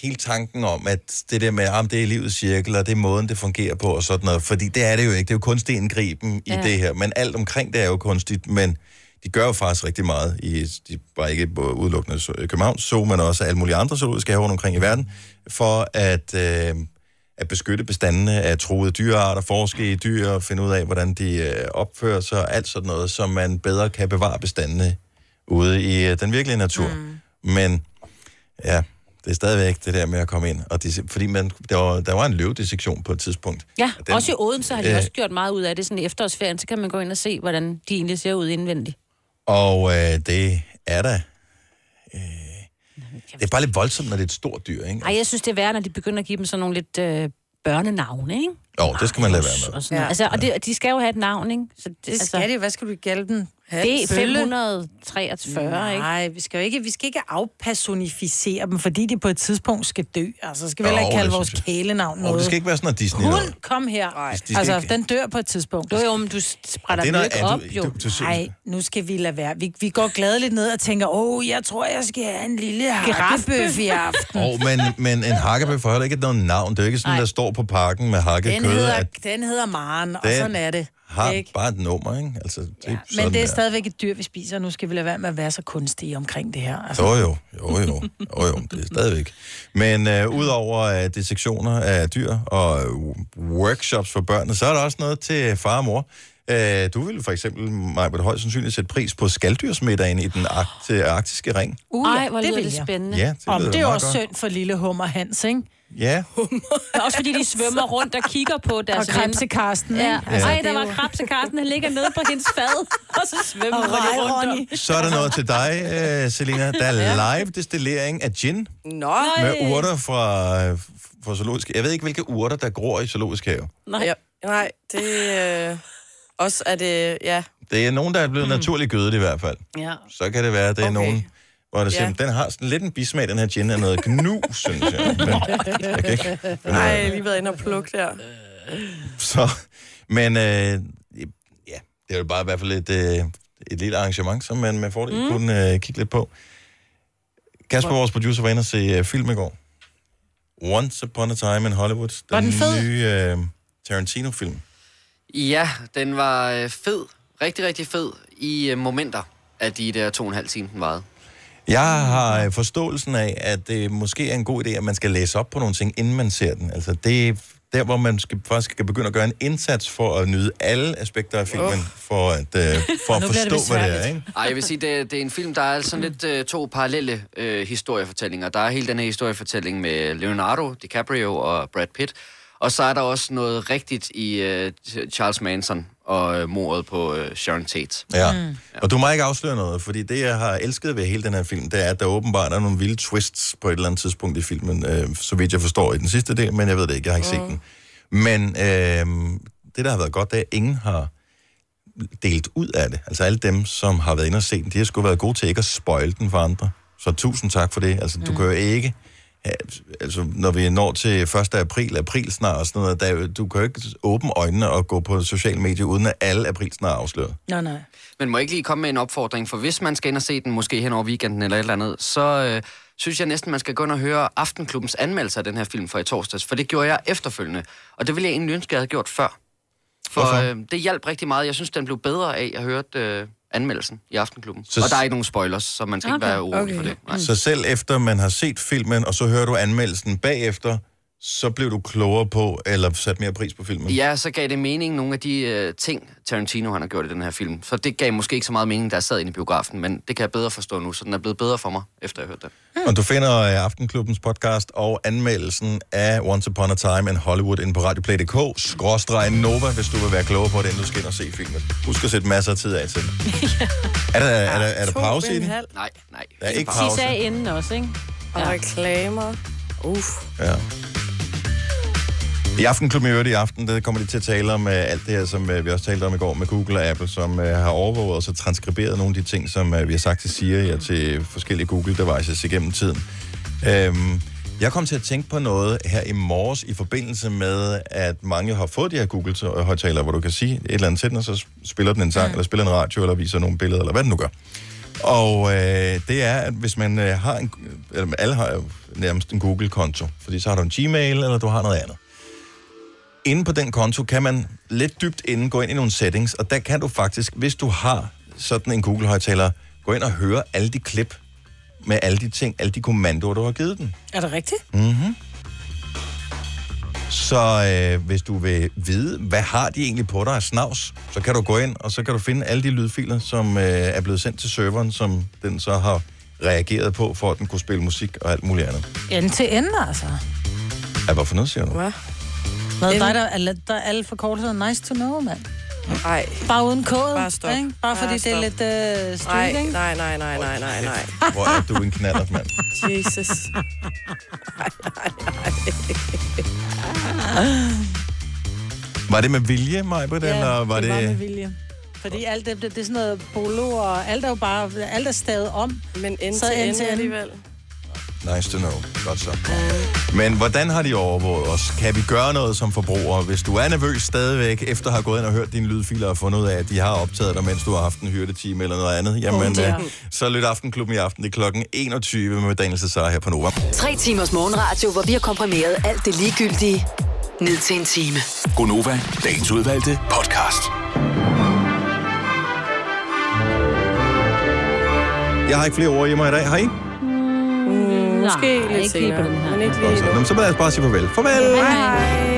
Speaker 1: hele tanken om, at det der med, om det er livets cirkel, og det er måden, det fungerer på, og sådan noget. Fordi det er det jo ikke. Det er jo kunstig indgriben i
Speaker 16: Ja.
Speaker 1: ja. det her. Men alt omkring det er jo kunstigt, men de gør jo faktisk rigtig meget. I, de var ikke både udelukkende så- i København, så men også alle mulige andre zoologiske haver rundt omkring i verden, for at, øh, at beskytte bestandene af troede dyrearter, forske i dyr, og finde ud af, hvordan de øh, opfører sig, og alt sådan noget, så man bedre kan bevare bestandene ude i øh, den virkelige natur. Mm. Men ja, det er stadigvæk det der med at komme ind. Og disse, fordi man, der, var, der var en løvedissektion på et tidspunkt.
Speaker 3: Ja,
Speaker 1: Den-
Speaker 3: den, også i Odense har de
Speaker 1: Øh.
Speaker 3: øh, også gjort meget ud af det. Sådan i efterårsferien, så kan man gå ind og se, hvordan de egentlig ser ud indvendigt.
Speaker 1: Og øh, det er da... Øh, det er bare lidt voldsomt, når det er et stort dyr, ikke?
Speaker 3: Ej, jeg synes, det er værre, når de begynder at give dem sådan nogle lidt øh, børnenavne, ikke?
Speaker 1: Jo, det skal man lade være med.
Speaker 3: Og sådan ja. Altså, og det, de skal jo have et navn, ikke? Så det, altså-
Speaker 2: Det Altså, skal de. Hvad skal du gælde den?
Speaker 3: Det er 543, ikke?
Speaker 2: Nej, vi skal jo ikke, vi skal ikke afpersonificere dem, fordi de på et tidspunkt skal dø. Altså, skal vi heller
Speaker 1: Jo,
Speaker 2: ikke kalde
Speaker 1: det
Speaker 2: vores
Speaker 1: synes
Speaker 2: kælenavn noget.
Speaker 1: Og det skal ikke være sådan noget disney
Speaker 2: Hun, kom her.
Speaker 1: skal
Speaker 2: Altså,
Speaker 1: ikke-
Speaker 2: den dør på et tidspunkt. Jo, jo, men du
Speaker 1: Ja,
Speaker 2: sprætter
Speaker 1: det er
Speaker 2: ja,
Speaker 1: noget
Speaker 2: ikke op,
Speaker 1: andet.
Speaker 2: jo.
Speaker 1: Du- du synes-
Speaker 2: Nej, nu skal vi lade være. Vi, vi går gladeligt ned og tænker, åh, jeg tror, jeg skal have en lille hakkebøf i aften.
Speaker 1: Og, men, men en hakkebøf har heller ikke noget navn. Det er jo ikke sådan,
Speaker 2: Nej.
Speaker 1: der står på parken med hakket
Speaker 2: Den
Speaker 1: kød.
Speaker 2: hedder,
Speaker 1: at
Speaker 2: den hedder Maren, og
Speaker 1: Den
Speaker 2: sådan er det.
Speaker 1: har
Speaker 2: Ikke?
Speaker 1: bare et nummer, ikke? Altså, det ja,
Speaker 2: Men det er stadigvæk et dyr, vi spiser, og nu skal vi lade være med at være så kunstige omkring det her. Altså.
Speaker 1: Jo, jo, jo, jo, jo, jo, det er stadigvæk. Men øh, udover øh, dissektioner af dyr og øh, workshops for børnene, så er der også noget til far og mor. Øh, du ville for eksempel, Majbert, højst sandsynligt sætte pris på skalddyrsmiddagen i den akt- øh, arktiske ring.
Speaker 2: Uh,
Speaker 3: Ej, hvor lyder
Speaker 2: vil
Speaker 3: det
Speaker 2: jeg.
Speaker 3: spændende.
Speaker 1: Ja, det
Speaker 2: Om
Speaker 1: lyder
Speaker 2: det er
Speaker 1: meget
Speaker 2: også
Speaker 1: godt.
Speaker 2: synd for lille hummer Hans, ikke?
Speaker 1: Ja.
Speaker 3: Men Også fordi de svømmer rundt og kigger på deres
Speaker 2: Og krebsekarsten,
Speaker 3: Ja.
Speaker 2: ikke?
Speaker 3: ja.
Speaker 2: Altså,
Speaker 3: Ej,
Speaker 2: det er
Speaker 3: der var
Speaker 2: jo-
Speaker 3: krebsekarsten, han ligger nede på hendes fad, og så svømmer
Speaker 2: Og
Speaker 3: de rundt.
Speaker 2: rejronny.
Speaker 1: Så er der noget til dig, øh, Selina. Der er live destillering af gin.
Speaker 4: Nå.
Speaker 1: Med urter fra, øh, fra zoologisk Jeg ved ikke, hvilke urter, der gror i zoologisk have.
Speaker 4: Nej. Ja, nej, det... Øh, også er det... Ja.
Speaker 1: Det er nogen, der er blevet mm. naturligt gødet i hvert fald.
Speaker 4: ja.
Speaker 1: Så kan det være, at det er okay. nogen, hvor der
Speaker 4: Ja.
Speaker 1: siger, den har sådan lidt en bismag, den her gin, af noget gnu, synes jeg. Men, jeg kan ikke finde ud
Speaker 4: Nej,
Speaker 1: af
Speaker 4: jeg
Speaker 1: det.
Speaker 4: har lige været inde og plukke der.
Speaker 1: Så, men øh, ja, det er jo bare i hvert fald et, øh, et lille arrangement, som man med fordel mm.
Speaker 4: Mm.
Speaker 1: kunne øh, kigge lidt på. Kasper, vores producer, var inde og se øh, film i går. Once Upon a Time in Hollywood. Den,
Speaker 6: Var den fed?
Speaker 1: nye øh, Tarantino-film.
Speaker 6: Ja, den var øh, fed. Rigtig, rigtig fed i øh, momenter af de der to og en halv time, den varede.
Speaker 1: Jeg har øh, forståelsen af, at det måske er en god idé, at man skal læse op på nogle ting, inden man ser den. Altså det er der, hvor man skal, faktisk skal begynde at gøre en indsats for at nyde alle aspekter af filmen, oh. for at, øh, for at forstå, det hvad det er. Ikke?
Speaker 6: Ej, jeg vil sige, det, det er en film, der er sådan lidt øh, to parallelle øh, historiefortællinger. Der er hele den her historiefortælling med Leonardo DiCaprio og Brad Pitt. Og så er der også noget rigtigt i øh, Charles Manson og øh, mordet på øh, Sharon Tate.
Speaker 1: Ja. Mm. Og du må ikke afsløre noget, fordi det, jeg har elsket ved hele den her film, det er, at der åbenbart er nogle vilde twists på et eller andet tidspunkt i filmen, øh, så vidt jeg forstår i den sidste del, men jeg ved det ikke, jeg har ikke mm. set den. Men øh, det, der har været godt, det er, at ingen har delt ud af det. Altså alle dem, som har været inde og set den, de har sgu været gode til ikke at spoil den for andre. Så tusind tak for det. Altså, du kan jo ikke... ja, Altså, når vi når til 1. april, aprilsnar og sådan noget, der, er jo- du kan jo ikke åbne øjnene og gå på sociale medier, uden at alle aprilsnar er afsløret.
Speaker 2: Nå, nej.
Speaker 6: Men må jeg ikke lige komme med en opfordring, for hvis man skal ind og se den, måske hen over weekenden eller et eller andet, så øh, synes jeg næsten, man skal gå ind og høre Aftenklubbens anmeldelse af den her film fra i torsdags, for det gjorde jeg efterfølgende, og det ville jeg egentlig ønske, jeg havde gjort før. For
Speaker 1: Hvorfor?
Speaker 6: øh, det hjalp rigtig meget. Jeg synes, den blev bedre af, at jeg hørte øh, anmeldelsen i Aftenklubben.
Speaker 1: Så-
Speaker 6: Så... Og der er ikke nogen spoilers, så man skal okay. ikke være urolig okay. for det. Nej.
Speaker 1: Så selv efter man har set filmen, og så hører du anmeldelsen bagefter, så blev du klogere på, eller sat mere pris på filmen?
Speaker 6: Ja, så gav det mening nogle af de øh, ting, Tarantino han har gjort i den her film. Så det gav måske ikke så meget mening, da jeg sad inde i biografen, men det kan jeg bedre forstå nu, så den er blevet bedre for mig, efter jeg hørte den.
Speaker 1: Og du finder øh, Aftenklubbens podcast og anmeldelsen af Once Upon a Time in Hollywood inde på radioplay.dk, skråstreg Nova, hvis du vil være klogere på det, inden du skal ind og se filmen. Husk at sætte masser af tid af til den. Er der, er der, er der pause i den?
Speaker 6: Nej, nej.
Speaker 1: Der er ikke
Speaker 3: De
Speaker 1: pause.
Speaker 3: sagde inden også, ikke?
Speaker 4: Og reklamer. Uff.
Speaker 1: Ja. I Aftenklubben i øvrigt i aften, der kommer de til at tale om uh, alt det her, som uh, vi også talte om i går med Google og Apple, som uh, har overvåget og så transkriberet nogle af de ting, som uh, vi har sagt til Siri og til forskellige Google-devices igennem tiden. Um, jeg kom til at tænke på noget her i morges i forbindelse med, at mange har fået de her Google-højtalere, hvor du kan sige et eller andet til den, og så spiller den en sang, mm. eller spiller en radio, eller viser nogle billeder, eller hvad den nu gør. Og øh, det er, at hvis man øh, har en... Eller alle har jo nærmest en Google-konto, fordi så har du en Gmail, eller du har noget andet. Inde på den konto kan man lidt dybt inden gå ind i nogle settings, og der kan du faktisk, hvis du har sådan en Google-højtaler, gå ind og høre alle de klip med alle de ting, alle de kommandoer, du har givet den.
Speaker 2: Er det rigtigt?
Speaker 1: Mm-hmm. Så øh, hvis du vil vide, hvad har de egentlig på dig af snavs, så kan du gå ind, og så kan du finde alle de lydfiler, som øh, er blevet sendt til serveren, som den så har reageret på, for at den kunne spille musik og alt muligt andet.
Speaker 2: Ende til ende, altså.
Speaker 1: Ja, hvorfor noget, siger du?
Speaker 4: Hvad?
Speaker 2: Hvad er der, er, der er alle forkortelser nice to know, mand?
Speaker 4: Nej.
Speaker 2: Bare uden kode,
Speaker 4: Bare stop.
Speaker 2: ikke? Bare fordi det er lidt øh, styrt,
Speaker 4: Nej,
Speaker 2: ikke?
Speaker 4: nej, nej, nej, nej, nej, nej.
Speaker 1: Hvor er du en knallert, mand?
Speaker 4: Jesus.
Speaker 1: Var det med vilje, Majbert,
Speaker 2: Ja,
Speaker 1: eller var
Speaker 2: det
Speaker 1: det...
Speaker 2: var med vilje. Fordi alt det, det, det er sådan noget polo, og alt er jo bare, alt er stavet om.
Speaker 4: Men end
Speaker 2: Så
Speaker 4: til
Speaker 2: end
Speaker 4: end
Speaker 2: til end.
Speaker 4: alligevel.
Speaker 1: Nice to know. Godt så. Men hvordan har de overvåget os? Kan vi gøre noget som forbrugere, hvis du er nervøs stadigvæk, efter at have gået ind og hørt dine lydfiler og fundet ud af, at de har optaget dig, mens du har haft en hyrtetime eller noget andet? Jamen,
Speaker 16: Oh, dear.
Speaker 1: øh, så lyt Aftenklubben i aften. Det er klokken 21 med Daniel Cesar her på Nova.
Speaker 16: Tre timers morgenradio, hvor vi har komprimeret alt det ligegyldige ned til en time.
Speaker 10: Gonova, dagens udvalgte podcast.
Speaker 1: Jeg har ikke flere ord i mig i dag. Har I?
Speaker 4: Måske lidt
Speaker 3: ikke lige på
Speaker 4: senere, men ikke
Speaker 1: Godt
Speaker 4: lige
Speaker 1: så. Nå, men så lad os bare sige farvel. Farvel!
Speaker 4: Hej, hej.